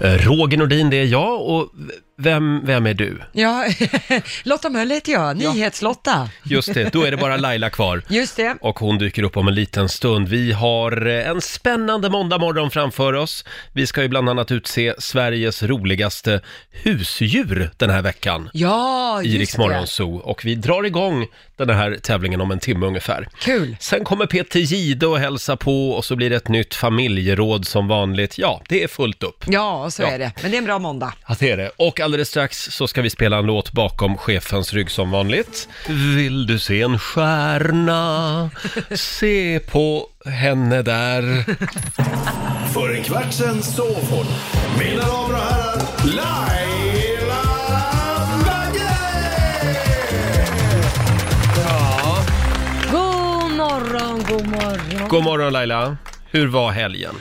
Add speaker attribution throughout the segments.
Speaker 1: Eh, Roger Nordin, det är jag och vem, vem är du?
Speaker 2: Ja, Lotta Möller heter jag, nyhetslotta.
Speaker 1: Just det, då är det bara Laila kvar.
Speaker 2: Just det.
Speaker 1: Och hon dyker upp om en liten stund. Vi har eh, en spännande måndagmorgon framför oss. Vi ska ju bland annat utse Sveriges roligaste husdjur den här veckan.
Speaker 2: Ja,
Speaker 1: I
Speaker 2: just
Speaker 1: Rix
Speaker 2: det.
Speaker 1: Morgon Zoo. Och vi drar igång den här tävlingen om en timme ungefär.
Speaker 2: Kul.
Speaker 1: Sen kommer Peter Gide och hälsa på och så blir det ett nytt familjeråd som vanligt. Ja, det är fullt upp.
Speaker 2: Ja, så
Speaker 1: Ja.
Speaker 2: är det. Men det är en bra måndag.
Speaker 1: Ja, det är det. Och alldeles strax så ska vi spela en låt bakom chefens rygg som vanligt. Vill du se en stjärna? Se på henne där.
Speaker 3: För en kvart sen sov hon. Mina damer och herrar, Laila Bagge!
Speaker 4: God morgon, god morgon.
Speaker 1: God morgon Laila. Hur var helgen?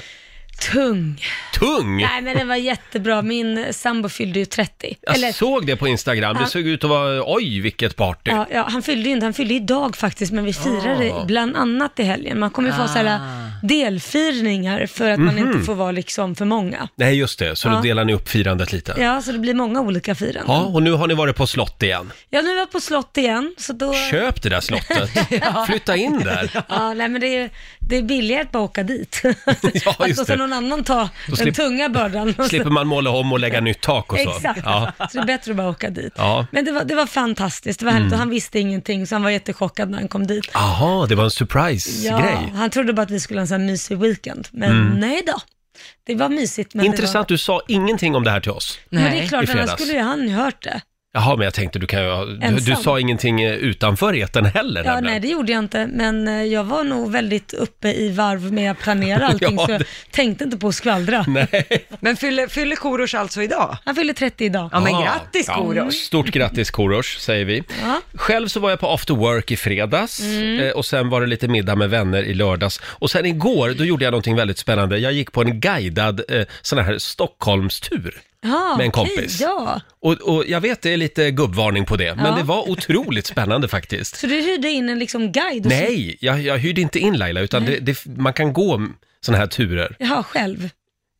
Speaker 4: Tung.
Speaker 1: Tung!
Speaker 4: Nej, men den var jättebra. Min sambo fyllde ju 30.
Speaker 1: Jag
Speaker 4: Eller,
Speaker 1: såg det på Instagram. Det
Speaker 4: Ja.
Speaker 1: såg ut att vara, oj vilket party.
Speaker 4: ja, ja, han fyllde ju inte, han fyllde idag faktiskt, men vi firade
Speaker 1: Ah.
Speaker 4: bland annat i helgen. Man kommer ju få sådana delfirningar för att man
Speaker 1: Mhm.
Speaker 4: inte får vara liksom för många.
Speaker 1: Nej just det, så då
Speaker 4: Ja.
Speaker 1: delar ni upp firandet lite. Ja.
Speaker 4: Ja, så det blir många olika firanden.
Speaker 1: och nu har ni varit på slott igen.
Speaker 4: Ja, nu är jag på slott igen, så då...
Speaker 1: Köp det där slottet. Flytta in där.
Speaker 4: Ja, nej, men det är, det är billigare att bara åka dit. att
Speaker 1: just
Speaker 4: låta
Speaker 1: det.
Speaker 4: någon annan ta den
Speaker 1: slip-
Speaker 4: tunga bördan. och så-
Speaker 1: Slipper man måla om och lägga nytt tak och så.
Speaker 4: Exakt,
Speaker 1: Ja.
Speaker 4: så det är bättre att bara åka dit.
Speaker 1: Ja.
Speaker 4: Men det var, det var fantastiskt, det var
Speaker 1: Mm.
Speaker 4: härligt och han visste ingenting så han var jättechockad när han kom dit.
Speaker 1: Ah, Aha, det var en surprise-grej.
Speaker 4: han trodde bara att vi skulle ha en sån här mysig weekend, men nej då. Det var mysigt. Men
Speaker 1: Mm. Intressant, du sa ingenting om det här till oss.
Speaker 4: Det var, men det är
Speaker 1: I
Speaker 4: klart, annars
Speaker 1: fredags.
Speaker 4: skulle ju han ju hört det.
Speaker 1: Jaha, men jag tänkte du kan ju... Du, du
Speaker 4: Ensam.
Speaker 1: sa ingenting eh, utanför etern heller
Speaker 4: Ja,
Speaker 1: nämligen.
Speaker 4: nej, det gjorde jag inte, men eh, jag var nog väldigt uppe i varv med att planera allting,
Speaker 1: Ja,
Speaker 4: så jag
Speaker 1: det-
Speaker 4: tänkte inte på att skvallra.
Speaker 2: Men fyller, fyller Korosh alltså idag?
Speaker 4: Han fyller 30 idag.
Speaker 2: Ja, men
Speaker 1: Ah,
Speaker 2: grattis
Speaker 1: ja.
Speaker 2: Korosh!
Speaker 1: Stort grattis Korosh, säger vi.
Speaker 4: Ja. Mm.
Speaker 1: Själv så var jag på after work i fredags eh, och sen var det lite middag med vänner i lördags. Och sen igår, då gjorde jag någonting väldigt spännande. Jag gick på en guidad eh, sån här Stockholmstur.
Speaker 4: Ja,
Speaker 1: Med en
Speaker 4: okej,
Speaker 1: kompis.
Speaker 4: ja.
Speaker 1: Och, och jag vet det är lite gubbvarning på det, men
Speaker 4: Ja.
Speaker 1: det var otroligt spännande faktiskt.
Speaker 4: Så du hyrde in en liksom guide? och så-
Speaker 1: Nej, jag, jag hyrde inte in Laila, utan det, det, man kan gå m- såna här turer.
Speaker 4: Jaha, själv?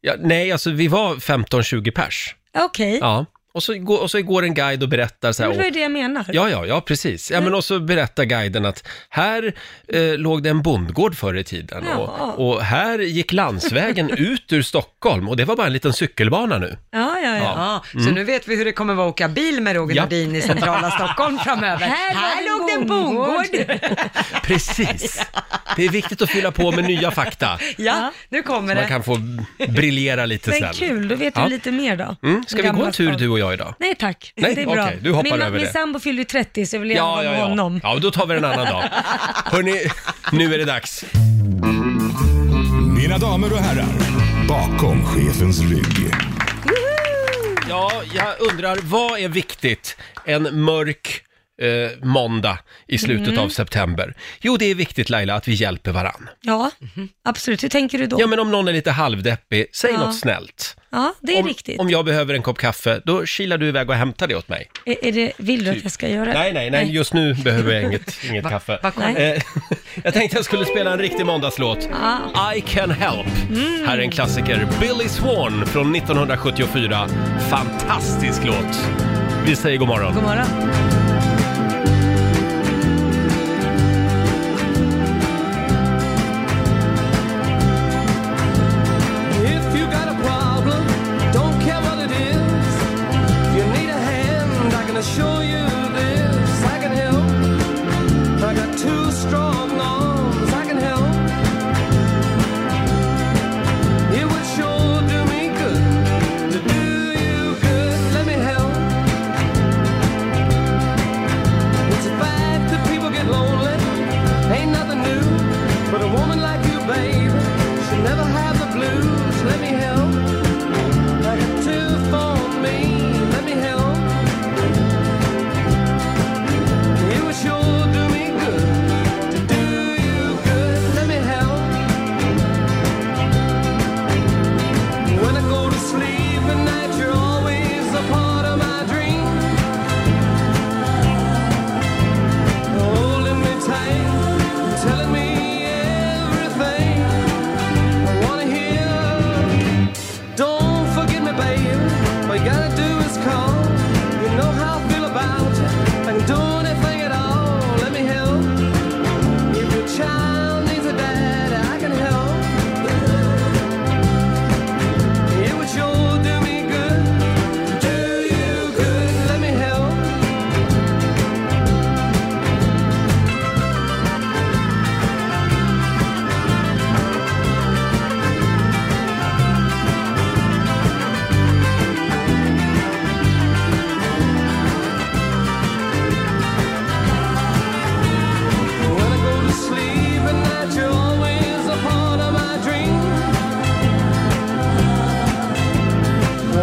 Speaker 1: Ja, nej, alltså vi var 15-20 pers.
Speaker 4: Okej.
Speaker 1: Ja. Och, så, går- och så går en guide och berättar så här.
Speaker 4: Men det var ju
Speaker 1: "Åh,
Speaker 4: det jag menar.
Speaker 1: Ja, ja, ja, precis. Ja, men och så berättar guiden att här eh, låg det en bondgård förr i tiden
Speaker 4: Jaha.
Speaker 1: och, och här gick landsvägen ut ur Stockholm och det var bara en liten cykelbana nu.
Speaker 4: Ja, ja, ja.
Speaker 2: Ja, så nu vet vi hur det kommer vara att åka bil med Roger
Speaker 1: Mm. Ja.
Speaker 2: Nordin i centrala Stockholm framöver.
Speaker 4: Här var det
Speaker 2: låg det en bondgård!
Speaker 1: Precis. Det är viktigt att fylla på med nya fakta.
Speaker 2: Ja, nu kommer
Speaker 1: Man
Speaker 2: det.
Speaker 1: kan få briljera lite sen.
Speaker 4: Men kul, då vet
Speaker 1: Ja.
Speaker 4: du lite mer då.
Speaker 1: Mm, ska vi gå en tur du och jag idag?
Speaker 4: Nej tack,
Speaker 1: Nej,
Speaker 4: det är bra.
Speaker 1: okej, du hoppar
Speaker 4: min,
Speaker 1: över
Speaker 4: min
Speaker 1: det.
Speaker 4: sambo fyller ju 30 så jag vill gärna vara med honom.
Speaker 1: Ja, då tar vi den en annan dag. Hörni, nu är det dags.
Speaker 3: Mina damer och herrar, bakom chefens rygg.
Speaker 1: Ja, jag undrar, vad är viktigt en mörk eh, måndag i slutet
Speaker 4: Mm.
Speaker 1: av september? Jo, det är viktigt Laila att vi hjälper varann.
Speaker 4: Ja, absolut. Hur tänker du då?
Speaker 1: Mhm. Ja,
Speaker 4: Ja,
Speaker 1: men om någon är lite halvdeppig, säg
Speaker 4: Ja.
Speaker 1: något snällt.
Speaker 4: det är
Speaker 1: om,
Speaker 4: riktigt.
Speaker 1: om jag behöver en kopp kaffe, då kilar du iväg och hämtar det åt mig.
Speaker 4: Är, är det, vill du att jag ska göra det?
Speaker 1: Typ. Nej, nej, nej, just nu behöver jag inget, inget kaffe.
Speaker 2: vad kom-
Speaker 1: Eh, jag tänkte jag skulle spela en riktig måndagslåt. I can help. Här är en klassiker, Billy Swan från 1974. Fantastisk låt. Vi säger god morgon.
Speaker 4: God morgon.
Speaker 5: If you got a problem, don't care what it is. If you need a hand, I can assure you this. I can help. I got two strong arms, I can help. It would sure do me good to do you good. Let me help. All you gotta do is call. You know how I feel about it. I can do anything at all. Let me help. If your child needs a dad, I can help. It would sure do me good. Do you good? Let me help. When I go to sleep at night, you're always a part of my dream.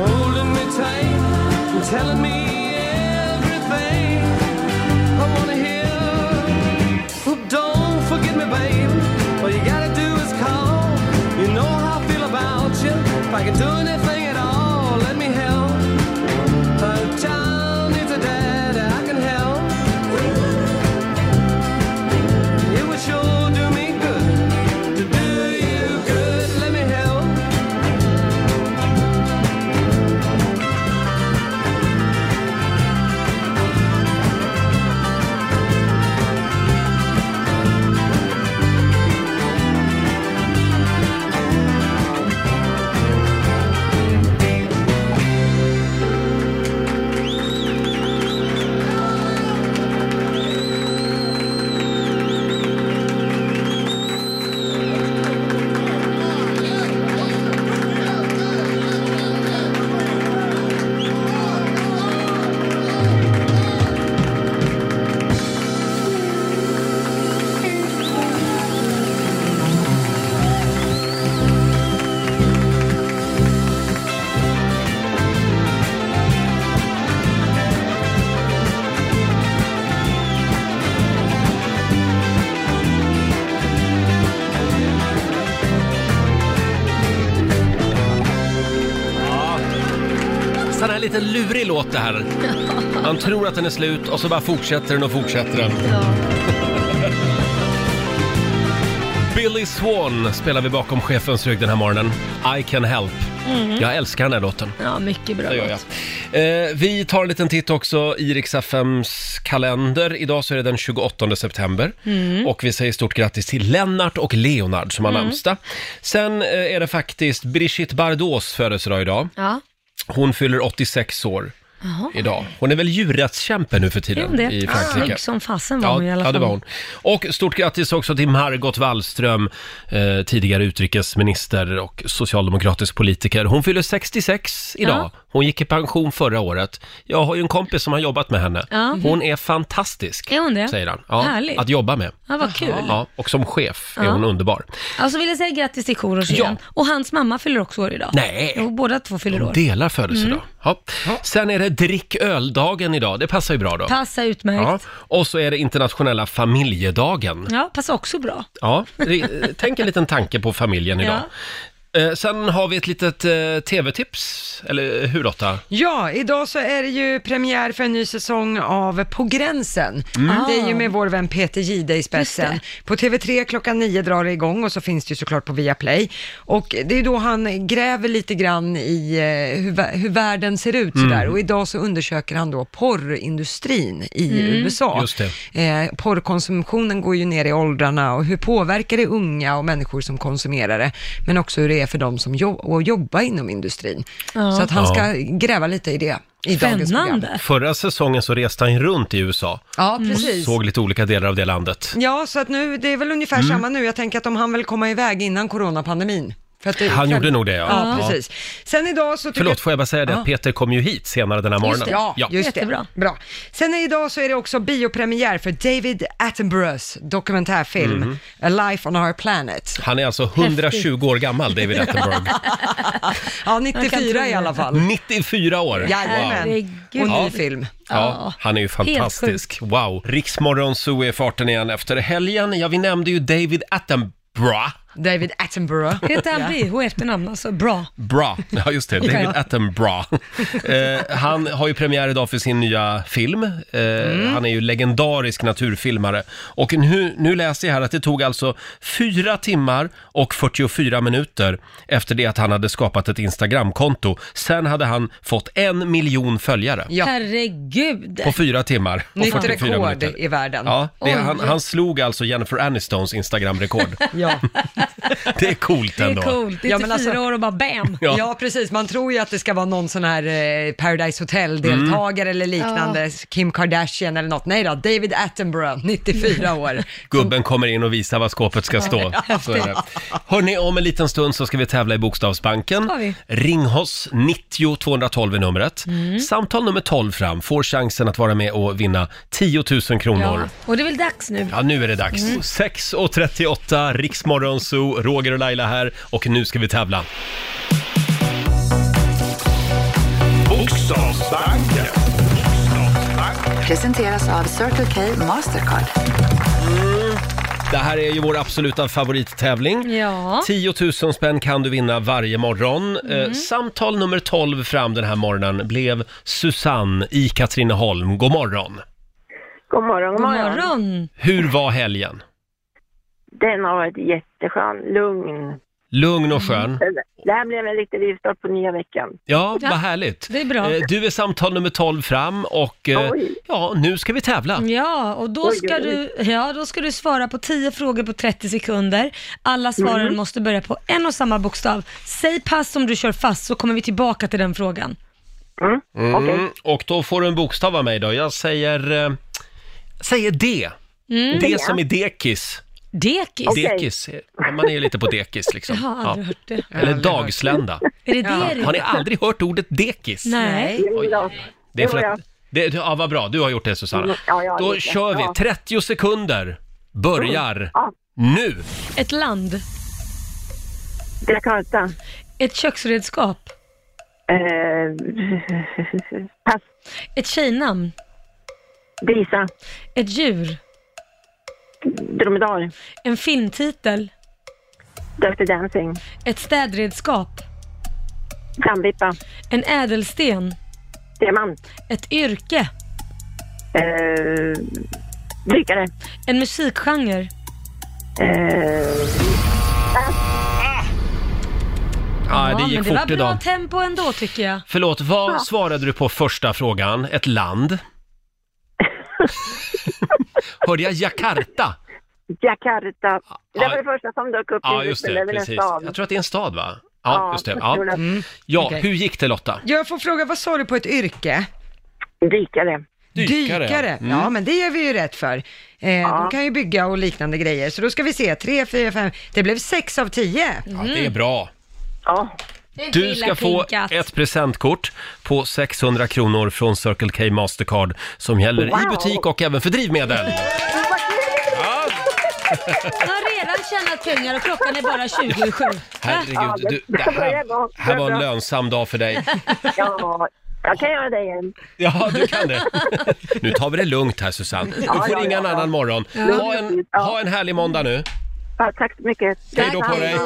Speaker 5: Holding me tight and telling me everything I wanna hear. Oh, don't forget me, babe. All you gotta do is call. You know how I feel about you. If I can do anything at all, Oh, let me help. A child needs a dad, I can help. It would sure do me good to do you good. Let me help.
Speaker 1: Sån här lite lurig låt det här. Man tror att den är slut och så bara fortsätter den och fortsätter den. Billy Swan spelar vi bakom chefens rygg den här morgonen. I can help. Jag älskar den här låten.
Speaker 4: Mm. Ja, mycket Mhm. bra
Speaker 1: Det gör jag.
Speaker 4: låt.
Speaker 1: Eh, vi tar en liten titt också i Rix FMs kalender. Idag så är det den 28 september.
Speaker 4: Mm.
Speaker 1: Och vi säger stort grattis till Lennart och Leonard som har namnsdag. Sen eh, är det faktiskt Brigitte Bardots födelsedag idag.
Speaker 4: Ja.
Speaker 1: Hon fyller 86 år idag. Hon är väl djurrättskämpe nu för
Speaker 4: Det Ah, är
Speaker 1: tiden
Speaker 4: hon det.
Speaker 1: i Frankrike.
Speaker 4: Snygg som fasen var
Speaker 1: Ja,
Speaker 4: hon i alla fall.
Speaker 1: ja, det var hon. Och stort grattis också till Margot Wallström, eh, tidigare utrikesminister och socialdemokratisk politiker. Hon fyller 66 idag. Hon gick i pension förra året. Jag har ju en kompis som har jobbat med henne. Mm-hmm.
Speaker 4: Ja.
Speaker 1: Hon är fantastisk,
Speaker 4: Är hon det?
Speaker 1: säger han.
Speaker 4: Härligt.
Speaker 1: Att jobba med.
Speaker 4: Ja, vad kul.
Speaker 1: Ja, och som chef är
Speaker 4: Ja.
Speaker 1: hon underbar.
Speaker 4: Alltså vill jag säga grattis till Korosh igen. Och hans mamma fyller också år idag.
Speaker 1: Nej.
Speaker 4: Jo, båda två fyller år.
Speaker 1: Delar födelsedag.
Speaker 4: Mm.
Speaker 1: Ja. Sen är det drick öldagen idag. Det passar ju bra då.
Speaker 4: Passar
Speaker 1: Ja.
Speaker 4: utmärkt.
Speaker 1: Och så är det internationella familjedagen.
Speaker 4: Ja. passar också bra.
Speaker 1: Ja, ri- tänk en liten tanke på familjen idag. Eh, sen har vi ett litet eh, tv-tips, eller eh, hur Lotta?
Speaker 2: Ja, idag så är det ju premiär för en ny säsong av På gränsen.
Speaker 1: Mm.
Speaker 2: Det är ju
Speaker 1: Ah.
Speaker 2: med vår vän Peter Gide i spetsen.
Speaker 4: Just
Speaker 2: På TV3 klockan nio drar det igång och så finns det ju såklart på Viaplay. Och det är då han gräver lite grann i eh, hur, vä- hur världen ser ut
Speaker 1: Mm.
Speaker 2: sådär. Och idag så undersöker han då porrindustrin i
Speaker 4: Mm.
Speaker 2: USA.
Speaker 1: Mm. Just det.
Speaker 2: Eh, porrkonsumtionen går ju ner i åldrarna och hur påverkar det unga och människor som konsumerar det, men också hur det är för dem som jo- och jobbar inom industrin. Så att han
Speaker 1: Ja.
Speaker 2: ska gräva lite i det i dagens program.
Speaker 4: Spännande.
Speaker 1: Förra säsongen så reste han runt i USA
Speaker 2: Ja,
Speaker 1: och
Speaker 2: precis.
Speaker 1: såg lite olika delar av det landet.
Speaker 2: Ja, så att nu, det är väl ungefär
Speaker 1: Mm.
Speaker 2: samma nu. Jag tänker att de hann väl komma iväg innan coronapandemin. För att det,
Speaker 1: Han gjorde nog det, ja.
Speaker 2: Ja,
Speaker 1: Ja.
Speaker 2: precis. Sen idag så... tycker
Speaker 1: Förlåt, får jag bara säga det att Peter kom ju hit senare den här morgonen.
Speaker 4: det.
Speaker 2: Ja,
Speaker 1: Ja.
Speaker 2: just
Speaker 4: Jättebra.
Speaker 2: det. Bra. Sen är idag så är det också biopremiär för David Attenboroughs dokumentärfilm A Life on Our Planet.
Speaker 1: Mhm. Han är alltså 120 år gammal, David Attenborough.
Speaker 2: Ja,
Speaker 4: kan tro
Speaker 2: 94 i
Speaker 4: det.
Speaker 2: alla fall.
Speaker 1: 94 år!
Speaker 2: Jajamän.
Speaker 4: Herregud.
Speaker 2: Och ny
Speaker 4: Ja.
Speaker 2: film.
Speaker 1: Ja, han är ju fantastisk. Wow! Riksmorgon, så är farten igen efter helgen. Ja, vi nämnde ju David Attenborough.
Speaker 2: David Attenborough.
Speaker 4: Heter han BH i efternamn alltså? Bra.
Speaker 1: Bra, ja just det, David
Speaker 4: Ja.
Speaker 1: Attenborough. Eh, han har ju premiär idag för sin nya film. Eh, Han är ju legendarisk naturfilmare. Och nu, nu läser jag här att det tog alltså fyra timmar och 44 minuter efter det att han hade skapat ett Instagramkonto. Sen hade han fått en miljon följare.
Speaker 2: Ja.
Speaker 4: Herregud.
Speaker 1: På fyra timmar och
Speaker 2: Nytt
Speaker 1: 44
Speaker 2: rekord
Speaker 1: minuter.
Speaker 2: i världen.
Speaker 1: Ja, det,
Speaker 4: Oj.
Speaker 1: han, han slog alltså Jennifer Anistons Instagram-rekord.
Speaker 2: Ja.
Speaker 1: Det är coolt
Speaker 4: Det är
Speaker 1: ändå.
Speaker 4: coolt. Det är
Speaker 2: Ja,
Speaker 4: inte
Speaker 2: men alltså-
Speaker 4: fyra år och bara bam.
Speaker 1: Ja.
Speaker 2: Ja. precis. Man tror ju att det ska vara någon sån här eh, Paradise Hotel-deltagare
Speaker 1: Mm.
Speaker 2: eller liknande, Kim Kardashian eller något. Nej då, David Attenborough, 94 år.
Speaker 1: Mm. Gubben kommer in och visar vad skåpet ska stå. Så är det. Hörrni, om en liten stund så ska vi tävla i Bokstavsbanken.
Speaker 4: Ska vi?
Speaker 1: Ring oss, 90 212 är numret.
Speaker 4: Mm.
Speaker 1: Samtal nummer 12 fram får chansen att vara med och vinna 10 000 kronor.
Speaker 4: Ja. Mm. Och det är väl dags nu.
Speaker 1: Ja, nu är det dags. 6.38, Riksmorgon Zoo, Roger och Laila här och nu ska vi tävla.
Speaker 3: Bokstavsbanken.
Speaker 6: Presenteras av Circle K Mastercard.
Speaker 1: Det här är ju vår absoluta favorittävling.
Speaker 4: Ja. Mm.
Speaker 1: 10 000 spänn kan du vinna varje morgon. Eh, samtal nummer 12 fram den här morgonen blev Susanne i Katrineholm. God morgon!
Speaker 7: God morgon, god
Speaker 4: God
Speaker 7: morgon.
Speaker 4: morgon.
Speaker 1: Hur var helgen?
Speaker 7: Den har varit jätteskön, lugn.
Speaker 1: Lugn och skön?
Speaker 7: Det här blev en riktig rivstart på nya veckan.
Speaker 1: Mm. Ja,
Speaker 4: Mm. Ja,
Speaker 1: vad härligt.
Speaker 4: det är bra.
Speaker 1: Eh, Du är samtal nummer 12 fram och eh,
Speaker 7: Oj.
Speaker 1: ja, nu ska vi tävla.
Speaker 4: Ja, och då
Speaker 7: Oj,
Speaker 4: ska,
Speaker 7: oj,
Speaker 4: du, ja, då ska du svara på 10 frågor på 30 sekunder. Alla svaren måste börja på en och samma bokstav. Säg pass om du kör fast så kommer vi tillbaka till den frågan.
Speaker 7: Mm. Okej,
Speaker 1: Mm, och då får du en bokstav av mig då. Jag säger, eh, säger D. D som i dekis.
Speaker 4: Mm. Dekis?
Speaker 7: Okej.
Speaker 1: Dekis, eh, man är ju lite på dekis liksom.
Speaker 4: Jag har aldrig hört det.
Speaker 1: Eller dagslända.
Speaker 4: Är det det du...
Speaker 1: Har ni aldrig hört ordet dekis?
Speaker 4: Nej.
Speaker 7: det är bra.
Speaker 1: Det är
Speaker 7: Det
Speaker 1: för
Speaker 7: har
Speaker 1: att, det, ja, vad bra, du har gjort det Susanna.
Speaker 7: Mm, Ja, jag har
Speaker 1: Då
Speaker 7: gjort det.
Speaker 1: kör vi,
Speaker 7: Ja. Mm.
Speaker 1: 30 sekunder börjar
Speaker 7: Ja.
Speaker 1: nu.
Speaker 4: Ett land.
Speaker 7: Jakarta.
Speaker 4: Ett köksredskap.
Speaker 7: Eh, pass.
Speaker 4: Ett tjejnamn.
Speaker 7: Brisa.
Speaker 4: Ett djur.
Speaker 7: Dromedar.
Speaker 4: En filmtitel.
Speaker 7: Dirty Dancing.
Speaker 4: Ett städredskap.
Speaker 7: Sandvippa.
Speaker 4: En ädelsten.
Speaker 7: Diamant.
Speaker 4: Ett yrke.
Speaker 7: Eh, dykare.
Speaker 4: En musikgenre.
Speaker 7: Eh,
Speaker 1: Ja, det
Speaker 4: men
Speaker 1: gick
Speaker 4: det var
Speaker 1: fort idag.
Speaker 4: bra tempo ändå tycker jag.
Speaker 1: Förlåt, vad svarade du på första frågan? Ett land? Hörde jag Jakarta?
Speaker 7: Jakarta. Det
Speaker 1: Ja.
Speaker 7: var det första som dök upp
Speaker 1: Ja,
Speaker 7: i
Speaker 1: just
Speaker 7: huvudet,
Speaker 1: det,
Speaker 7: eller
Speaker 1: precis.
Speaker 7: nästa av.
Speaker 1: Jag tror att det är en stad va? Ja, just det.
Speaker 7: jag tror
Speaker 1: Ja,
Speaker 4: Mm.
Speaker 1: ja
Speaker 2: Okej.
Speaker 1: hur gick det Lotta?
Speaker 2: Jag får fråga, vad sa du på ett yrke?
Speaker 7: Dykare.
Speaker 1: Dykare, Mm.
Speaker 2: Dykare. Ja, men det är vi ju rätt för. Eh, De kan ju bygga och liknande grejer. Så då ska vi se, Tre, fyra, fem. Det blev sex av tio.
Speaker 1: Ja, det
Speaker 4: Mm.
Speaker 1: är bra.
Speaker 7: Ja,
Speaker 1: Du ska få ett presentkort på 600 kronor från Circle K Mastercard som gäller i
Speaker 7: Wow.
Speaker 1: butik och även för drivmedel.
Speaker 4: Jag har redan tjänat pengar och klockan är bara 27.
Speaker 7: Ja,
Speaker 1: Herregud,
Speaker 7: det-
Speaker 1: du, det
Speaker 7: det börjar
Speaker 1: här,
Speaker 7: bra.
Speaker 1: det här var en
Speaker 7: Det är bra.
Speaker 1: lönsam dag för dig.
Speaker 7: ja. Jag kan göra det igen.
Speaker 1: Ja, du kan det. Nu tar vi det lugnt här Susanne. Du
Speaker 7: Ja,
Speaker 1: får
Speaker 7: ja,
Speaker 1: ringa en
Speaker 7: ja.
Speaker 1: annan morgon. Ha en,
Speaker 7: Ja.
Speaker 1: ha en härlig måndag nu.
Speaker 7: Ja, tack så mycket.
Speaker 1: Hej då på dig.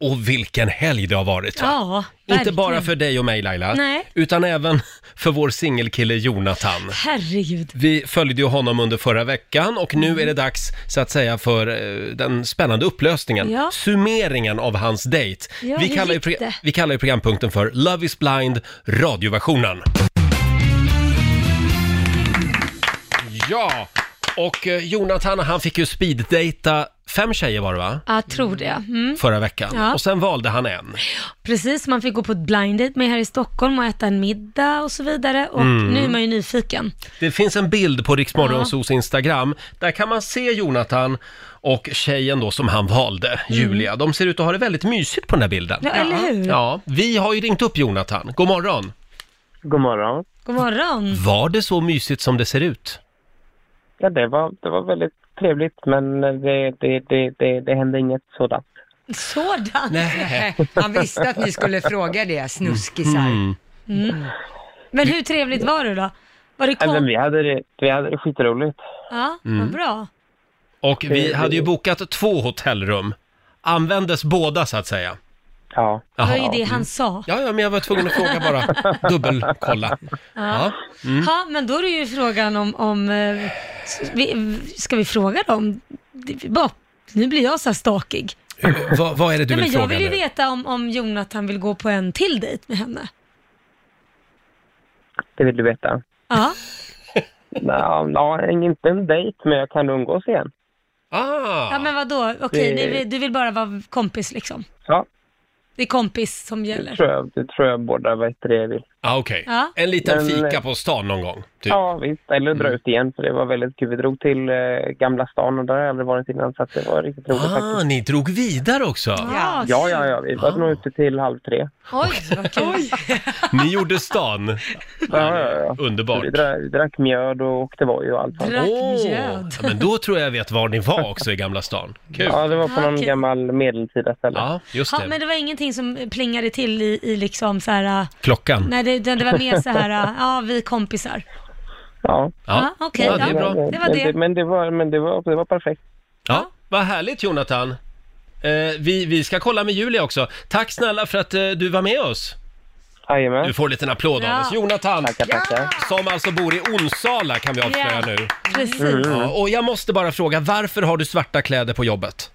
Speaker 1: Och vilken helg det har varit va?
Speaker 4: Ja,
Speaker 1: Inte
Speaker 4: verkligen.
Speaker 1: bara för dig och mig Laila,
Speaker 4: Nej.
Speaker 1: utan även för vår singelkille Jonathan.
Speaker 4: Herregud.
Speaker 1: Vi följde ju honom under förra veckan och nu
Speaker 4: Mm.
Speaker 1: är det dags så att säga för eh, den spännande upplösningen.
Speaker 4: Ja.
Speaker 1: Summeringen av hans dejt.
Speaker 4: Ja,
Speaker 1: vi,
Speaker 4: hur
Speaker 1: kallar ju
Speaker 4: gick det?
Speaker 1: vi kallar ju programpunkten för Love is blind radioversionen. Ja, och eh, Jonathan han fick ju speeddejta fem tjejer var det va?
Speaker 4: Ja, tror det. Mm.
Speaker 1: Förra veckan.
Speaker 4: Ja.
Speaker 1: Och sen valde han en.
Speaker 4: Precis, man fick gå på ett blind date med här i Stockholm och äta en middag och så vidare. Och
Speaker 1: Mm.
Speaker 4: nu är man ju nyfiken.
Speaker 1: Det finns en bild på Riksmorgonsos Instagram. Där kan man se Jonathan och tjejen då som han valde, Julia. De ser ut att ha det väldigt mysigt på den här bilden.
Speaker 4: Mm. Ja, eller hur?
Speaker 1: Ja, vi har ju ringt upp Jonathan. God morgon!
Speaker 8: God morgon.
Speaker 4: God morgon.
Speaker 1: Var det så mysigt som det ser ut?
Speaker 8: Ja, det var, det var väldigt trevligt, men det, det, det, det, det hände inget sådant.
Speaker 4: Sådan.
Speaker 1: Nej.
Speaker 2: Han visste att ni skulle fråga det, snuskisar.
Speaker 1: Mm.
Speaker 4: Mm. Men hur trevligt var det då? Var det
Speaker 8: Nej, Men
Speaker 4: kom?
Speaker 8: vi hade det, vi hade det skitroligt.
Speaker 1: Mm.
Speaker 4: Ja, vad bra.
Speaker 1: Och vi hade ju bokat två hotellrum. användes båda så att säga?
Speaker 8: Ja.
Speaker 4: Det var ju
Speaker 1: Jaha.
Speaker 4: det han sa.
Speaker 1: Ja, ja, men jag var tvungen att fråga bara. Dubbelkolla. Ja. Mm.
Speaker 4: Ja, men då är det ju frågan om, om eh, s- vi, ska vi fråga dem? Det- Bara, nu blir jag så här stakig.
Speaker 1: Vad, vad är det
Speaker 4: Nej,
Speaker 1: du
Speaker 4: men
Speaker 1: vill
Speaker 4: jag
Speaker 1: fråga
Speaker 4: vill ju
Speaker 1: nu?
Speaker 4: veta om, om Jonathan vill gå på en till dejt med henne.
Speaker 8: Det vill du veta?
Speaker 4: Ja,
Speaker 8: Nå, nå, inte en dejt, men jag kan umgås igen.
Speaker 1: Ah,
Speaker 4: ja men vadå? Okej,
Speaker 8: Det-
Speaker 4: ni vill- du vill bara vara kompis liksom.
Speaker 8: Ja,
Speaker 4: Det är kompis som
Speaker 8: det
Speaker 4: gäller.
Speaker 8: tror jag, det tror jag båda vet det jag vill.
Speaker 1: ah, okej.
Speaker 4: Ja.
Speaker 1: En liten
Speaker 8: Men- eh,
Speaker 1: fika på stan någon gång. Typ. Mm.
Speaker 8: Ja, visst. Eller dra ut igen, för det var väldigt kul. Vi drog till eh, Gamla stan och där har jag aldrig varit innan, så att det var riktigt roligt
Speaker 1: Ah,
Speaker 8: faktiskt.
Speaker 1: ni drog vidare också. Ah.
Speaker 4: Ja,
Speaker 8: Ja, ja, ja. Vi var nog ute till halv tre.
Speaker 4: Oj, vad kul.
Speaker 1: Ni gjorde stan.
Speaker 8: Ja, ja, ja. Så
Speaker 1: Underbart.
Speaker 8: Vi drack, vi drack mjöd och åkte voj och allt. sånt.
Speaker 4: Drack
Speaker 1: Åh,
Speaker 4: mjöd.
Speaker 1: ja, men då tror jag jag vet var ni var också i Gamla stan. Kul.
Speaker 8: Ja, det var på
Speaker 4: Ah,
Speaker 8: någon
Speaker 4: kul.
Speaker 8: gammal medeltida ställe.
Speaker 1: Ja, just
Speaker 4: Ja, men
Speaker 1: det.
Speaker 4: det var ingenting som plingade till i, i liksom så här, äh,
Speaker 1: Klockan.
Speaker 4: nej det, det det var mer så här, äh, ja vi är kompisar.
Speaker 8: Ja.
Speaker 1: Ja,
Speaker 4: Ja, Ah, okej,
Speaker 1: ja det är
Speaker 4: ja.
Speaker 1: bra.
Speaker 4: det var
Speaker 8: men
Speaker 4: det.
Speaker 8: Men det var, men det var, det var perfekt.
Speaker 1: Ja, vad härligt Jonathan. Eh, vi, vi ska kolla med Julia också. Tack snälla för att eh, du var med oss.
Speaker 8: Jajamän.
Speaker 1: Du får en liten applåd av
Speaker 4: Ja.
Speaker 1: oss. Jonathan,
Speaker 8: Tackar, tackar.
Speaker 1: som alltså bor i Onsala kan vi avslöja
Speaker 4: Ja.
Speaker 1: nu.
Speaker 4: Precis.
Speaker 8: Mm.
Speaker 1: Ja, och jag måste bara fråga, varför har du svarta kläder på jobbet?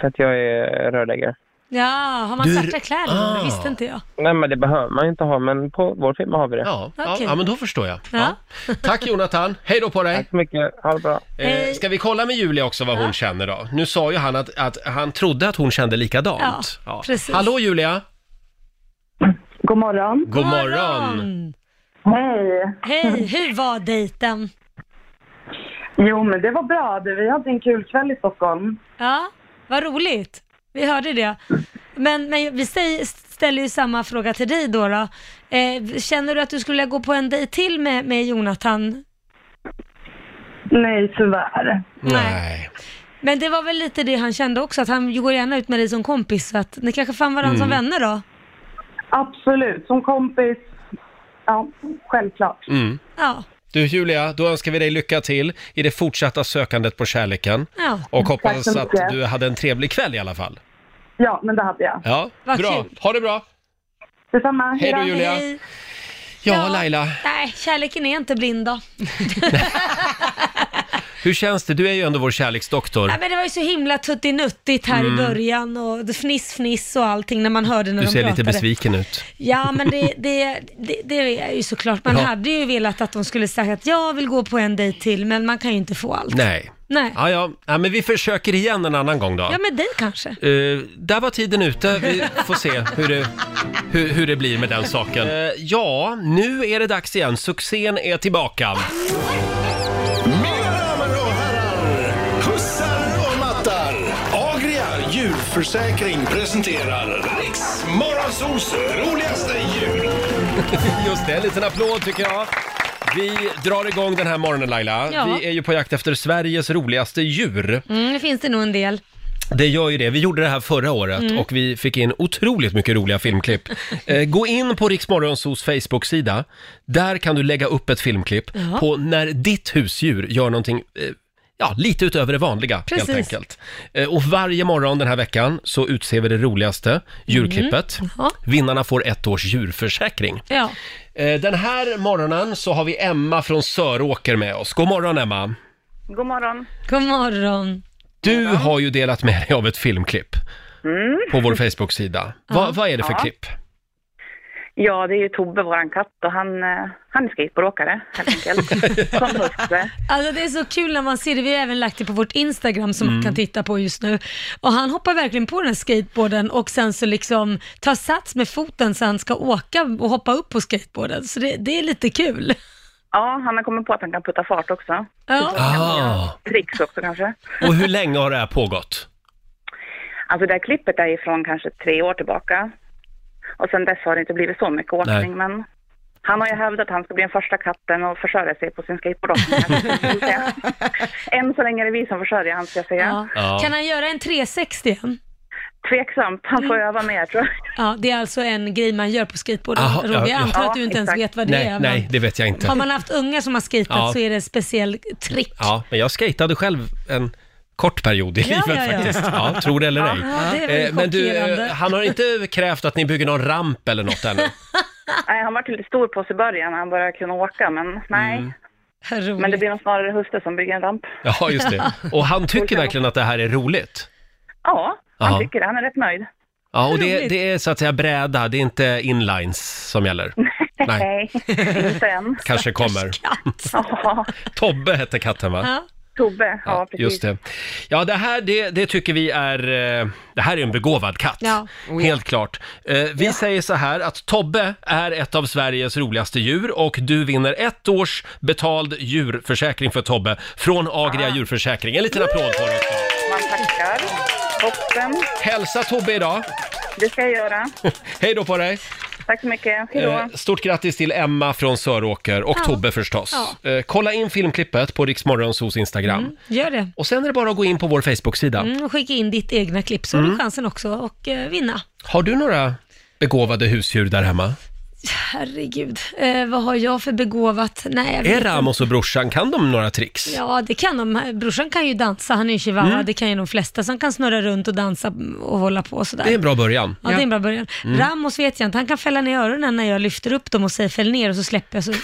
Speaker 8: För att jag är rörläggare.
Speaker 4: Ja, har man
Speaker 1: Du-
Speaker 4: svarta kläder?
Speaker 1: Ah.
Speaker 4: Det visste inte jag.
Speaker 8: Nej, men det behöver man ju inte ha, men på vår firma har vi det.
Speaker 1: Ja, ja,
Speaker 4: Okej.
Speaker 1: ja men då förstår jag. Ja.
Speaker 4: Ja.
Speaker 1: Tack Jonathan, hej då på dig.
Speaker 8: Tack så mycket. Ha det bra.
Speaker 1: Eh, ska vi kolla med Julia också vad hon känner då? Nu sa ju han att, att han trodde att hon kände likadant.
Speaker 4: Ja, precis.
Speaker 1: Hallå Julia!
Speaker 7: God morgon.
Speaker 1: God morgon!
Speaker 4: morgon.
Speaker 7: Hej.
Speaker 4: Hej, hur var dejten?
Speaker 7: Jo, men det var bra. Du, vi hade en kul kväll i Stockholm.
Speaker 4: Ja, vad roligt. Vi hörde det. Men, men vi säger, ställer ju samma fråga till dig då. då. Eh, känner du att du skulle vilja gå på en dejt till med, med Jonathan?
Speaker 7: Nej, tyvärr.
Speaker 1: Nej.
Speaker 4: Men det var väl lite det han kände också, att han går gärna ut med dig som kompis, så att ni kanske fann varandra som
Speaker 1: Mm.
Speaker 4: vänner då?
Speaker 7: Absolut. Som kompis. Ja, självklart.
Speaker 1: Mm.
Speaker 4: Ja,
Speaker 1: Du Julia, då önskar vi dig lycka till i det fortsatta sökandet på kärleken.
Speaker 4: ja.
Speaker 1: Och
Speaker 7: Tack
Speaker 1: hoppas
Speaker 7: så
Speaker 1: att
Speaker 7: mycket.
Speaker 1: du hade en trevlig kväll i alla fall.
Speaker 7: Ja, men det hade jag.
Speaker 1: Ja,
Speaker 4: Vad
Speaker 1: bra.
Speaker 4: kul.
Speaker 1: Ha det bra!
Speaker 7: Detsamma.
Speaker 1: Hej då
Speaker 7: Hejdå.
Speaker 1: Julia!
Speaker 4: Hej.
Speaker 1: Ja,
Speaker 4: Ja.
Speaker 1: Laila,
Speaker 4: Nej, kärleken är inte blind då.
Speaker 1: hur känns det? Du är ju ändå vår kärleksdoktor.
Speaker 4: Nej, men det var ju så himla tuttinuttigt här i början och fniss-fniss och allting när man hörde när
Speaker 1: Mm. Du
Speaker 4: de
Speaker 1: ser
Speaker 4: pratade.
Speaker 1: lite besviken ut.
Speaker 4: Ja, men det, det, det, det är ju såklart. Man
Speaker 1: Ja.
Speaker 4: hade ju velat att de skulle sagt att jag vill gå på en dejt till, men man kan ju inte få allt.
Speaker 1: Nej.
Speaker 4: Nej.
Speaker 1: Ja, ja. ja, men vi försöker igen en annan gång då.
Speaker 4: Ja, med dig kanske.
Speaker 1: Eh, där var tiden ute. Vi får se hur det, hur, hur det blir med den saken. Eh, ja, nu är det dags igen. Succén är tillbaka.
Speaker 3: Mina damer och herrar, hussar och mattar. Agria djurförsäkring presenterar Riks Morgonzoos roligaste jul.
Speaker 1: Just det, en liten applåd tycker jag. Vi drar igång den här morgonen Laila.
Speaker 4: Ja.
Speaker 1: Vi är ju på jakt efter Sveriges roligaste djur.
Speaker 4: Mm, det finns det nog en del.
Speaker 1: Det gör ju det. Vi gjorde det här förra året
Speaker 4: Mm.
Speaker 1: och vi fick in otroligt mycket roliga filmklipp. Eh, gå in på Riksmorgonsos Facebook-sida. Där kan du lägga upp ett filmklipp på när ditt husdjur gör någonting eh, Ja, lite utöver det vanliga
Speaker 4: Precis.
Speaker 1: helt enkelt. Eh, Och varje morgon den här veckan så utser vi det roligaste djurklippet.
Speaker 4: Mm. Ja.
Speaker 1: Vinnarna får ett års djurförsäkring.
Speaker 4: Ja.
Speaker 1: Eh, Den här morgonen så har vi Emma från Söråker med oss. God morgon Emma!
Speaker 7: God morgon.
Speaker 4: God morgon.
Speaker 1: Du har ju delat med dig av ett filmklipp
Speaker 7: Mm.
Speaker 1: på vår Facebook-sida. Va, vad är det för klipp?
Speaker 7: Ja, det är ju Tobbe, våran katt, och han, eh, han är skateboardåkare helt enkelt. Som husse.
Speaker 4: Alltså det är så kul när man ser det. Vi har även lagt det på vårt Instagram som man kan titta på just nu. Och han hoppar verkligen på den här skateboarden och sen så liksom tar sats med foten så han ska åka och hoppa upp på skateboarden. Så det, det är lite kul.
Speaker 7: Ja, han har kommit på att han kan putta fart också.
Speaker 4: Ja.
Speaker 1: Ah.
Speaker 7: Tricks också kanske.
Speaker 1: Och hur länge har det här pågått?
Speaker 7: Alltså det här klippet är ifrån kanske tre år tillbaka. Och sen dess har det inte blivit så mycket åkning, men han har ju hävdat att han ska bli den första katten och försörja sig på sin skateboardåkning. Än så länge är det vi som försörjer han, ska jag säga.
Speaker 4: Ja.
Speaker 1: Ja.
Speaker 4: Kan han göra en 360 igen? Mm.
Speaker 7: Tveksamt, han får öva mer tror jag.
Speaker 4: Ja, det är alltså en grej man gör på skateboarden.
Speaker 1: Aha,
Speaker 4: Roger,
Speaker 1: ja,
Speaker 4: jag
Speaker 1: ja.
Speaker 4: antar
Speaker 7: Ja,
Speaker 4: att du inte ens
Speaker 7: exakt.
Speaker 4: vet vad det är.
Speaker 1: Nej,
Speaker 4: men
Speaker 1: nej, det vet jag
Speaker 4: Har
Speaker 1: inte.
Speaker 4: man haft unga som har skatat
Speaker 1: Ja.
Speaker 4: så är det en speciell trick.
Speaker 1: Ja, men jag skatade själv en kort period i
Speaker 4: Ja,
Speaker 1: livet
Speaker 4: ja, ja.
Speaker 1: faktiskt. Ja, tror det eller ej.
Speaker 4: Ja, det är väl
Speaker 1: Eh, Men du,
Speaker 4: chockerande.
Speaker 1: eh, han har inte krävt att ni bygger någon ramp eller något ännu?
Speaker 7: Nej, han var lite stor på sig i början när han började kunna åka, men nej.
Speaker 4: Roligt.
Speaker 7: Men det blir nog snarare husse som bygger en ramp.
Speaker 1: Mm. Ja, just det. Och han tycker verkligen att det här är roligt.
Speaker 7: Ja, han
Speaker 1: Ja.
Speaker 7: tycker det. Han är rätt nöjd.
Speaker 1: Ja, och det,
Speaker 4: Roligt.
Speaker 1: det är så att säga bräda, det är inte inlines som gäller. Nej,
Speaker 7: Nej, inte än.
Speaker 1: kanske kommer.
Speaker 7: Ja,
Speaker 1: Tobbe hette katten va?
Speaker 4: Ja.
Speaker 7: Tobbe. Ja, precis.
Speaker 1: Just det. Ja, det här, det, det tycker vi är... eh, Det här är en begåvad katt.
Speaker 4: Ja.
Speaker 1: Helt klart. Eh, Vi säger så här att Tobbe är ett av Sveriges roligaste djur och du vinner ett års betald djurförsäkring för Tobbe från
Speaker 7: Ah.
Speaker 1: Agria djurförsäkring. En liten applåd på dig också.
Speaker 7: Man tackar. Toppen.
Speaker 1: Hälsa Tobbe idag.
Speaker 7: Det ska jag göra.
Speaker 1: Hej då på dig.
Speaker 7: Tack så mycket. Hej då.
Speaker 1: Eh, Stort grattis till Emma från Söråker och
Speaker 4: Ja.
Speaker 1: Tobbe förstås. Eh, Kolla in filmklippet på Riksmorgonsos Instagram.
Speaker 7: Mm.
Speaker 4: Gör det.
Speaker 1: Och sen är det bara att gå in på vår Facebook-sida.
Speaker 4: Mm, och skicka in ditt egna klipp så har
Speaker 1: Mm.
Speaker 4: du chansen också att eh, vinna.
Speaker 1: Har du några begåvade husdjur där hemma?
Speaker 4: Herregud, eh, vad har jag för begåvat? Nej, jag
Speaker 1: Är
Speaker 4: vet inte.
Speaker 1: Ramos och brorsan, kan de några tricks?
Speaker 4: Ja, det kan de. Brorsan kan ju dansa, han är ju chihuahua.
Speaker 1: Mm.
Speaker 4: Det kan ju de flesta som kan snurra runt och dansa och hålla på sådär.
Speaker 1: Det är en bra början.
Speaker 4: Ja, det är en bra början.
Speaker 1: Mm.
Speaker 4: Ramos vet jag inte, han kan fälla ner öronen när jag lyfter upp dem och säger fäll ner och så släpper jag så,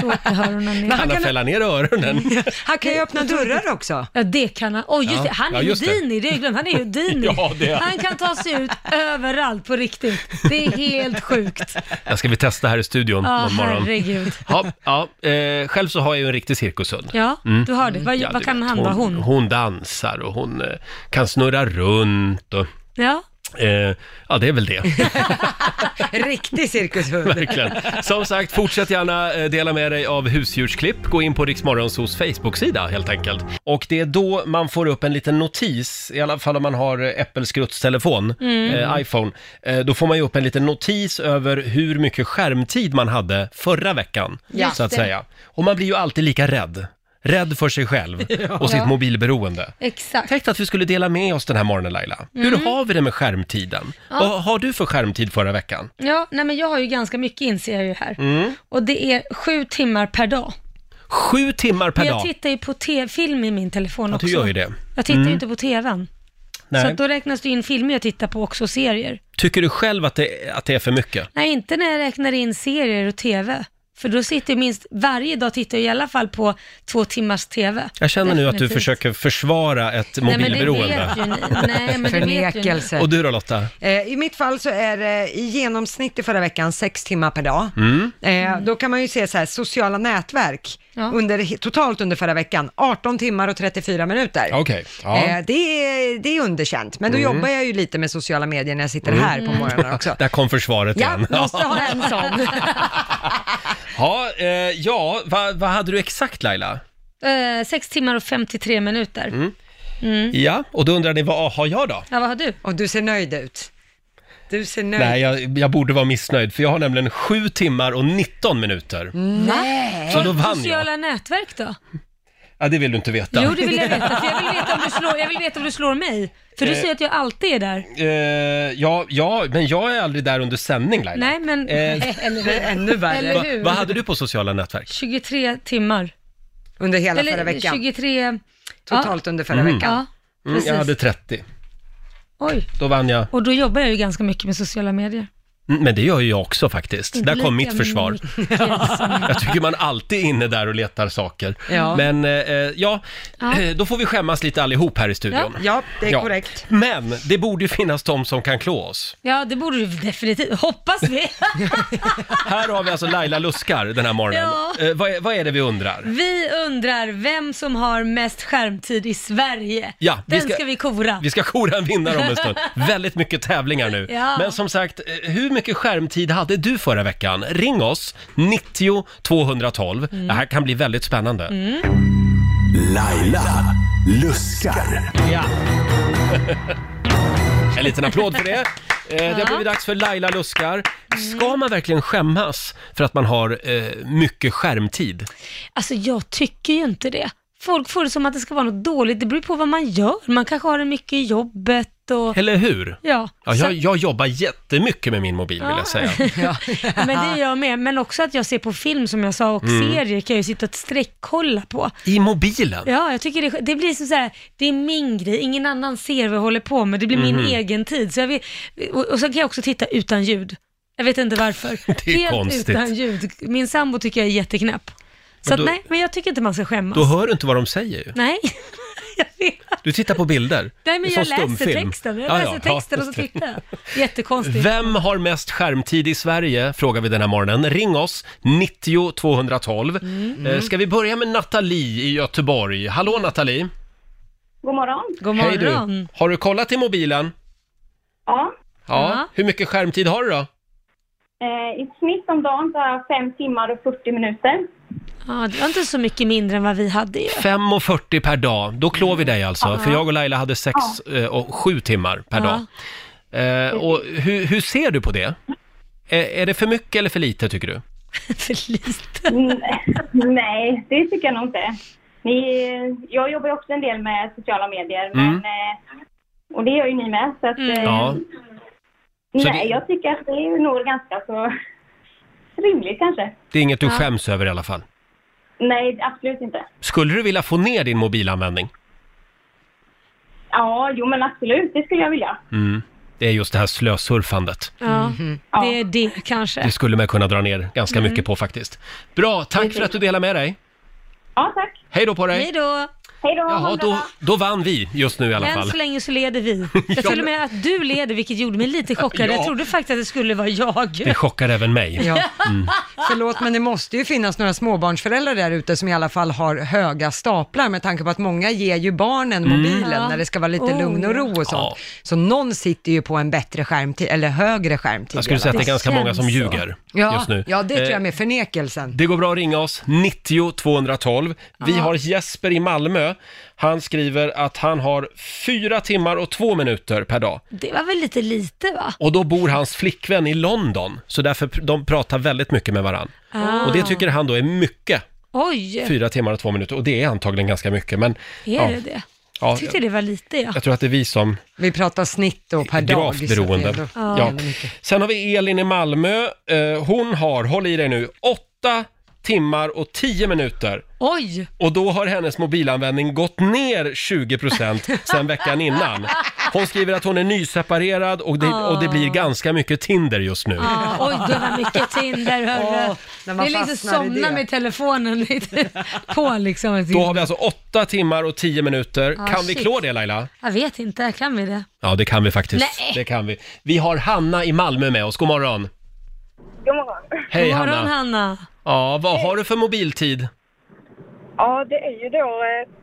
Speaker 4: så åker öronen ner.
Speaker 1: Han kan fälla ner öronen.
Speaker 2: Han kan ju öppna dörrar också.
Speaker 4: Ja, det kan han. Åh, just
Speaker 1: Ja.
Speaker 4: det. Han är
Speaker 1: Ja, just det.
Speaker 4: Houdini, det har jag glömt. Han är Houdini.
Speaker 1: Ja, det är han.
Speaker 4: Han kan ta sig ut överallt på riktigt. Det är helt sjukt.
Speaker 1: Jag ska vi testa här i studion
Speaker 4: Ja,
Speaker 1: någon morgon.
Speaker 4: herregud.
Speaker 1: Ja, ja, eh, själv så har jag ju en riktig cirkushund.
Speaker 4: Ja, du hör det. Vad,
Speaker 1: Mm. Ja,
Speaker 4: vad
Speaker 1: du
Speaker 4: kan
Speaker 1: vet,
Speaker 4: han då?
Speaker 1: hon?
Speaker 4: Hon?
Speaker 1: Hon dansar och hon eh, kan snurra runt och...
Speaker 4: Ja.
Speaker 1: Eh, ja, det är väl det.
Speaker 2: Riktig cirkushund.
Speaker 1: Verkligen. Som sagt, fortsätt gärna eh, dela med dig av husdjursklipp. Gå in på Riksmorgonsos Facebook-sida helt enkelt. Och det är då man får upp en liten notis, i alla fall om man har eh, äppelskrutstelefon,
Speaker 4: Mm.
Speaker 1: eh, iPhone. Eh, då får man ju upp en liten notis över hur mycket skärmtid man hade förra veckan,
Speaker 4: Ja.
Speaker 1: så att
Speaker 4: Det.
Speaker 1: säga. Och man blir ju alltid lika rädd. Rädd för sig själv och sitt
Speaker 4: Ja.
Speaker 1: mobilberoende.
Speaker 4: Exakt.
Speaker 1: Tänk att vi skulle dela med oss den här morgonen Laila. Hur
Speaker 4: Mm.
Speaker 1: har vi det med skärmtiden? Vad har du för skärmtid förra veckan?
Speaker 4: Ja, nej men jag har ju ganska mycket inser jag ju här.
Speaker 1: Mm.
Speaker 4: Och det är sju timmar per dag.
Speaker 1: Sju timmar per
Speaker 4: Men jag
Speaker 1: dag.
Speaker 4: tittar ju på te- film i min telefon
Speaker 1: Ja,
Speaker 4: också.
Speaker 1: du gör ju det. Mm.
Speaker 4: Jag tittar ju inte på tvn.
Speaker 1: Nej.
Speaker 4: Så att då räknas det in filmer jag tittar på också och serier.
Speaker 1: Tycker du själv att det, att det är för mycket?
Speaker 4: Nej, inte när jag räknar in serier och tv. För då sitter jag minst, varje dag tittar jag i alla fall på två timmars tv.
Speaker 1: Jag känner nu att du
Speaker 4: Definitivt.
Speaker 1: försöker försvara ett
Speaker 4: Nej,
Speaker 1: mobilberoende.
Speaker 4: men det vet ju ni. Nej, men det vet ju ni.
Speaker 2: Förnekelse.
Speaker 1: Och du då Lotta?
Speaker 2: Eh, I mitt fall så är det i genomsnitt i förra veckan sex timmar per dag.
Speaker 1: Mm.
Speaker 2: Eh, då kan man ju se så här, sociala nätverk
Speaker 4: Mm. Ja.
Speaker 2: under, totalt under förra veckan, 18 timmar och 34 minuter.
Speaker 1: Okej, ja. Mm.
Speaker 2: Eh, det, är, det är underkänt, men då jobbar jag ju lite med sociala medier när jag sitter här
Speaker 4: Mm.
Speaker 2: på morgonen också.
Speaker 1: Där kom försvaret
Speaker 2: Ja,
Speaker 1: igen.
Speaker 2: måste ha en sån.
Speaker 1: Ja, eh, ja vad, vad hade du exakt Laila? Mm.
Speaker 4: Eh, sex timmar och 53 minuter. Mm.
Speaker 1: Ja, och då undrar ni vad har jag då?
Speaker 4: Ja, vad har du?
Speaker 2: Och du ser nöjd ut. Du ser nöjd
Speaker 1: Nej, jag, jag borde vara missnöjd för jag har nämligen sju timmar och 19 minuter.
Speaker 2: Mm.
Speaker 4: Nej.
Speaker 1: Så då vann
Speaker 4: Sociala
Speaker 1: jag.
Speaker 4: nätverk då?
Speaker 1: Ja, det vill du inte veta.
Speaker 4: Jo, det vill jag veta. För jag, vill veta om du slår, jag vill veta om du slår mig. För
Speaker 2: Eh.
Speaker 4: du säger att jag alltid är där.
Speaker 1: Eh, ja, ja, men jag är aldrig där under sändning Laila.
Speaker 4: Nej, men...
Speaker 1: Eh.
Speaker 4: Eller
Speaker 2: Det är
Speaker 4: hur?
Speaker 2: ännu värre.
Speaker 4: Eller
Speaker 1: Va,
Speaker 4: hur?
Speaker 1: vad hade du på sociala nätverk?
Speaker 4: 23 timmar.
Speaker 2: Under hela förra
Speaker 4: Eller
Speaker 2: veckan.
Speaker 4: 23...
Speaker 2: Totalt under förra veckan.
Speaker 4: Ja,
Speaker 1: Mm,
Speaker 4: precis.
Speaker 1: jag hade 30.
Speaker 4: Oj.
Speaker 1: Då vann jag.
Speaker 4: Och då jobbar jag ju ganska mycket med sociala medier.
Speaker 1: Mm, Men det gör ju jag också faktiskt.
Speaker 4: Inte
Speaker 1: Där kom
Speaker 4: lika
Speaker 1: mitt försvar.
Speaker 4: mycket som-
Speaker 1: Jag tycker man alltid är inne där och letar saker.
Speaker 2: Ja.
Speaker 1: Men eh, eh, ja,
Speaker 4: Ja.
Speaker 1: eh, då får vi skämmas lite allihop här i studion.
Speaker 2: Ja, det är
Speaker 1: Ja.
Speaker 2: korrekt.
Speaker 1: Men det borde ju finnas de som kan klå oss.
Speaker 4: Ja, det borde du definitivt. Hoppas vi.
Speaker 1: Här har vi alltså Laila Luskar den här morgonen.
Speaker 4: Ja.
Speaker 1: Eh, vad, är, vad är det vi undrar?
Speaker 4: Vi undrar vem som har mest skärmtid i Sverige.
Speaker 1: Ja, vi
Speaker 4: Den
Speaker 1: ska-
Speaker 4: ska, vi kora.
Speaker 1: Vi ska kora en vinnare om en stund. Väldigt mycket tävlingar nu.
Speaker 4: Ja.
Speaker 1: Men som sagt, eh, hur mycket skärmtid hade du förra veckan? Ring oss, 90 212.
Speaker 4: Mm.
Speaker 1: Det här kan bli väldigt spännande.
Speaker 3: Laila luskar.
Speaker 1: Ja. En liten applåd för det. Eh, Det har blivit dags för Laila Luskar. Ska
Speaker 4: Mm.
Speaker 1: man verkligen skämmas för att man har eh, mycket skärmtid?
Speaker 4: Alltså jag tycker ju inte det. Folk får det som att det ska vara något dåligt. Det beror på vad man gör. Man kanske har det mycket i jobbet lätt och...
Speaker 1: Eller hur?
Speaker 4: Ja,
Speaker 1: Ja,
Speaker 4: så-
Speaker 1: jag, jag jobbar jättemycket med min mobil vill jag säga.
Speaker 4: men det gör jag med. Men också att jag ser på film som jag sa och
Speaker 1: Mm.
Speaker 4: serier kan jag ju sitta och streckkolla på.
Speaker 1: I mobilen?
Speaker 4: Ja, jag tycker det, det blir som så här, det är min grej, ingen annan ser vad jag håller på med, det blir
Speaker 1: Mhm.
Speaker 4: min egen tid. Så jag vill, och, och sen kan jag också titta utan ljud. Jag vet inte varför.
Speaker 1: Det är
Speaker 4: Helt
Speaker 1: konstigt.
Speaker 4: utan ljud. Min sambo tycker jag är jätteknäpp. Så
Speaker 1: då-
Speaker 4: att, nej, men jag tycker inte man ska skämmas.
Speaker 1: Då hör du inte vad de säger ju.
Speaker 4: Nej, jag vet.
Speaker 1: Du tittar på bilder.
Speaker 4: Nej,
Speaker 1: typ. Det
Speaker 4: men
Speaker 1: är
Speaker 4: jag
Speaker 1: som
Speaker 4: läser
Speaker 1: stumfilm.
Speaker 4: texten. Jag
Speaker 1: Ja, ja,
Speaker 4: läser texten
Speaker 1: ja,
Speaker 4: och så
Speaker 1: just det.
Speaker 4: tittar jag. Jättekonstigt.
Speaker 1: Vem har mest skärmtid i Sverige? Frågar vi den här morgonen. Ring oss, 90 212.
Speaker 4: Mm.
Speaker 1: Eh, Ska vi börja med Nathalie i Göteborg? Hallå Nathalie!
Speaker 9: God morgon.
Speaker 4: God
Speaker 1: Hej du! Mm.
Speaker 4: morgon.
Speaker 1: Har du kollat i mobilen?
Speaker 9: Ja,
Speaker 1: Ja.
Speaker 4: Ja.
Speaker 1: Hur mycket skärmtid har du då?
Speaker 9: eh, i snitt om dagen så har jag fem timmar och 40 minuter.
Speaker 4: Ja, det var inte så mycket mindre än vad vi hade ju.
Speaker 1: 5.40 per dag. Då klår vi dig alltså. För jag och Laila hade 6 och 7 timmar per
Speaker 4: Ja.
Speaker 1: dag. Eh, och hur, hur ser du på det? Är, är det för mycket eller för lite tycker du?
Speaker 4: Eh. För lite.
Speaker 9: Mm, Nej, det tycker jag nog inte. Ni, jag jobbar ju också en del med sociala medier, men, eh, och det gör ju ni med. Så att,
Speaker 4: Mm.
Speaker 9: eh,
Speaker 1: Mm. Ja. Så
Speaker 9: nej,
Speaker 1: det-
Speaker 9: jag tycker att det är nog ganska så rimligt kanske.
Speaker 1: Det är inget du skäms över i alla fall.
Speaker 9: Nej, absolut inte.
Speaker 1: Skulle du vilja få ner din mobilanvändning?
Speaker 9: Ja, jo men absolut, det skulle jag vilja.
Speaker 1: Mm. Det är just det här slösurfandet.
Speaker 4: Ja, det är det
Speaker 1: Mhm. Det
Speaker 4: kanske.
Speaker 1: skulle man kunna dra ner ganska mycket på faktiskt. Bra, tack för att du delade med dig.
Speaker 9: Ja, tack.
Speaker 1: Hej då på dig!
Speaker 4: Hej då!
Speaker 9: Hej då! ha
Speaker 1: Jaha,
Speaker 9: det
Speaker 1: då,
Speaker 9: bra.
Speaker 1: då vann vi just nu i alla
Speaker 4: Än
Speaker 1: fall.
Speaker 4: så länge så leder vi. Jag till och med att du leder, vilket gjorde mig lite chockad.
Speaker 1: Ja.
Speaker 4: Jag trodde faktiskt att det skulle vara jag.
Speaker 1: Det chockar även mig. Mm.
Speaker 2: Ja. Förlåt, men det måste ju finnas några småbarnsföräldrar där ute som i alla fall har höga staplar med tanke på att många ger ju barnen mobilen
Speaker 4: Mm. Ja.
Speaker 2: när det ska vara lite
Speaker 4: Oh,
Speaker 2: lugn och ro och sånt.
Speaker 1: Ja.
Speaker 2: Så någon sitter ju på en bättre skärmtid, eller högre skärmtid.
Speaker 1: Jag skulle
Speaker 2: i
Speaker 1: säga
Speaker 2: alla
Speaker 1: att det
Speaker 2: fall.
Speaker 1: är ganska många som
Speaker 4: känns så.
Speaker 1: ljuger
Speaker 2: ja,
Speaker 1: just nu.
Speaker 2: Ja, det tror
Speaker 1: Eh,
Speaker 2: jag med förnekelsen.
Speaker 1: Det går bra att ringa oss, 90 212. Vi har Jesper i Malmö. Han skriver att han har fyra timmar och två minuter per dag.
Speaker 4: Det var väl lite lite va?
Speaker 1: Och då bor hans flickvän i London, så därför pr- de pratar väldigt mycket med varann.
Speaker 4: Ah.
Speaker 1: Och det tycker han då är mycket,
Speaker 4: Oj,
Speaker 1: fyra timmar och två minuter. Och det är antagligen ganska mycket, men
Speaker 4: är det det?
Speaker 1: ja,
Speaker 4: Jag tyckte det var lite ja.
Speaker 1: jag tror att det är vi som
Speaker 2: Vi pratar snitt och per dag.
Speaker 1: Gravt
Speaker 2: så det är
Speaker 1: beroende.
Speaker 2: ändå-
Speaker 1: Ja. Sen har vi Elin i Malmö. Eh, Hon har, håll i dig nu, åtta timmar och tio minuter.
Speaker 4: Oj!
Speaker 1: Och då har hennes mobilanvändning gått ner 20% sen veckan innan. Hon skriver att hon är nyseparerad och det, och det blir ganska mycket Tinder just nu.
Speaker 4: Ah. Ja, oj, det var mycket Tinder hörru.
Speaker 2: Åh, när
Speaker 4: det
Speaker 2: man
Speaker 4: är liksom
Speaker 2: fastnar i
Speaker 4: somna
Speaker 2: det.
Speaker 4: med telefonen lite på liksom.
Speaker 1: Då har vi alltså åtta timmar och tio minuter.
Speaker 4: Ja,
Speaker 1: kan vi
Speaker 4: Ah, shit.
Speaker 1: klå det Laila?
Speaker 4: Jag vet inte, kan vi det?
Speaker 1: Ja, det kan vi faktiskt.
Speaker 4: Nej.
Speaker 1: Det kan vi. Vi har Hanna i Malmö med oss. God morgon.
Speaker 9: God morgon.
Speaker 1: Hej
Speaker 4: God morgon
Speaker 1: Hanna.
Speaker 4: Hanna.
Speaker 1: Ja, vad har du för mobiltid?
Speaker 9: Ja, det är ju då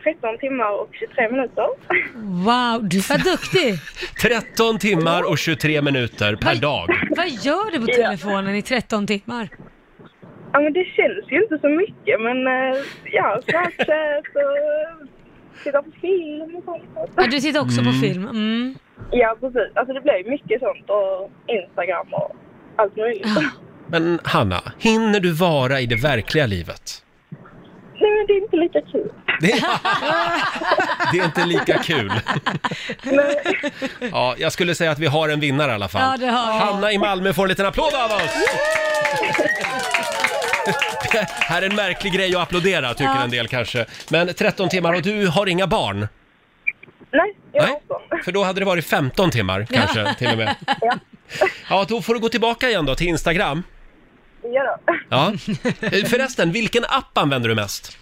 Speaker 9: 13 timmar och 23 minuter.
Speaker 4: Wow, du var duktig.
Speaker 1: 13 timmar och 23 minuter per
Speaker 4: Vad-
Speaker 1: dag.
Speaker 4: Vad gör du på telefonen i 13 timmar?
Speaker 9: Ja, men det känns ju inte så mycket, men eh, ja, kanske så... Titta på film och sånt.
Speaker 4: Ja, du tittar också på film. Mm.
Speaker 9: Ja, precis. Alltså det blir ju mycket sånt och Instagram och allt möjligt.
Speaker 1: Men Hanna, hinner du vara i det verkliga livet?
Speaker 9: Nej, men det är inte lika kul.
Speaker 1: Det är, det är inte lika kul. Ja, jag skulle säga att vi har en vinnare i alla fall.
Speaker 4: Ja, det har vi.
Speaker 1: Hanna i Malmö får en liten applåd av oss! Det här är en märklig grej att applådera, tycker en del kanske. Men 13 timmar, och du har inga barn?
Speaker 9: Nej, jag är
Speaker 1: Nej,
Speaker 9: 18.
Speaker 1: för då hade det varit 15 timmar kanske till och med. Ja, då får du gå tillbaka igen då till Instagram.
Speaker 9: Ja då.
Speaker 1: Ja. Eh, Förresten, vilken app använder du mest?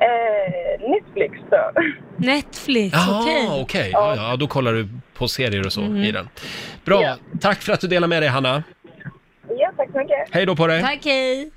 Speaker 9: Eh, Netflix då.
Speaker 4: Netflix,
Speaker 1: Jaha,
Speaker 4: okej.
Speaker 1: Ah, okej. Ja, ja, då kollar du på serier och så
Speaker 4: Mhm.
Speaker 1: i den. Bra,
Speaker 9: Ja.
Speaker 1: tack för att du delar med dig Hanna.
Speaker 9: Ja, tack så mycket.
Speaker 1: Hej då på dig.
Speaker 4: Tack, hej.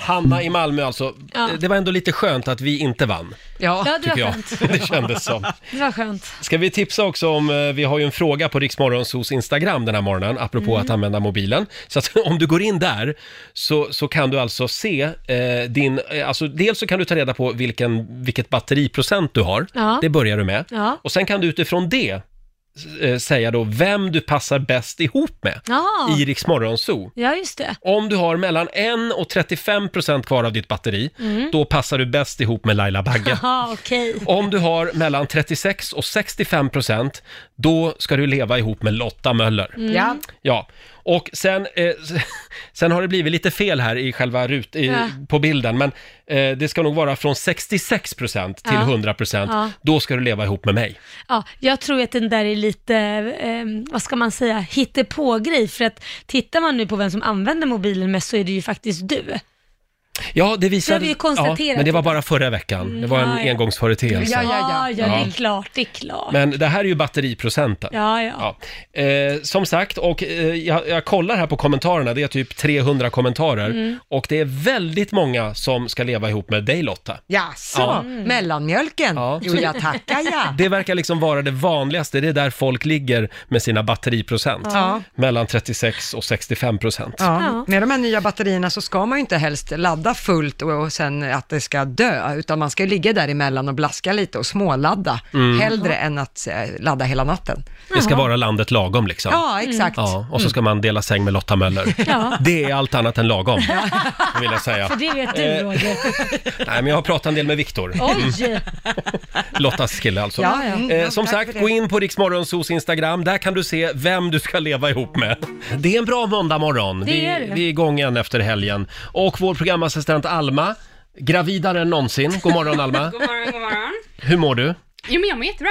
Speaker 1: Hanna i Malmö alltså.
Speaker 4: Ja.
Speaker 1: Det var ändå lite skönt att vi inte vann,
Speaker 2: Ja.
Speaker 4: Ja, det var
Speaker 1: tycker jag.
Speaker 4: skönt.
Speaker 1: Det kändes som.
Speaker 4: Det var skönt.
Speaker 1: Ska vi tipsa också om, eh, vi har ju en fråga på Riksmorgonsos Instagram den här morgonen, apropå
Speaker 4: Mm.
Speaker 1: att använda mobilen. Så att om du går in där så, så kan du alltså se eh, din, eh, alltså dels så kan du ta reda på vilken, vilket batteriprocent du har,
Speaker 4: Ja.
Speaker 1: det börjar du med.
Speaker 4: Ja.
Speaker 1: Och sen kan du utifrån det eh, säga då vem du passar bäst ihop med
Speaker 4: Jaha.
Speaker 1: i Riks Morgonzoo.
Speaker 4: Ja, just det.
Speaker 1: Om du har mellan 1 och 35 procent kvar av ditt batteri,
Speaker 4: Mm.
Speaker 1: då passar du bäst ihop med Laila Bagge.
Speaker 4: Jaha, okej.
Speaker 1: Om du har mellan 36 och 65 procent, då ska du leva ihop med Lotta Möller.
Speaker 4: Mm. Ja.
Speaker 1: Ja, och sen, eh, sen har det blivit lite fel här i själva rut, i,
Speaker 4: Ja.
Speaker 1: på bilden, men eh, det ska nog vara från 66 procent till
Speaker 4: Ja.
Speaker 1: 100 procent.
Speaker 4: Ja.
Speaker 1: Då ska du leva ihop med mig.
Speaker 4: Ja, jag tror att den där är lite, eh, vad ska man säga, hittepågrej. För att tittar man nu på vem som använder mobilen mest så är det ju faktiskt du.
Speaker 1: Ja, det visade...
Speaker 4: vi ju konstaterat
Speaker 1: men det var bara förra veckan. Det var en
Speaker 4: Mm, Ja, ja.
Speaker 1: engångsföreteelse.
Speaker 4: ja, ja. ja, det
Speaker 1: Ja.
Speaker 4: är klart, det är klart.
Speaker 1: Men det här är ju batteriprocenten.
Speaker 4: Ja, ja.
Speaker 1: Ja. Eh, som sagt, och eh, jag, jag kollar här på kommentarerna, det är typ 300 kommentarer.
Speaker 2: Mm.
Speaker 1: Och det är väldigt många som ska leva ihop med dig Lotta.
Speaker 2: Jaså,
Speaker 1: Ja.
Speaker 4: Mm.
Speaker 2: mellanmjölken? Jo, jag tackar ja.
Speaker 1: Det verkar liksom vara det vanligaste, det är där folk ligger med sina batteriprocent.
Speaker 2: Ja.
Speaker 1: Mellan 36 och 65 procent.
Speaker 2: Ja, med de här nya batterierna så ska man ju inte helst ladda fullt och, och sen att det ska dö, utan man ska ju ligga däremellan och blaska lite och småladda,
Speaker 1: Mm.
Speaker 2: hellre än att eh, ladda hela natten.
Speaker 1: Det ska vara landet lagom liksom.
Speaker 2: Ja, exakt.
Speaker 1: Ja, och så
Speaker 4: Mm.
Speaker 1: ska man dela säng med Lotta Möller.
Speaker 2: Ja.
Speaker 1: Det är allt annat än lagom, vill jag säga.
Speaker 4: För det vet du,
Speaker 1: Eh,
Speaker 4: Roger.
Speaker 1: Nej, men jag har pratat en del med Viktor. Mm.
Speaker 4: Oj!
Speaker 1: Lottas kille alltså.
Speaker 4: Ja, ja. Mm,
Speaker 1: Eh,
Speaker 4: ja,
Speaker 1: som
Speaker 4: tack
Speaker 1: sagt,
Speaker 4: för det.
Speaker 1: gå in på Riksmorgonsos Instagram. Där kan du se vem du ska leva ihop med. Det är en bra måndagmorgon.
Speaker 4: Det
Speaker 1: Vi,
Speaker 4: är det.
Speaker 1: vi är igång igen efter helgen. Och vår programassistent Alma, gravidare än någonsin. God morgon Alma.
Speaker 10: god morgon, god morgon.
Speaker 1: Hur mår du?
Speaker 10: Jo men jag mår jättebra.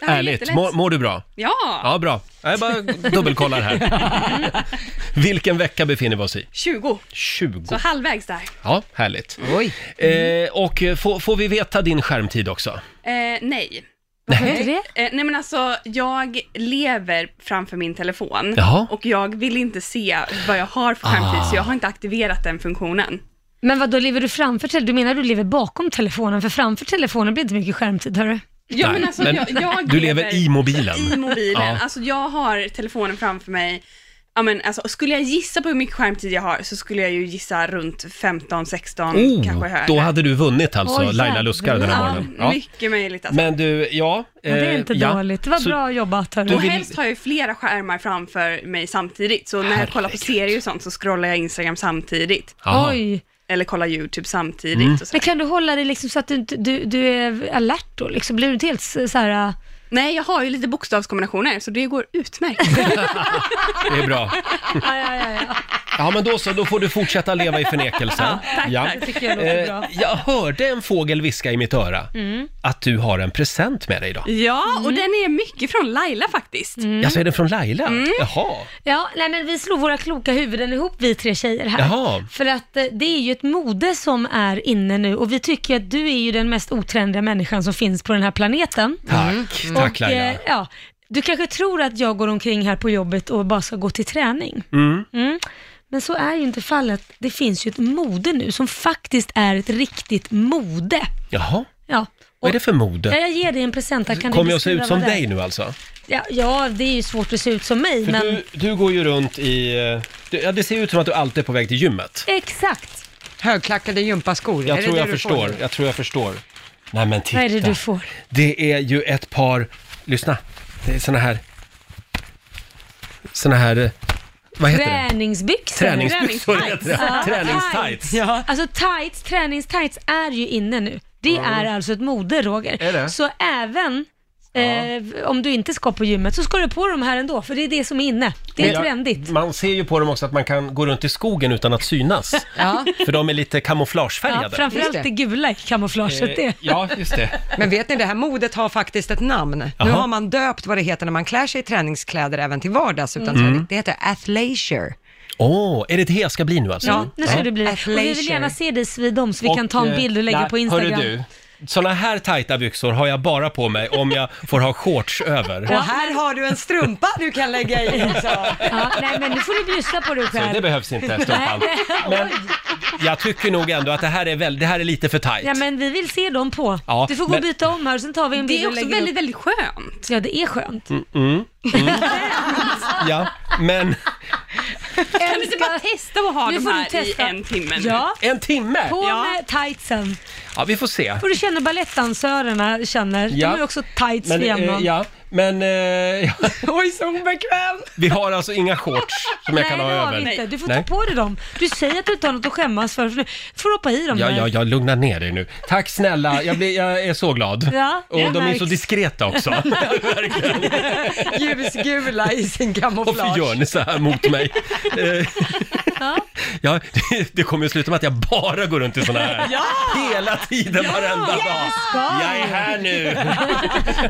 Speaker 10: Det här är
Speaker 1: Ärligt,
Speaker 10: jättelätt.
Speaker 1: mår, mår du bra?
Speaker 10: Ja.
Speaker 1: Ja, bra. Jag bara dubbelkollar här. Vilken vecka befinner vi oss i?
Speaker 10: 20.
Speaker 1: 20.
Speaker 10: Så halvvägs där.
Speaker 1: Ja, härligt. Eh, och eh, får, får vi veta din skärmtid också?
Speaker 10: Eh, nej.
Speaker 1: Varför
Speaker 10: inte det? Eh, nej men alltså, jag lever framför min telefon
Speaker 1: Jaha.
Speaker 10: och jag vill inte se vad jag har för skärmtid
Speaker 1: Ah.
Speaker 10: så jag har inte aktiverat den funktionen.
Speaker 4: Men vad då lever du framför telefonen? Du menar du lever bakom telefonen? För framför telefonen blir det inte mycket skärmtid, hörru.
Speaker 10: Ja,
Speaker 1: Nej,
Speaker 10: men alltså,
Speaker 1: men
Speaker 10: jag, jag
Speaker 1: du lever i mobilen.
Speaker 10: I mobilen.
Speaker 1: Ja.
Speaker 10: Alltså, jag har telefonen framför mig. Ja, men, alltså, skulle jag gissa på hur mycket skärmtid jag har så skulle jag ju gissa runt 15, 16, kanske högre.
Speaker 1: Oh, då hade du vunnit alltså,
Speaker 10: Oj,
Speaker 1: Laila Luskar den här
Speaker 10: jävlar.
Speaker 1: morgonen.
Speaker 10: Ja, mycket möjligt alltså.
Speaker 1: Men du, ja.
Speaker 10: Ja, det är inte
Speaker 4: Dåligt. Det var
Speaker 1: Så-
Speaker 4: bra jobbat, hörru.
Speaker 10: och helst har jag ju flera skärmar framför mig samtidigt, så när jag kollar på serier och sånt så scrollar jag Instagram samtidigt.
Speaker 4: Aha. Oj.
Speaker 10: Eller kollar YouTube samtidigt.
Speaker 4: Mm.
Speaker 10: Och så.
Speaker 4: Men kan du hålla dig liksom så att du, inte- du, du är alert då? Liksom? Blir du inte helt s- så här... äh,
Speaker 10: Nej, jag har ju lite bokstavskombinationer, så det går utmärkt.
Speaker 1: Det är bra.
Speaker 4: ja, ja, ja, ja.
Speaker 1: Ja, men då så, då får du fortsätta leva i förnekelse.
Speaker 4: Ja, tack, tack. Det tycker jag låter
Speaker 1: Eh,
Speaker 4: bra.
Speaker 1: jag hörde en fågel viska i mitt öra
Speaker 10: Mm.
Speaker 1: att du har en present med dig idag.
Speaker 10: Ja, och den är mycket från Laila faktiskt.
Speaker 1: Ja, så är den från Laila? Jaha.
Speaker 4: Mm. Ja, nej men vi slog våra kloka huvuden ihop vi tre tjejer här.
Speaker 1: Jaha.
Speaker 4: För att eh, det är ju ett mode som är inne nu och vi tycker att du är ju den mest otrendiga människan som finns på den här planeten.
Speaker 1: Tack, tack
Speaker 4: och,
Speaker 1: Laila.
Speaker 4: eh, ja, du kanske tror att jag går omkring här på jobbet och bara ska gå till träning.
Speaker 1: Mm.
Speaker 4: Mm. Men så är ju inte fallet. Det finns ju ett mode nu som faktiskt är ett riktigt mode.
Speaker 1: Jaha,
Speaker 4: Ja.
Speaker 1: vad är det för
Speaker 4: Ja,
Speaker 1: mode?
Speaker 4: Eh, jag ger dig en present. här. Kan du
Speaker 1: Kommer jag se
Speaker 4: beskriva
Speaker 1: ut som
Speaker 4: vad det är?
Speaker 1: dig nu alltså?
Speaker 4: Ja, ja, det är ju svårt att se ut som mig,
Speaker 1: För
Speaker 4: men
Speaker 1: du, du går ju runt i... eh, du- Ja, det ser ut som att du alltid är på väg till gymmet.
Speaker 4: exakt.
Speaker 2: Högklackade gympaskor, är
Speaker 1: Jag
Speaker 2: det
Speaker 1: tror
Speaker 2: det
Speaker 1: jag
Speaker 2: du
Speaker 1: förstår,
Speaker 2: får?
Speaker 1: jag tror jag förstår. Nej men titta.
Speaker 4: Vad är det du får?
Speaker 1: Det är ju ett par, lyssna, det är såna här, såna här, eh, vad heter det?
Speaker 4: Träningsbyxor.
Speaker 1: Träningsbyxor heter det.
Speaker 4: Ja.
Speaker 1: Träningstights. Ja.
Speaker 4: Alltså tights, träningstights är ju inne nu. Det
Speaker 1: Ja.
Speaker 4: är alltså ett mode Roger.
Speaker 1: Är det?
Speaker 4: Så även eh, om du inte ska på gymmet så ska du på dem här ändå, för det är det som är inne. Det är
Speaker 1: Men jag-
Speaker 4: trendigt.
Speaker 1: Man ser ju på dem också att man kan gå runt i skogen utan att synas.
Speaker 4: Ja.
Speaker 1: För de är lite
Speaker 4: Ja,
Speaker 1: kamouflagefärgade.
Speaker 4: framförallt det. gula i kamouflaget.
Speaker 1: Eh,
Speaker 4: Det.
Speaker 1: ja, just det.
Speaker 2: Men vet ni, det här modet har faktiskt ett namn.
Speaker 1: Jaha.
Speaker 2: Nu har man döpt vad det heter när man klär sig i träningskläder även till vardags, utan
Speaker 1: Mm.
Speaker 2: så, det heter athleisure.
Speaker 1: Åh, är det det jag ska bli nu alltså?
Speaker 4: Ja, nu ska du bli Och vi vill gärna se dig svida om så vi kan ta en
Speaker 1: eh,
Speaker 4: bild och lägga
Speaker 1: nej,
Speaker 4: på Instagram.
Speaker 1: Hörru du, såna här tajta byxor har jag bara på mig om jag får ha shorts över.
Speaker 2: Och här har du en strumpa du kan lägga i också.
Speaker 4: Ja, nej, men nu får du bjussa på dig själv.
Speaker 1: Så det behövs inte, strumpan.
Speaker 4: Nej, nej.
Speaker 1: Men jag tycker nog ändå att det här är, väl, det här är lite för tajt.
Speaker 4: Ja, men vi vill se dem på.
Speaker 1: Ja,
Speaker 4: du får gå
Speaker 1: men-
Speaker 4: och byta om här, sen tar vi en bild
Speaker 10: Det är
Speaker 4: och
Speaker 10: också
Speaker 4: lägger
Speaker 10: väldigt,
Speaker 4: upp.
Speaker 10: väldigt skönt.
Speaker 4: Ja, det är skönt.
Speaker 1: Mm, mm, mm. Ja, men
Speaker 10: Kan du inte bara testa att ha
Speaker 4: Nu
Speaker 10: de
Speaker 4: får du
Speaker 10: här i
Speaker 4: testa.
Speaker 10: en timme nu?
Speaker 4: Ja.
Speaker 1: en timme!
Speaker 4: På
Speaker 1: Ja,
Speaker 4: med tightsen.
Speaker 1: vi får se.
Speaker 4: Och du känner balettdansörerna känner.
Speaker 1: Ja.
Speaker 4: De har ju också tights
Speaker 1: Men, eh,
Speaker 4: igenom.
Speaker 1: ja. Men eh, ja,
Speaker 4: Oj, så obekväm!
Speaker 1: vi har alltså inga shorts som jag
Speaker 4: Nej,
Speaker 1: kan ha
Speaker 4: det har
Speaker 1: över.
Speaker 4: vi inte. Du får
Speaker 1: Nej.
Speaker 4: ta på dig dem. Du säger att du inte har något att skämmas för, så du får hoppa i dem
Speaker 1: Ja,
Speaker 4: där.
Speaker 1: ja, ja, lugna ner dig nu. Tack snälla, jag, blir, jag är så glad.
Speaker 4: Ja,
Speaker 1: och
Speaker 4: jag
Speaker 1: de är
Speaker 4: märks.
Speaker 1: så diskreta också.
Speaker 2: Ljusgula i sin
Speaker 1: Varför
Speaker 2: kamouflage.
Speaker 1: gör ni så här mot mig? Eh, ja, det, det kommer ju sluta med att jag bara går runt i såna här.
Speaker 2: Ja!
Speaker 1: Hela tiden, varenda dag. Jag är här nu!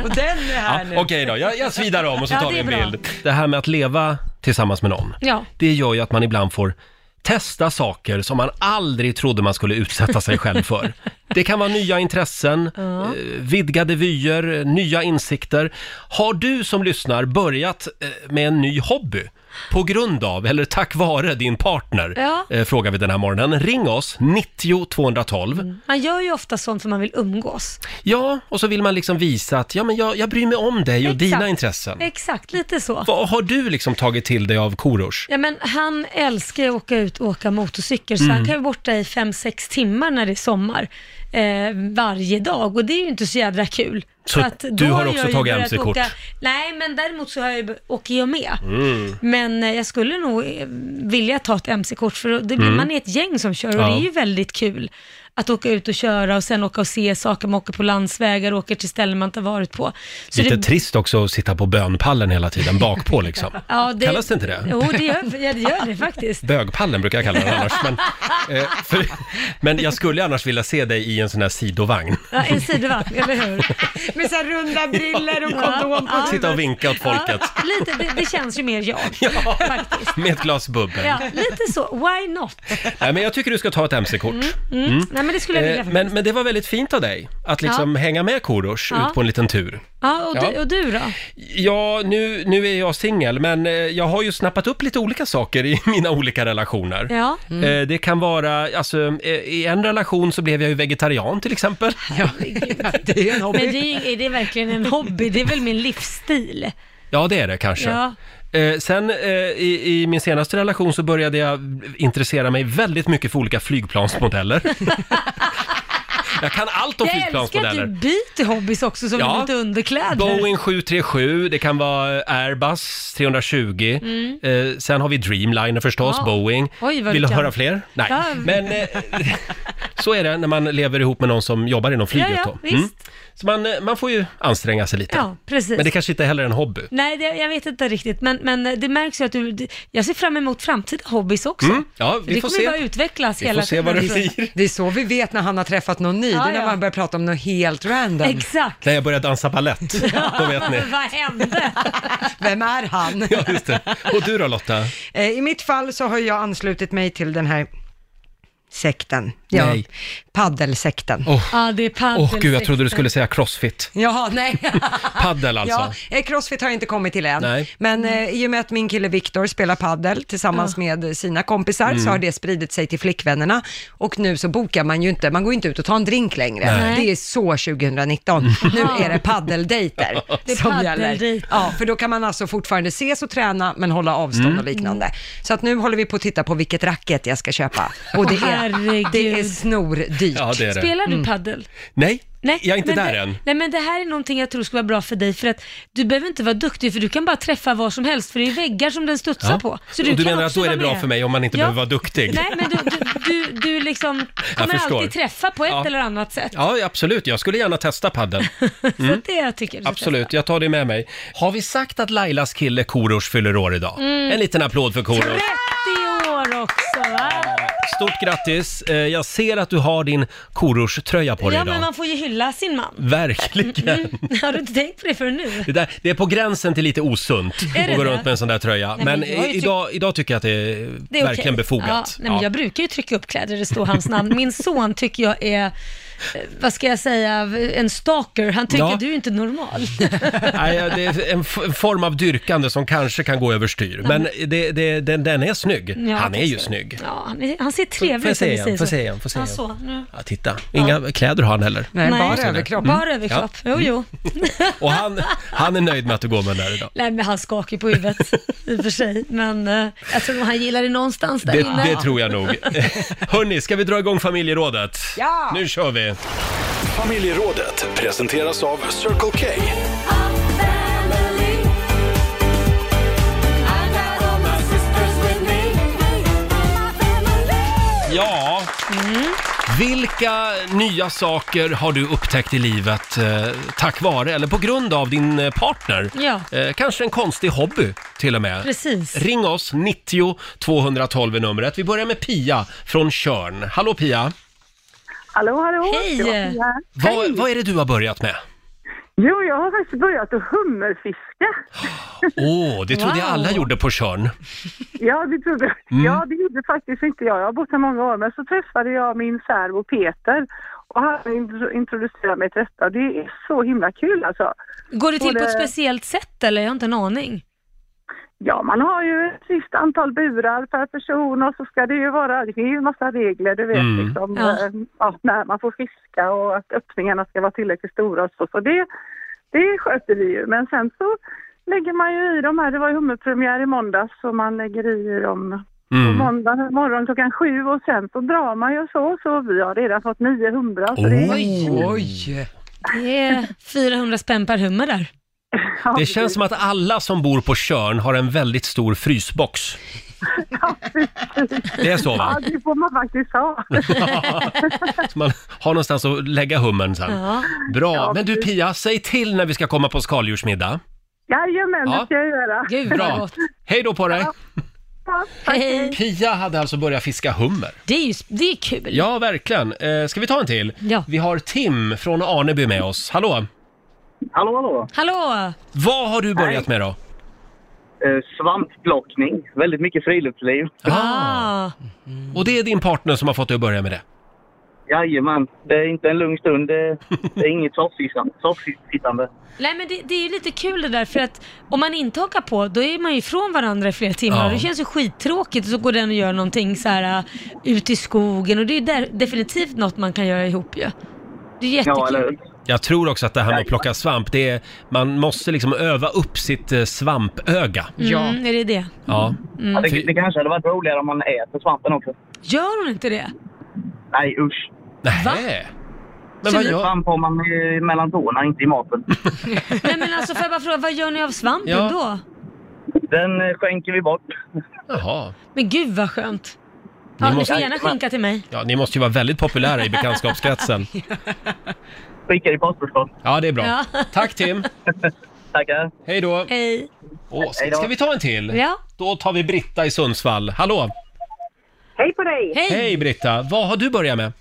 Speaker 2: Och den är
Speaker 1: Ja,
Speaker 2: här nu.
Speaker 1: Okej då, jag, jag svidar om och så
Speaker 2: Ja,
Speaker 1: tar
Speaker 2: det
Speaker 1: vi en
Speaker 2: är bra.
Speaker 1: bild. Det här med att leva tillsammans med någon,
Speaker 4: Ja.
Speaker 1: det gör ju att man ibland får testa saker som man aldrig trodde man skulle utsätta sig själv för. Det kan vara nya intressen,
Speaker 4: Ja.
Speaker 1: eh, vidgade vyer, eh, nya insikter. Har du som lyssnar börjat eh, med en ny hobby? På grund av, eller tack vare, din partner?
Speaker 4: Ja.
Speaker 1: Eh, Frågar vi den här morgonen. Ring oss, 90 212.
Speaker 4: Man gör ju ofta sånt för man vill umgås.
Speaker 1: Ja, och så vill man liksom visa att ja, men jag, jag bryr mig om dig och dina intressen.
Speaker 4: Exakt, lite så.
Speaker 1: Vad har du liksom tagit till dig av Korosh?
Speaker 4: Ja, men han älskar ju att åka ut och åka motorcykel, så
Speaker 1: Mm.
Speaker 4: han kan ju vara borta i 5-6 timmar när det är sommar eh, varje dag och det är ju inte så jävla kul.
Speaker 1: Så
Speaker 4: att
Speaker 1: du
Speaker 4: då
Speaker 1: har också
Speaker 4: jag ju
Speaker 1: tagit
Speaker 4: börjat
Speaker 1: MC-kort?
Speaker 4: åka- Nej, men däremot så har jag, ju b- åker jag med.
Speaker 1: Mm.
Speaker 4: Men eh, jag skulle nog eh, vilja ta ett MC-kort för då det blir
Speaker 11: Mm.
Speaker 4: man är ett gäng som kör och
Speaker 11: Ja.
Speaker 4: det är ju väldigt kul att åka ut och köra och sen åka och se saker. Man åker på landsvägar och åker till ställen man inte har varit på. Så
Speaker 1: Lite
Speaker 4: det-
Speaker 1: trist också att sitta på bönpallen hela tiden, bakpå liksom.
Speaker 4: Ja,
Speaker 1: Kallas det inte det?
Speaker 4: Jo, det gör, ja, det, gör det faktiskt.
Speaker 1: Bögpallen brukar jag kalla den annars. Men, eh, för, men jag skulle annars vilja se dig i en sån här sidovagn.
Speaker 4: Ja, en sidovagn, eller hur?
Speaker 2: Med så här runda briller och
Speaker 4: Ja,
Speaker 2: kondom på
Speaker 1: Sitta och vinka åt folket
Speaker 4: Ja, lite, det, det känns ju mer jag. Faktiskt.
Speaker 1: med ett glas bubbel.
Speaker 4: Ja, lite så. Why not?
Speaker 1: Nej, men jag tycker du ska ta ett MC-kort.
Speaker 4: Mm.
Speaker 1: Mm.
Speaker 4: Nej, men det skulle jag vilja
Speaker 1: Eh,
Speaker 4: faktiskt.
Speaker 1: men, men det var väldigt fint av dig att liksom
Speaker 4: Ja.
Speaker 1: hänga med Korosh
Speaker 4: Ja.
Speaker 1: ut på en liten tur.
Speaker 4: Ja, och, Du,
Speaker 1: Ja.
Speaker 4: och du då?
Speaker 1: Ja, nu, nu är jag singel, men eh, jag har ju snappat upp lite olika saker i mina olika relationer.
Speaker 4: Ja. Mm.
Speaker 1: Eh, Det kan vara, alltså eh, i en relation så blev jag ju vegetarian till exempel.
Speaker 2: det är en
Speaker 4: Men det är, ju- är det verkligen en hobby? Det är väl min livsstil?
Speaker 1: Ja, det är det kanske.
Speaker 4: Ja.
Speaker 1: Eh, Sen eh, i, i min senaste relation så började jag intressera mig väldigt mycket för olika flygplansmodeller. jag kan allt om
Speaker 4: Jag älskar typ att du
Speaker 1: flygplansmodeller.
Speaker 4: byter hobbys också som
Speaker 1: Ja.
Speaker 4: ja. lite underkläder.
Speaker 1: Boeing 737, det kan vara eh, Airbus 320.
Speaker 4: Mm.
Speaker 1: Eh, sen har vi Dreamliner förstås,
Speaker 4: Ja.
Speaker 1: Boeing.
Speaker 4: Oj, vad du
Speaker 1: Vill du
Speaker 4: kan.
Speaker 1: höra fler? Nej.
Speaker 4: Ja.
Speaker 1: Men eh, så är det när man lever ihop med någon som jobbar inom flyget.
Speaker 4: Ja, ja,
Speaker 1: då. Mm.
Speaker 4: visst.
Speaker 1: Så man, eh, man får ju anstränga sig lite.
Speaker 4: Ja, precis.
Speaker 1: Men det kanske inte heller är en hobby.
Speaker 4: Nej, det, jag vet inte riktigt, men, men det märks ju att du... det- Jag ser fram emot framtida hobbys också.
Speaker 1: Mm, ja,
Speaker 4: För
Speaker 1: vi
Speaker 4: det
Speaker 1: får
Speaker 4: kommer ju
Speaker 1: se.
Speaker 4: bara utvecklas
Speaker 1: Vi
Speaker 4: hela
Speaker 1: får se vad det
Speaker 4: tiden.
Speaker 1: blir.
Speaker 2: Det är så vi vet när han har träffat någon ny, det
Speaker 4: Ja,
Speaker 2: är när
Speaker 4: ja.
Speaker 2: man börjar prata om något helt random.
Speaker 4: Exakt.
Speaker 1: När jag började dansa ballett, då vet ni.
Speaker 4: Vad hände?
Speaker 2: Vem är han?
Speaker 1: Ja, just det. Och du då Lotta?
Speaker 2: Eh, I mitt fall så har jag anslutit mig till den här sekten. Ja,
Speaker 1: Nej.
Speaker 2: Paddelsekten.
Speaker 1: Åh,
Speaker 4: Ja, det är
Speaker 1: Åh gud, jag trodde du skulle säga crossfit.
Speaker 2: Jaha, nej.
Speaker 1: Paddel alltså.
Speaker 2: Ja, eh, crossfit har jag inte kommit till än.
Speaker 1: Nej.
Speaker 2: Men eh, i och med att min kille Viktor spelar paddel tillsammans med sina kompisar
Speaker 1: Mm.
Speaker 2: så har det spridit sig till flickvännerna. Och nu så bokar man ju inte, man går inte ut och tar en drink längre.
Speaker 1: Nej. Mm.
Speaker 2: Det är så 2019. Nu är det paddeldejter
Speaker 4: Det är
Speaker 2: som gäller.
Speaker 4: paddeldejter.
Speaker 2: Ja, för då kan man alltså fortfarande ses och träna men hålla avstånd
Speaker 4: Mm.
Speaker 2: och liknande. Så att nu håller vi på att titta på vilket racket jag ska köpa. Och det är,
Speaker 4: Herregud.
Speaker 2: det är snordyrt.
Speaker 1: Ja, det är det.
Speaker 4: Spelar du
Speaker 1: Mm.
Speaker 4: paddel?
Speaker 1: Nej, jag är inte
Speaker 4: men
Speaker 1: där
Speaker 4: det,
Speaker 1: än.
Speaker 4: Nej, men det här är någonting jag tror skulle vara bra för dig, för att du behöver inte vara duktig, för du kan bara träffa var som helst, för det är väggar som den studsar
Speaker 1: Ja.
Speaker 4: på. Så
Speaker 1: du och du
Speaker 4: kan
Speaker 1: menar att
Speaker 4: också
Speaker 1: då är
Speaker 4: vara
Speaker 1: det bra
Speaker 4: med.
Speaker 1: för mig om man inte
Speaker 4: Ja.
Speaker 1: behöver vara duktig?
Speaker 4: Nej, men du, du, du, du liksom kommer
Speaker 1: förstår.
Speaker 4: alltid träffa på ett
Speaker 1: Ja.
Speaker 4: eller annat sätt.
Speaker 1: Ja, absolut. Jag skulle gärna testa padden.
Speaker 4: Så det jag tycker du ska
Speaker 1: Absolut, jag tar det med mig. Har vi sagt att Lailas kille Korosh fyller år idag?
Speaker 4: Mm.
Speaker 1: En liten applåd för
Speaker 4: testa.
Speaker 1: Korosh.
Speaker 4: 30 år också, va?
Speaker 1: Stort grattis! Eh, Jag ser att du har din Korosh-tröja på dig
Speaker 4: Ja,
Speaker 1: idag.
Speaker 4: men Mm. man får ju hylla sin man.
Speaker 1: Verkligen!
Speaker 4: Har du inte tänkt på det förrän nu?
Speaker 1: Det, där, det är på gränsen till lite osunt
Speaker 4: Är det
Speaker 1: att gå
Speaker 4: det?
Speaker 1: runt med en sån där tröja.
Speaker 4: Nej,
Speaker 1: men
Speaker 4: men jag har ju
Speaker 1: i-
Speaker 4: tyck-
Speaker 1: idag, idag tycker jag att det är,
Speaker 4: Det är
Speaker 1: verkligen
Speaker 4: okej. Ja,
Speaker 1: befogat.
Speaker 4: nej, men
Speaker 1: Ja.
Speaker 4: Jag brukar ju trycka upp kläder där det står hans namn. Min son tycker jag är, eh, vad ska jag säga, en stalker. Han tycker
Speaker 1: Ja.
Speaker 4: du är inte normal.
Speaker 1: Nej, ja, det är en f- en form av dyrkande som kanske kan gå överstyr. Men det, det, den, den är snygg.
Speaker 4: Ja,
Speaker 1: Han är
Speaker 4: tack ska
Speaker 1: ju
Speaker 4: du.
Speaker 1: snygg.
Speaker 4: Ja, han, är, han ser
Speaker 1: Får
Speaker 4: trevlig
Speaker 1: jag
Speaker 4: ut om
Speaker 1: se
Speaker 4: vi
Speaker 1: igen?
Speaker 4: säger
Speaker 1: Får
Speaker 4: så.
Speaker 1: se igen? Får se
Speaker 4: ja,
Speaker 1: igen?
Speaker 4: så, nu.
Speaker 1: Ja, titta, inga kläder har han heller.
Speaker 4: Nej, bara
Speaker 1: Ser ni?
Speaker 4: överkropp. Bara överkropp. Jo, jo.
Speaker 1: Mm. Och han, han är nöjd med att du går med den där idag.
Speaker 4: Nej, men han skakar ju på huvudet i och för sig. Men eh, jag tror han gillar det någonstans där
Speaker 1: Det,
Speaker 4: inne.
Speaker 1: det tror jag nog. Hörni, ska vi dra igång familjerådet?
Speaker 4: Ja!
Speaker 1: Nu kör vi!
Speaker 3: Familjerådet presenteras av Circle K.
Speaker 4: Mm.
Speaker 1: Vilka nya saker har du upptäckt i livet eh, tack vare eller på grund av din eh, partner?
Speaker 4: Ja.
Speaker 1: Eh, kanske en konstig hobby till och med.
Speaker 4: Precis.
Speaker 1: Ring oss, 90 212 är numret. Vi börjar med Pia från Körn. Hallå Pia!
Speaker 11: Hallå, hallå!
Speaker 4: Hej!
Speaker 11: Det var Pia.
Speaker 1: Vad, vad är det du har börjat med?
Speaker 11: Jo, jag har faktiskt börjat att hummerfiska.
Speaker 1: Åh, det trodde jag
Speaker 11: Wow.
Speaker 1: alla gjorde på Körn.
Speaker 11: Ja, det trodde jag.
Speaker 1: Mm.
Speaker 11: Ja, det gjorde faktiskt inte jag. Jag har bott här många år, men så träffade jag min särbo Peter och han intro- introducerade mig till detta. Det är så himla kul alltså.
Speaker 4: Går det till på
Speaker 11: Både-
Speaker 4: ett speciellt sätt eller? Jag har inte en aning.
Speaker 11: Ja, man har ju ett visst antal burar per person och så ska det ju vara, det finns ju en massa regler du vet
Speaker 12: Mm.
Speaker 11: liksom,
Speaker 12: Ja.
Speaker 11: eh, ja, när man får fiska och att öppningarna ska vara tillräckligt stora och så. så det, det sköter vi ju. Men sen så lägger man ju i de här, det var ju hummerpremiär i måndags så man lägger i dem på
Speaker 1: Mm.
Speaker 11: måndag morgon klockan sju och sen så drar man ju så, så vi har redan fått 900. Så det är-
Speaker 1: Oj.
Speaker 4: Det är 400 spänn per hummer där.
Speaker 1: Det känns som att alla som bor på Körn har en väldigt stor frysbox. Det är så va?
Speaker 11: Ja, det får man faktiskt ha.
Speaker 1: Så man har någonstans att lägga hummen sen.
Speaker 11: Ja.
Speaker 1: Bra, men du Pia, säg till när vi ska komma på skaldjursmiddag.
Speaker 11: Jajamän,
Speaker 1: Ja.
Speaker 11: det ska jag göra.
Speaker 4: Gud
Speaker 1: Bra. Hej då på dig!
Speaker 4: Hej.
Speaker 1: Pia hade alltså börjat fiska hummer.
Speaker 4: Det är ju det är kul.
Speaker 1: Ja, verkligen. Eh, ska vi ta en till?
Speaker 4: Ja.
Speaker 1: Vi har Tim från Arneby med oss. Hallå!
Speaker 13: Hallå, hallå!
Speaker 4: Hallå!
Speaker 1: Vad har du börjat med då?
Speaker 13: Eh, svampplockning. Väldigt mycket friluftsliv.
Speaker 4: Ah.
Speaker 1: Och det är din partner som har fått dig att börja med det?
Speaker 13: Jajamän. Det är inte en lugn stund. Det, det är inget soffsittande- soffsittande.
Speaker 4: Nej men det, det är ju lite kul det där för att om man inte hakar på då är man ju ifrån varandra i flera timmar
Speaker 13: Ja.
Speaker 4: det känns ju skittråkigt och så går den och gör någonting så här äh, ut i skogen och det är ju där, definitivt något man kan göra ihop ju. Det är jättekul.
Speaker 1: Jag tror också att det här med att plocka svamp, det är, man måste liksom öva upp sitt eh, svampöga.
Speaker 4: Mm, är det det?
Speaker 1: Ja.
Speaker 4: Mm.
Speaker 13: Ja, det, det kanske hade varit roligare om man äter svampen också.
Speaker 4: Gör hon inte det?
Speaker 13: Nej, usch.
Speaker 1: Nej.
Speaker 4: Men Så vad ni- gör-
Speaker 13: Svamp har man eh, mellan tårna, inte i maten.
Speaker 4: Nej men alltså får jag bara fråga, vad gör ni av svampen
Speaker 13: Ja.
Speaker 4: då?
Speaker 13: Den eh, skänker vi bort.
Speaker 1: Jaha.
Speaker 4: Men gud vad skönt. Ja, ni,
Speaker 1: måste-
Speaker 4: får gärna skänka till mig.
Speaker 1: Ja, ni måste ju vara väldigt populära i bekantskapskretsen.
Speaker 13: Skickar i postförskott.
Speaker 1: Ja, det är bra.
Speaker 4: Ja.
Speaker 1: Tack Tim!
Speaker 13: Tackar!
Speaker 1: Hej då!
Speaker 4: Hej!
Speaker 1: Åh, ska,
Speaker 13: Hej då.
Speaker 1: ska vi ta en till?
Speaker 4: Ja.
Speaker 1: Då tar vi Britta i Sundsvall. Hallå!
Speaker 14: Hej på dig!
Speaker 1: Hej Britta! Vad har du börjat med?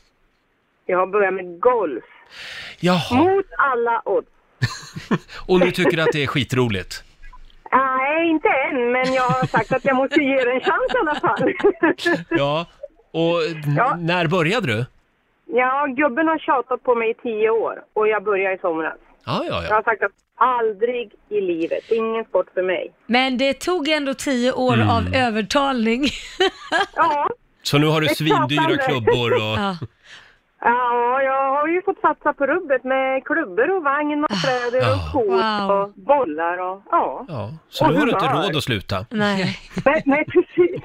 Speaker 14: Jag har börjat med golf.
Speaker 1: Jaha,
Speaker 13: Mm.
Speaker 14: Mot alla odds.
Speaker 1: och nu tycker du att det är skitroligt?
Speaker 14: Nej, inte än, men jag har sagt att jag måste ge det en chans i alla fall.
Speaker 1: Ja, och n- när började du?
Speaker 14: ja, gubben har tjatat på mig i tio år och jag började i somras.
Speaker 1: Ja, ja,
Speaker 14: Jag
Speaker 1: ja.
Speaker 14: har sagt att aldrig i livet, ingen sport för mig.
Speaker 4: Men det tog ändå tio år
Speaker 1: Mm.
Speaker 4: av övertalning.
Speaker 1: Så nu har du
Speaker 14: Det är
Speaker 1: svindyra
Speaker 14: tjatande.
Speaker 1: klubbor och...
Speaker 4: Ja.
Speaker 14: Ja, jag har ju fått satsa på rubbet med klubbor och vagn och kläder
Speaker 1: Ah.
Speaker 14: och skor och bollar och ja.
Speaker 1: Ja, så nu har du inte
Speaker 14: humör.
Speaker 1: råd att sluta.
Speaker 4: Nej.
Speaker 14: Nej, nej precis.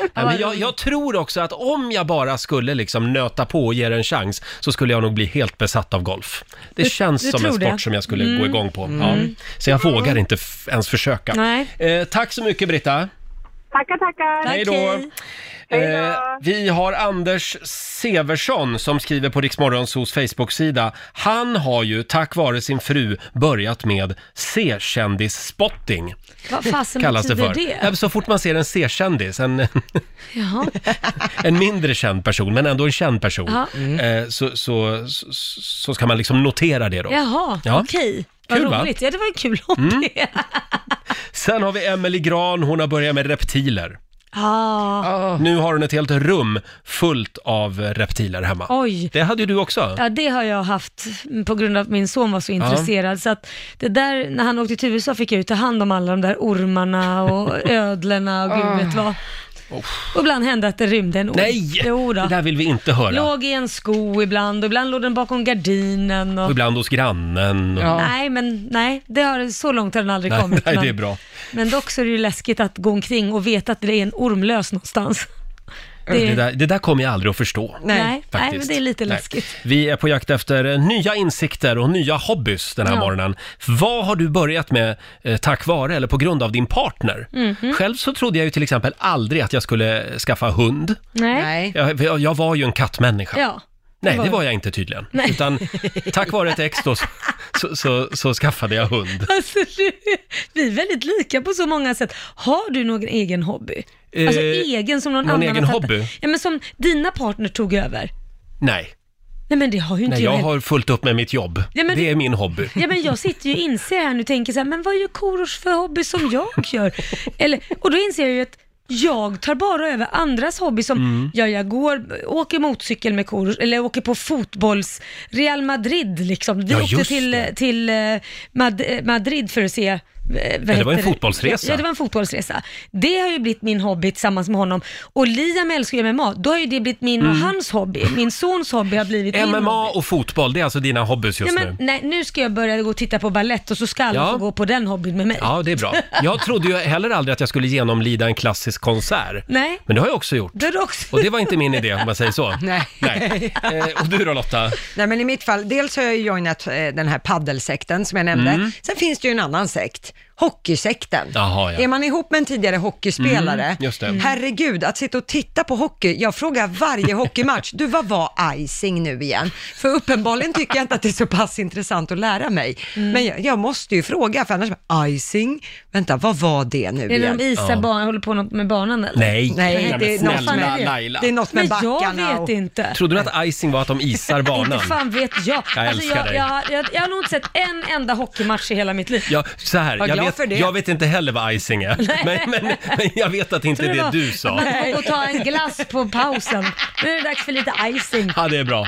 Speaker 1: Nej, men jag, jag tror också att om jag bara skulle liksom nöta på och ge det en chans så skulle jag nog bli helt besatt av golf. Det
Speaker 4: Du-
Speaker 1: känns
Speaker 4: du
Speaker 1: som en
Speaker 4: tror
Speaker 1: sport
Speaker 4: det?
Speaker 1: som jag skulle
Speaker 4: Mm.
Speaker 1: gå igång på. Ja.
Speaker 4: Mm.
Speaker 1: Så jag vågar inte f- ens försöka.
Speaker 4: Nej.
Speaker 1: Eh, tack så mycket Britta.
Speaker 14: Tackar, tackar.
Speaker 1: Hej då. Eh, vi har Anders Seversson som skriver på Riksmorgonsos Facebook-sida. Han har ju tack vare sin fru börjat med C-kändis-spotting.
Speaker 4: Vad fasen
Speaker 1: Kallas det för.
Speaker 4: betyder det?
Speaker 1: Ja, Så fort man ser en C-kändis, en,
Speaker 4: Jaha.
Speaker 1: en mindre känd person, men ändå en känd person,
Speaker 4: Ja.
Speaker 1: eh, så, så, så, så ska man liksom notera det då.
Speaker 4: Jaha,
Speaker 1: Ja.
Speaker 4: okej.
Speaker 1: Kul, va? Mm.
Speaker 4: Vad roligt. Ja, det var en kul hobby.
Speaker 1: Sen har vi Emelie Gran, hon har börjat med reptiler.
Speaker 4: Ah.
Speaker 1: Nu har hon ett helt rum fullt av reptiler hemma.
Speaker 4: Oj.
Speaker 1: Det hade ju du också.
Speaker 4: Ja, det har jag haft på grund av att min son var så intresserad. Så att det där, när han åkte till USA fick jag ju ta hand om alla de där ormarna och ödlorna och gud vet vad. Och ibland hände att det rymde en orm.
Speaker 1: Ah. Nej!
Speaker 4: Jo då.
Speaker 1: Det där vill vi inte höra.
Speaker 4: Låg i en sko ibland och ibland låg den bakom gardinen.
Speaker 1: Och
Speaker 4: Och...
Speaker 1: ibland hos grannen. Och...
Speaker 4: Nej, men nej, det har, så långt har den aldrig
Speaker 1: nej,
Speaker 4: kommit.
Speaker 1: nej,
Speaker 4: men-
Speaker 1: det är bra.
Speaker 4: Men dock så är det ju läskigt att gå omkring och veta att det är en orm lös någonstans.
Speaker 1: Det, där, det där kommer jag aldrig att förstå.
Speaker 4: Nej. Nej,
Speaker 1: faktiskt.
Speaker 4: men det är lite
Speaker 1: Nej.
Speaker 4: läskigt.
Speaker 1: Vi är på jakt efter eh, nya insikter och nya hobbys den här
Speaker 4: Ja.
Speaker 1: morgonen. Vad har du börjat med eh, tack vare eller på grund av din partner?
Speaker 4: Mhm.
Speaker 1: Själv så trodde jag ju till exempel aldrig att jag skulle skaffa hund.
Speaker 4: Nej.
Speaker 1: Jag, jag- jag var ju en kattmänniska.
Speaker 4: Ja.
Speaker 1: Nej,
Speaker 4: var
Speaker 1: det
Speaker 4: du.
Speaker 1: var jag inte tydligen.
Speaker 4: Nej.
Speaker 1: Utan tack vare ett ex då så, så, så, så skaffade jag hund.
Speaker 4: Alltså, du- vi är väldigt lika på så många sätt. Har du någon egen hobby? Alltså
Speaker 1: Eh,
Speaker 4: egen som någon,
Speaker 1: någon
Speaker 4: annan
Speaker 1: egen
Speaker 4: har tagit-
Speaker 1: hobby?
Speaker 4: Ja, men som dina partner tog över.
Speaker 1: Nej,
Speaker 4: Nej, men det har ju inte
Speaker 1: Nej
Speaker 4: jag
Speaker 1: jag
Speaker 4: heller.
Speaker 1: har fullt upp med mitt jobb.
Speaker 4: Ja, men
Speaker 1: det
Speaker 4: du-
Speaker 1: är min hobby.
Speaker 4: Ja men jag sitter ju och inser här nu och tänker så här, men vad gör Korosh för hobby som jag gör? Eller, och då inser jag ju att jag tar bara över andras hobby som,
Speaker 12: Mm.
Speaker 4: ja jag går, åker motorcykel med Korosh, eller åker på fotbolls, Real Madrid liksom. Vi
Speaker 1: Ja,
Speaker 4: åkte
Speaker 1: just
Speaker 4: till, till eh, Mad- Madrid för att se eh, vad
Speaker 1: det var en
Speaker 4: heter
Speaker 1: fotbollsresa.
Speaker 4: Ja, det var en fotbollsresa. Det har ju blivit min hobby tillsammans med honom. Och Liam älskar ju MMA, då har ju det blivit min och
Speaker 1: Mm.
Speaker 4: hans hobby. Min sons hobby har blivit min hobby.
Speaker 1: MMA och fotboll, det är alltså dina hobbys just
Speaker 4: Ja, men,
Speaker 1: nu.
Speaker 4: Nej, nu ska jag börja gå och titta på ballett och så ska alla
Speaker 1: Ja.
Speaker 4: få gå på den hobbyn med mig.
Speaker 1: Ja, det är bra. Jag trodde ju heller aldrig att jag skulle genomlida en klassisk konsert.
Speaker 4: Nej.
Speaker 1: Men det har jag också gjort.
Speaker 4: Det har du också.
Speaker 1: Och det var inte min idé om man säger så.
Speaker 2: Nej.
Speaker 1: Nej. Eh, och du då Lotta?
Speaker 2: Nej men i mitt fall, dels har jag ju joinat eh, den här paddelsekten som jag nämnde.
Speaker 1: Mm.
Speaker 2: Sen finns det ju en annan sekt, hockeysekten.
Speaker 1: Jaha, ja.
Speaker 2: Är man ihop med en tidigare hockeyspelare,
Speaker 1: Mm, just det. Mm.
Speaker 2: herregud, att sitta och titta på hockey, jag frågar varje hockeymatch, du vad var icing nu igen? För uppenbarligen tycker jag inte att det är så pass intressant att lära mig. Men jag, jag måste ju fråga, för annars, bara, icing, vänta, vad var det nu
Speaker 4: Eller
Speaker 2: igen?
Speaker 4: de isar barn, håller på något med banan eller?
Speaker 1: Nej.
Speaker 2: Nej, det är
Speaker 1: men
Speaker 2: något
Speaker 1: snälla
Speaker 2: med,
Speaker 1: Laila.
Speaker 2: det är något med
Speaker 4: Men jag
Speaker 2: backarna.
Speaker 4: vet inte.
Speaker 1: Trodde du att icing var att de isar banan?
Speaker 4: Inte fan vet jag. Alltså,
Speaker 1: Jag älskar
Speaker 4: jag,
Speaker 1: dig.
Speaker 4: jag, jag, jag har nog inte sett en enda hockeymatch i hela mitt liv.
Speaker 1: Ja, så här,
Speaker 4: Var
Speaker 1: jag
Speaker 4: glad för
Speaker 1: vet,
Speaker 4: det.
Speaker 1: jag vet inte heller vad icing är,
Speaker 4: Nej.
Speaker 1: men, men, men jag vet att det inte är det du sa.
Speaker 4: Gå och ta en glass på pausen. Nu är det dags för lite icing.
Speaker 1: Ja, det är bra.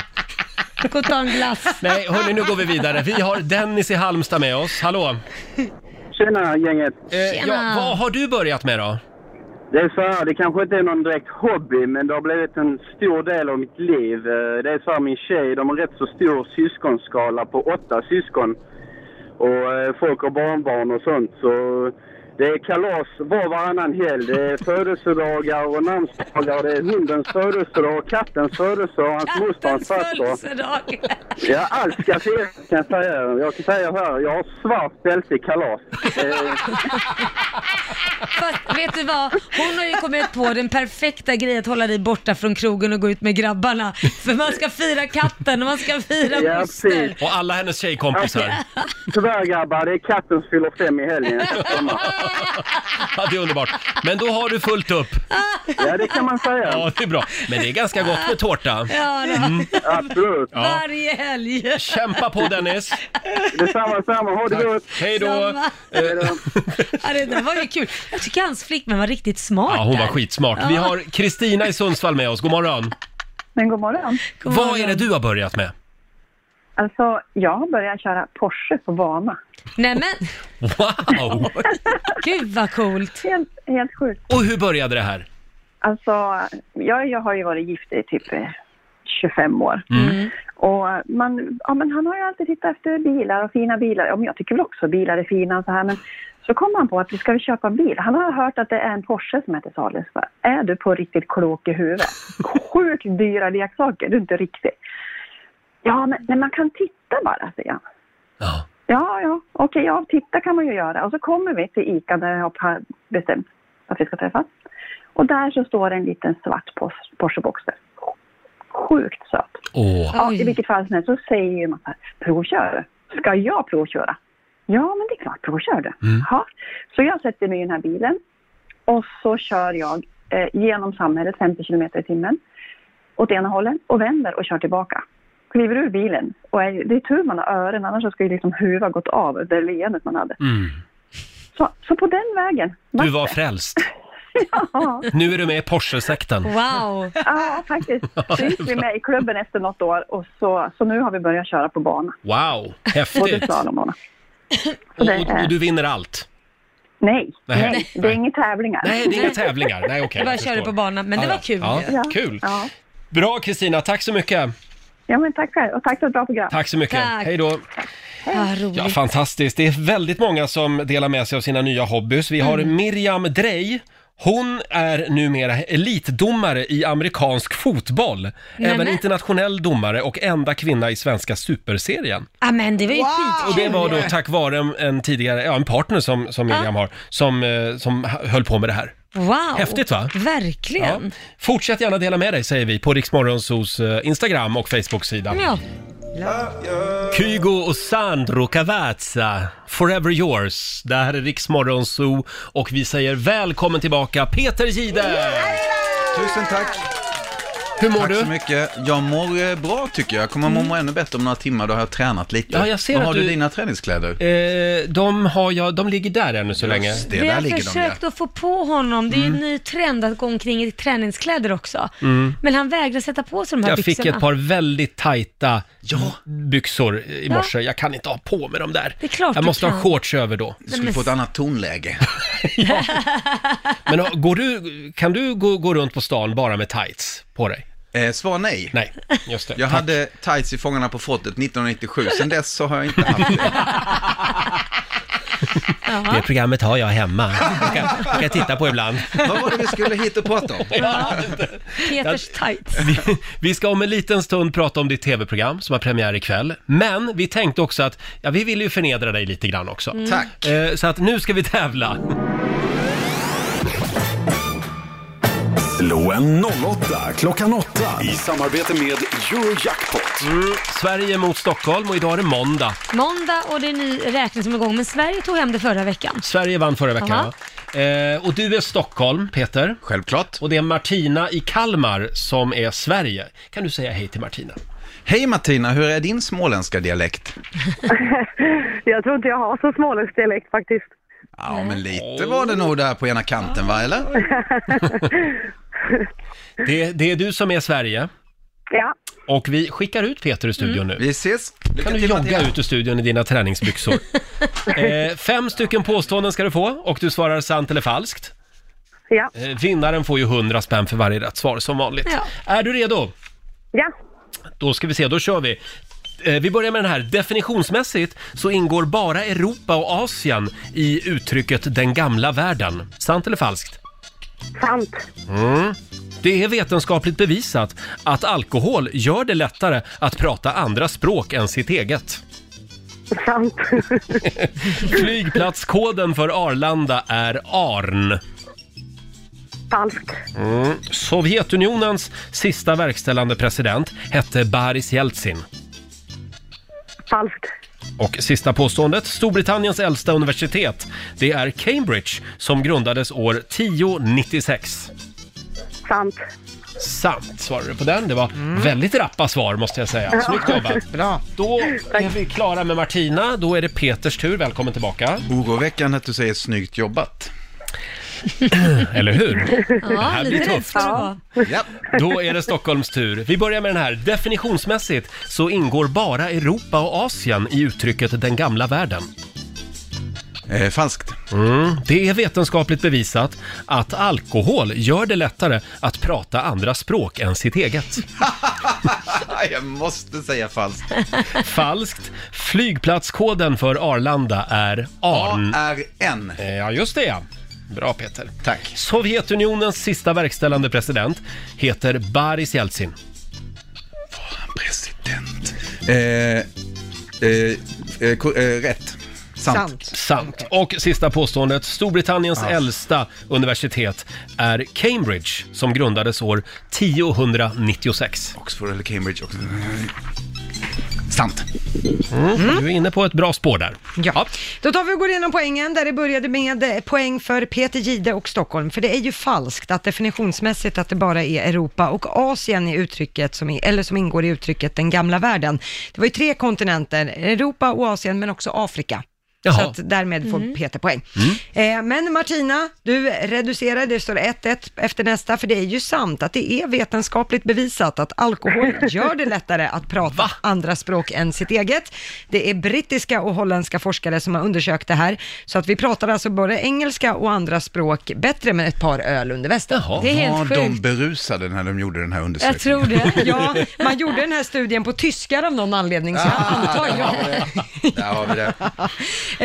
Speaker 4: Gå och ta en glass.
Speaker 1: Nej, hörni, nu går vi vidare. Vi har Dennis i Halmstad med oss. Hallå! Eh,
Speaker 15: Tjena gänget!
Speaker 1: Ja, vad har du börjat med då?
Speaker 15: Det är så här, det kanske inte är någon direkt hobby men det har blivit en stor del av mitt liv. Eh, Det är så här, min tjej, de har rätt så stor syskonskala på åtta syskon. Och eh, folk har barnbarn och sånt så det är kalas var och varannan helg. Det är födelsedagar och namnsdagar, det är hundens födelsedag, kattens födelsedag, hans mosters hans faster.
Speaker 4: Födelsedag.
Speaker 15: Ja, allt ska firas kan jag säga. Jag kan säga här, jag har svart bälte i kalas. Eh,
Speaker 4: Fast vet du vad? Hon har ju kommit på den perfekta grejen att hålla dig borta från krogen och gå ut med grabbarna. För man ska fira katten och man ska fira
Speaker 15: Ja,
Speaker 4: moster.
Speaker 15: precis.
Speaker 1: Och alla hennes tjejkompisar.
Speaker 15: Tyvärr grabbar, det är katten som fyller fem i helgen.
Speaker 1: Ja, det är underbart. Men då har du fullt upp.
Speaker 15: Ja, det kan man säga.
Speaker 1: Ja, det är bra. Men det är ganska gott med tårta. Mm.
Speaker 4: Ja, då.
Speaker 15: Mm. Absolut.
Speaker 1: Ja.
Speaker 4: Varje helg.
Speaker 1: Kämpa på Dennis!
Speaker 15: Detsamma, detsamma. Ha det gott!
Speaker 1: Hej då!
Speaker 4: Samma. Ja, det där var ju kul. Jag tycker hans flickvän var riktigt smart
Speaker 1: Ja, hon var
Speaker 4: där.
Speaker 1: skitsmart. Vi
Speaker 4: Ja.
Speaker 1: har Kristina i Sundsvall med oss. God morgon.
Speaker 16: Men god morgon.
Speaker 1: Vad är det du har börjat med?
Speaker 16: Alltså, jag har börjat köra Porsche på bana.
Speaker 4: Nej men,
Speaker 1: Wow!
Speaker 4: gud vad coolt.
Speaker 16: Helt, helt sjukt.
Speaker 1: Och hur började det här?
Speaker 16: Alltså, jag, jag har ju varit gift i typ eh, 25 år.
Speaker 1: Mm.
Speaker 16: Och man, ja, men han har ju alltid tittat efter bilar och fina bilar. Ja, men jag tycker väl också bilar är fina och så här, men så kom han på att vi ska väl köpa en bil. Han har hört att det är en Porsche som är till salu. Så bara, Är du på riktigt klok i huvudet? Sjukt dyra leksaker, du är inte riktig. Ja, men, men man kan titta bara, säger han. Ja, ja, okej, ja, titta kan man ju göra. Och så kommer vi till ICA där jag har bestämt att vi ska träffas. Och där så står det en liten svart Pors- Porsche Boxer. Sjukt söt.
Speaker 1: Åh.
Speaker 16: Ja, I vilket fall som helst så säger ju man så här, provkör du? Ska jag provköra? Ja, men det är klart, provkör du.
Speaker 1: Mm.
Speaker 16: Ja. Så jag sätter mig i den här bilen och så kör jag eh, genom samhället 50 kilometer i timmen åt ena hållet och vänder och kör tillbaka. Kliver ur bilen och är, det är tur man har öron annars så skulle ju liksom huvudet gått av det leendet man hade. Så, så på den vägen.
Speaker 1: Mm. Du var frälst.
Speaker 16: Ja.
Speaker 1: Nu är du med i Porsche-sekten.
Speaker 4: Wow!
Speaker 16: Ja, faktiskt. Så gick vi med i klubben efter något år och så, så nu har vi börjat köra på bana.
Speaker 1: Wow,
Speaker 16: Både
Speaker 1: häftigt!
Speaker 16: slalomåna.
Speaker 1: Och, och, och du vinner allt?
Speaker 16: Nej,
Speaker 1: Nej.
Speaker 16: nej,
Speaker 1: Nej.
Speaker 16: det är inga tävlingar.
Speaker 1: Nej, det är inga tävlingar. Nej, okej.
Speaker 4: jag bara
Speaker 1: jag
Speaker 4: körde på
Speaker 1: förstår.
Speaker 4: banan, men
Speaker 1: Ja,
Speaker 4: det var
Speaker 1: ja.
Speaker 4: kul.
Speaker 1: Ja,
Speaker 4: ju.
Speaker 1: kul.
Speaker 16: Ja.
Speaker 1: Bra Kristina, tack så mycket!
Speaker 16: Ja, men tack själv och tack för ett bra program.
Speaker 1: Tack så mycket.
Speaker 16: Tack.
Speaker 1: Hej då.
Speaker 4: Ah, roligt.
Speaker 1: Ja, fantastiskt. Det är väldigt många som delar med sig av sina nya hobbys. Vi har Miriam Drey Hon är numera elitdomare i amerikansk fotboll,
Speaker 4: Nämen.
Speaker 1: även internationell domare och enda kvinna i svenska superserien.
Speaker 4: Ja, men det var ju skitkul.
Speaker 1: Och det var då tack vare en, en tidigare, ja en partner som, som Miriam har, som, eh, som höll på med det här.
Speaker 4: Wow.
Speaker 1: Häftigt, va?
Speaker 4: Verkligen.
Speaker 1: Ja. Fortsätt gärna dela med dig säger vi på Riksmorgonsos Instagram och Facebook-sida.
Speaker 4: Ja.
Speaker 1: Kygo och Sandro Cavazza, Forever Yours. Det här är Riksmorgonso och vi säger välkommen tillbaka Peter Gide!
Speaker 12: Tusen tack!
Speaker 1: Hur mår
Speaker 12: Tack
Speaker 1: du?
Speaker 12: så mycket. Jag mår eh, bra tycker jag. Jag kommer må ännu bättre om några timmar. Då har jag tränat lite.
Speaker 1: Mm. Ja, jag ser
Speaker 12: Var
Speaker 1: att
Speaker 12: har du
Speaker 1: du-
Speaker 12: dina träningskläder?
Speaker 1: Eh, de, har jag, de ligger där ännu så länge.
Speaker 12: det,
Speaker 4: Vi har försökt att få på honom, det är ju en ny trend att gå omkring i träningskläder också.
Speaker 1: Mm.
Speaker 4: Men han vägrar sätta på sig de här
Speaker 1: Jag
Speaker 4: byxorna.
Speaker 1: fick ett par väldigt tajta byxor i morse. Jag kan inte ha på mig dem där.
Speaker 4: Det är klart
Speaker 1: jag
Speaker 4: du
Speaker 1: måste
Speaker 4: kan.
Speaker 1: ha shorts över då.
Speaker 4: Du skulle Men- få ett
Speaker 12: annat tonläge.
Speaker 1: Men har- går du, kan du gå, gå runt på stan bara med tights på dig?
Speaker 12: Eh, svar nej.
Speaker 1: Nej, just det.
Speaker 12: Jag
Speaker 1: Tack.
Speaker 12: hade tights i Fångarna på fortet 1997. Sen dess så har jag inte haft
Speaker 1: Det programmet har jag hemma. Jag kan, jag kan titta på ibland.
Speaker 12: Vad var det vi skulle hit och prata om?
Speaker 4: Peters tights.
Speaker 1: Vi, vi ska om en liten stund prata om ditt tv-program som har premiär ikväll. Men vi tänkte också att, ja vi vill ju förnedra dig lite grann också.
Speaker 3: Mm. Tack.
Speaker 1: Eh, Så att nu ska vi tävla.
Speaker 3: Slå en 08 klockan 8 i samarbete med Eurojackpot.
Speaker 1: Mm, Sverige mot Stockholm och idag är det måndag.
Speaker 4: Måndag och det är ny räkning som är igång, men Sverige tog hem det förra veckan.
Speaker 1: Sverige vann förra veckan.
Speaker 4: Jaha.
Speaker 1: va? Eh, och du är Stockholm, Peter.
Speaker 12: Självklart.
Speaker 1: Och det är Martina i Kalmar som är Sverige. Kan du säga hej till Martina?
Speaker 12: Hej Martina, hur är din småländska dialekt?
Speaker 14: Jag tror inte jag har så småländsk dialekt faktiskt.
Speaker 12: Ja, men lite var det nog där på ena kanten va, eller?
Speaker 1: Det, det är du som är Sverige.
Speaker 14: Ja.
Speaker 1: Och vi skickar ut Peter ur studion nu.
Speaker 12: Mm. Vi ses.
Speaker 1: kan du
Speaker 12: till,
Speaker 1: jogga
Speaker 12: Martina.
Speaker 1: ut ur studion i dina träningsbyxor. eh, fem stycken påståenden ska du få och du svarar sant eller falskt.
Speaker 14: Ja.
Speaker 1: Eh, vinnaren får ju 100 spänn för varje rätt svar som vanligt.
Speaker 14: Ja.
Speaker 1: Är du redo?
Speaker 14: Ja.
Speaker 1: Då ska vi se, då kör vi. Eh, Vi börjar med den här. Definitionsmässigt så ingår bara Europa och Asien i uttrycket den gamla världen. Sant eller falskt?
Speaker 14: Sant.
Speaker 1: Mm. Det är vetenskapligt bevisat att alkohol gör det lättare att prata andra språk än sitt eget.
Speaker 14: Sant.
Speaker 1: Flygplatskoden för Arlanda är ARN.
Speaker 14: Falskt.
Speaker 1: Mm. Sovjetunionens sista verkställande president hette Boris Jeltsin.
Speaker 14: Falskt.
Speaker 1: Och sista påståendet. Storbritanniens äldsta universitet, det är Cambridge som grundades år 1096.
Speaker 14: Sant.
Speaker 1: Sant svarade du på den. Det var
Speaker 4: Mm.
Speaker 1: väldigt rappa svar måste jag säga. Snyggt jobbat!
Speaker 12: Bra.
Speaker 1: Då är vi klara med Martina. Då är det Peters tur. Välkommen tillbaka.
Speaker 12: Oroväckande att du säger snyggt jobbat.
Speaker 1: Eller hur?
Speaker 4: Ja,
Speaker 1: det här blir
Speaker 4: lite rätt
Speaker 1: tufft.
Speaker 4: ska det vara.
Speaker 1: Då är det Stockholms tur. Vi börjar med den här. Definitionsmässigt så ingår bara Europa och Asien i uttrycket den gamla världen.
Speaker 12: falskt.
Speaker 1: Mm. Det är vetenskapligt bevisat att alkohol gör det lättare att prata andra språk än sitt eget.
Speaker 12: Jag måste säga falskt.
Speaker 1: Falskt. Flygplatskoden för Arlanda är ARN.
Speaker 12: ARN.
Speaker 1: Eh, Ja, just det ja. Bra Peter. Tack. Sovjetunionens sista verkställande president heter Boris Jeltsin.
Speaker 12: President. Eh, eh, eh, ko- eh, rätt. Sant.
Speaker 1: Sant. Och sista påståendet. Storbritanniens
Speaker 12: Ah.
Speaker 1: äldsta universitet är Cambridge som grundades år 1096.
Speaker 12: Oxford eller Cambridge. Oxford. Sant.
Speaker 1: Mm. Du är inne på ett bra spår där.
Speaker 2: Ja. Då tar vi och går igenom poängen där det började med eh, poäng för Peter Gide och Stockholm. För det är ju falskt att definitionsmässigt att det bara är Europa och Asien i uttrycket som, i- eller som ingår i uttrycket den gamla världen. Det var ju tre kontinenter, Europa och Asien men också Afrika.
Speaker 1: Jaha.
Speaker 2: Så att därmed får
Speaker 1: Mm.
Speaker 2: Peter poäng. Eh, men Martina, du reducerar, det står 1-1 efter nästa, för det är ju sant att det är vetenskapligt bevisat att alkohol gör det lättare att prata andra språk än sitt eget. Det är brittiska och holländska forskare som har undersökt det här, så att vi pratar alltså både engelska och andra språk bättre med ett par öl under västen.
Speaker 12: var de berusade när de gjorde den här undersökningen?
Speaker 2: Jag tror det. Ja, man
Speaker 12: Ah.
Speaker 2: gjorde den här studien på tyskar av någon anledning, så jag antar jag.
Speaker 12: Där har vi det.
Speaker 2: Eh,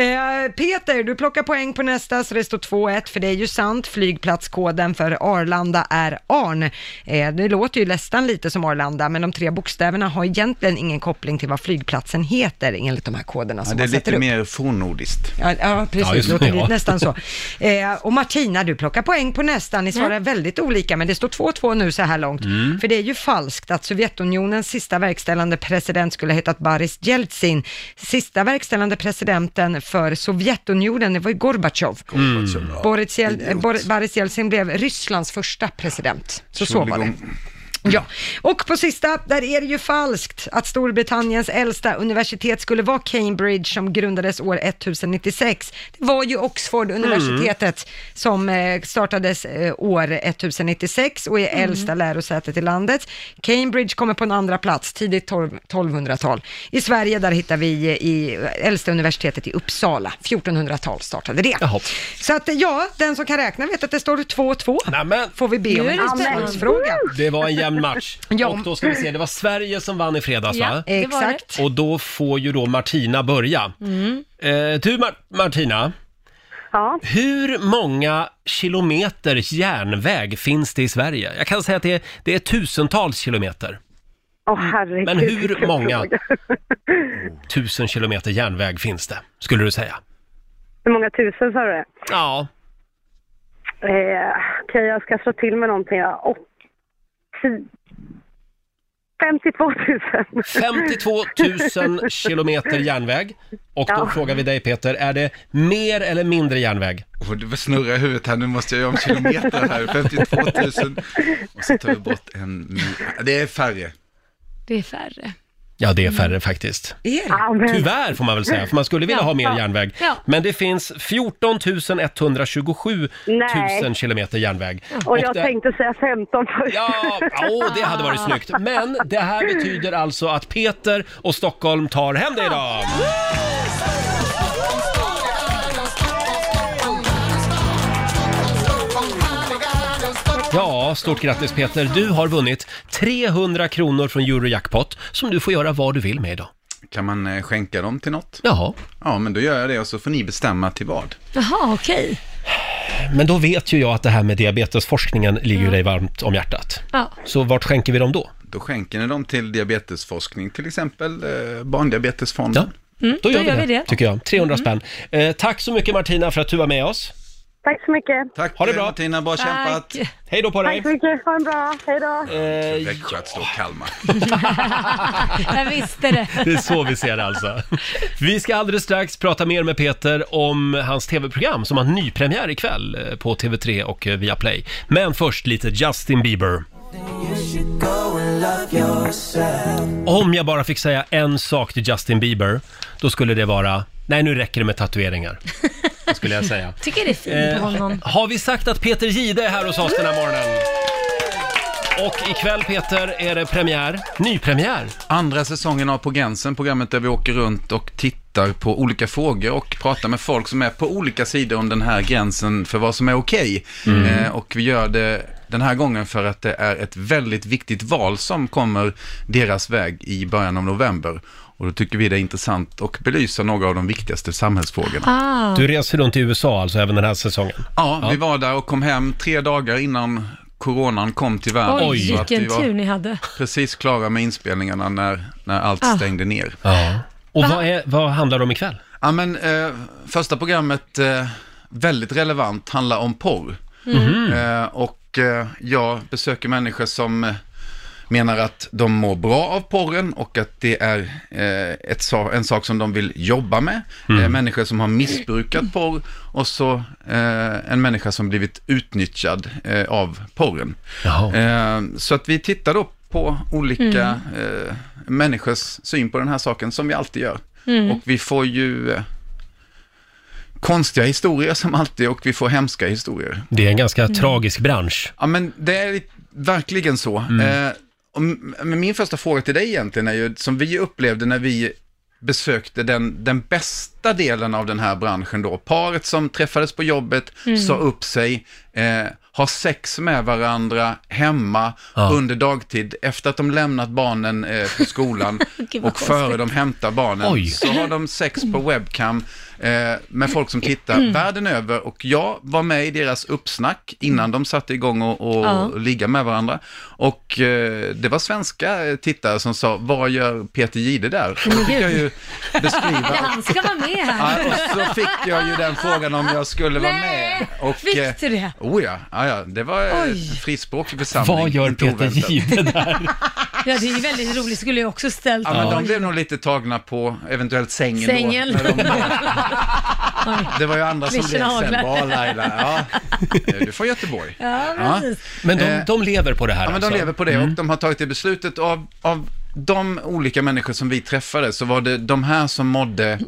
Speaker 2: Peter, du plockar poäng på nästa så det står 2-1 för det är ju sant. Flygplatskoden för Arlanda är ARN. Eh, det låter ju nästan lite som Arlanda, men de tre bokstäverna har egentligen ingen koppling till vad flygplatsen heter enligt de här koderna
Speaker 12: Ja,
Speaker 2: som
Speaker 12: det är
Speaker 2: man
Speaker 12: lite
Speaker 2: sätter upp.
Speaker 12: mer fornnordiskt.
Speaker 2: Ja, ja
Speaker 12: Ja,
Speaker 2: precis,
Speaker 12: just det,
Speaker 2: låter lite
Speaker 12: ja.
Speaker 2: nästan så. Eh, och Martina, du plockar poäng på nästa. Ni svarar väldigt olika, men det står 2-2 nu så här långt.
Speaker 17: Mm.
Speaker 2: För det är ju falskt att Sovjetunionens sista verkställande president skulle ha hetat Boris Jeltsin. Sista verkställande presidenten för Sovjetunionen, det var ju Gorbatjov.
Speaker 12: Mm.
Speaker 2: Boris, Jel- eh, Bor- Boris Jeltsin blev Rysslands första president. Så så var det. Ja, och på sista, där är det ju falskt att Storbritanniens äldsta universitet skulle vara Cambridge som grundades år 1096. Det var ju
Speaker 1: Mm.
Speaker 2: Oxford-universitetet som eh, startades eh, år 1096 och är
Speaker 17: Mm.
Speaker 2: äldsta lärosätet i landet. Cambridge kommer på en andra plats, tidigt 12- 1200-tal. I Sverige där hittar vi eh, i äldsta universitetet i Uppsala, 1400-tal startade det. Så att eh, ja, den som kan räkna vet att det står 2-2. Får vi be om
Speaker 1: Nu
Speaker 2: en
Speaker 1: är det spännande.
Speaker 2: utslagsfråga.
Speaker 1: Det var en jämn match. Och då ska vi se, det var Sverige som vann i fredags
Speaker 2: Ja,
Speaker 1: va?
Speaker 2: det var det. Exakt.
Speaker 1: Och då får ju då Martina börja.
Speaker 14: Mm.
Speaker 1: Eh, du Mar- Martina,
Speaker 14: Ja.
Speaker 1: hur många kilometer järnväg finns det i Sverige? Jag kan säga att det är, det är tusentals kilometer.
Speaker 14: Åh herregud.
Speaker 1: Men hur
Speaker 14: vilken
Speaker 1: många
Speaker 14: fråga.
Speaker 1: tusen kilometer järnväg finns det, skulle du säga?
Speaker 14: Hur många tusen sa du?
Speaker 1: Ja.
Speaker 14: Eh, Okej, jag ska slå till med någonting. ja. Och, ti- 52 000.
Speaker 1: 52 000 kilometer järnväg. Och då
Speaker 14: Ja.
Speaker 1: frågar vi dig Peter, är det mer eller mindre järnväg?
Speaker 12: Och det snurrar i huvudet här, nu måste jag göra om kilometer här. 52 000. Och så tar vi bort en... mil. Det är färre.
Speaker 4: Det är färre.
Speaker 1: Ja, det är färre faktiskt.
Speaker 4: Är
Speaker 1: Tyvärr får man väl säga, för man skulle vilja
Speaker 4: Ja.
Speaker 1: ha mer
Speaker 4: Ja.
Speaker 1: järnväg.
Speaker 4: Ja.
Speaker 1: Men det finns 14 127
Speaker 14: Nej.
Speaker 1: 000 kilometer järnväg.
Speaker 14: Och jag
Speaker 1: det,
Speaker 14: tänkte säga 15 först.
Speaker 1: Ja, åh, det hade varit snyggt. Men det här betyder alltså att Peter och Stockholm tar hem det idag. Ja, stort grattis Peter. Du har vunnit 300 kronor från Eurojackpot som du får göra vad du vill med idag.
Speaker 12: Kan man eh, skänka dem till något?
Speaker 1: Jaha.
Speaker 12: Ja, men då gör jag det och så får ni bestämma till vad.
Speaker 4: Jaha, okej.
Speaker 1: Men då vet ju jag att det här med diabetesforskningen ligger ju dig varmt om hjärtat.
Speaker 4: Ja.
Speaker 1: Så vart skänker vi dem då?
Speaker 12: Då skänker ni dem till diabetesforskning, till exempel eh, Barndiabetesfonden.
Speaker 4: Mm,
Speaker 1: Då gör, vi, det, tycker jag. 300 spänn. Eh, tack så mycket Martina för att du var med oss.
Speaker 14: Tack så mycket.
Speaker 12: Tack
Speaker 1: Ha det bra.
Speaker 12: Martina, bra
Speaker 14: Tack. kämpat.
Speaker 1: Hej då på dig. Eh,
Speaker 14: Tack så mycket. Ha en bra. Hej då.
Speaker 12: Växjö att slå Kalmar.
Speaker 4: Jag visste det.
Speaker 1: Det är så vi ser det alltså. Vi ska alldeles strax prata mer med Peter om hans tv-program som har nypremiär ikväll eh, på TV3 och eh, Viaplay. Men först lite Justin Bieber. Om jag bara fick säga en sak till Justin Bieber, då skulle det vara Nej, nu räcker det med tatueringar. Det skulle jag säga.
Speaker 4: Tycker det är fint
Speaker 12: Eh,
Speaker 4: på honom.
Speaker 1: har vi sagt att Peter Gide är här hos oss den här morgonen? Och ikväll Peter är det premiär, nypremiär.
Speaker 12: Andra säsongen av På gränsen, programmet där vi åker runt och tittar på olika frågor och pratar med folk som är på olika sidor om den här gränsen för vad som är okej.
Speaker 18: Mm.
Speaker 12: Eh, och vi gör det den här gången för att det är ett väldigt viktigt val som kommer deras väg i början av november. Och då tycker vi det är intressant och belysa några av de viktigaste samhällsfrågorna.
Speaker 4: Ah.
Speaker 1: Du reser runt i USA alltså även den här säsongen?
Speaker 12: Ja, vi var där och kom hem tre dagar innan coronan kom till världen.
Speaker 4: Oj,
Speaker 12: Så att vi
Speaker 4: vilken
Speaker 12: var
Speaker 4: tur ni hade.
Speaker 12: Precis klara med inspelningarna när, när allt
Speaker 4: Ah.
Speaker 12: stängde ner.
Speaker 1: Och vad, är, vad handlar det om ikväll?
Speaker 12: Ja, men, eh, första programmet, eh, väldigt relevant, handlar om porr.
Speaker 1: Mhm.
Speaker 12: Eh, och eh, jag besöker människor som eh, menar att de mår bra av porren och att det är eh, ett, sa- en sak som de vill jobba med.
Speaker 1: Mm.
Speaker 12: Eh, människor som har missbrukat porr och så eh, en människa som blivit utnyttjad eh, av porren. Eh, så att vi tittar då på olika eh, människors syn på den här saken som vi alltid gör.
Speaker 18: Mm.
Speaker 12: Och vi får ju eh, konstiga historier som alltid och vi får hemska historier.
Speaker 1: Det är en
Speaker 18: Mm.
Speaker 1: ganska tragisk bransch. Mm.
Speaker 12: Ja, men det är verkligen så. Eh, och m- men min första fråga till dig egentligen är ju, som vi upplevde när vi besökte den, den bästa delen av den här branschen då. Paret som träffades på jobbet,
Speaker 18: Mm.
Speaker 12: sa upp sig, eh, har sex med varandra hemma
Speaker 18: Ja.
Speaker 12: under dagtid efter att de lämnat barnen eh, på skolan
Speaker 18: Gud, vad
Speaker 12: och före
Speaker 18: konstigt.
Speaker 12: de hämtar barnen
Speaker 18: Oj.
Speaker 12: så har de sex på webcam. eh, med folk som tittar
Speaker 4: Mm.
Speaker 12: världen över och jag var med i deras uppsnack innan de satte igång och, och
Speaker 4: Ja.
Speaker 12: ligga med varandra. Och eh, det var svenska eh, tittare som sa, vad gör Peter Gide där? Och då fick jag ju beskriva.
Speaker 4: Han ska vara med
Speaker 12: Ja,
Speaker 4: här.
Speaker 12: och så fick jag ju den frågan om jag skulle vara med. Och,
Speaker 4: fick du det?
Speaker 12: Oh ja, ja, ja, det var eh,
Speaker 4: Oj.
Speaker 12: frispråkig församling.
Speaker 1: Vad gör
Speaker 12: inte
Speaker 1: Peter
Speaker 12: oväntat.
Speaker 1: Jihde
Speaker 4: Ja, det är väldigt roligt. Skulle jag också ställt.
Speaker 12: Ja, men de
Speaker 4: Oj.
Speaker 12: blev nog lite tagna på eventuellt sängen,
Speaker 4: Sängen.
Speaker 12: då. När de, det var ju andra som blev
Speaker 4: Klyschorna haglar.
Speaker 12: sen. Bra Laila, ja. du får Göteborg.
Speaker 4: Ja,
Speaker 12: Ja.
Speaker 4: precis.
Speaker 1: Men de,
Speaker 12: Eh,
Speaker 1: de lever på det här
Speaker 12: Ja, men de
Speaker 1: alltså.
Speaker 12: lever på det och de har tagit det beslutet av, av de olika människor som vi träffade så var det de här som mådde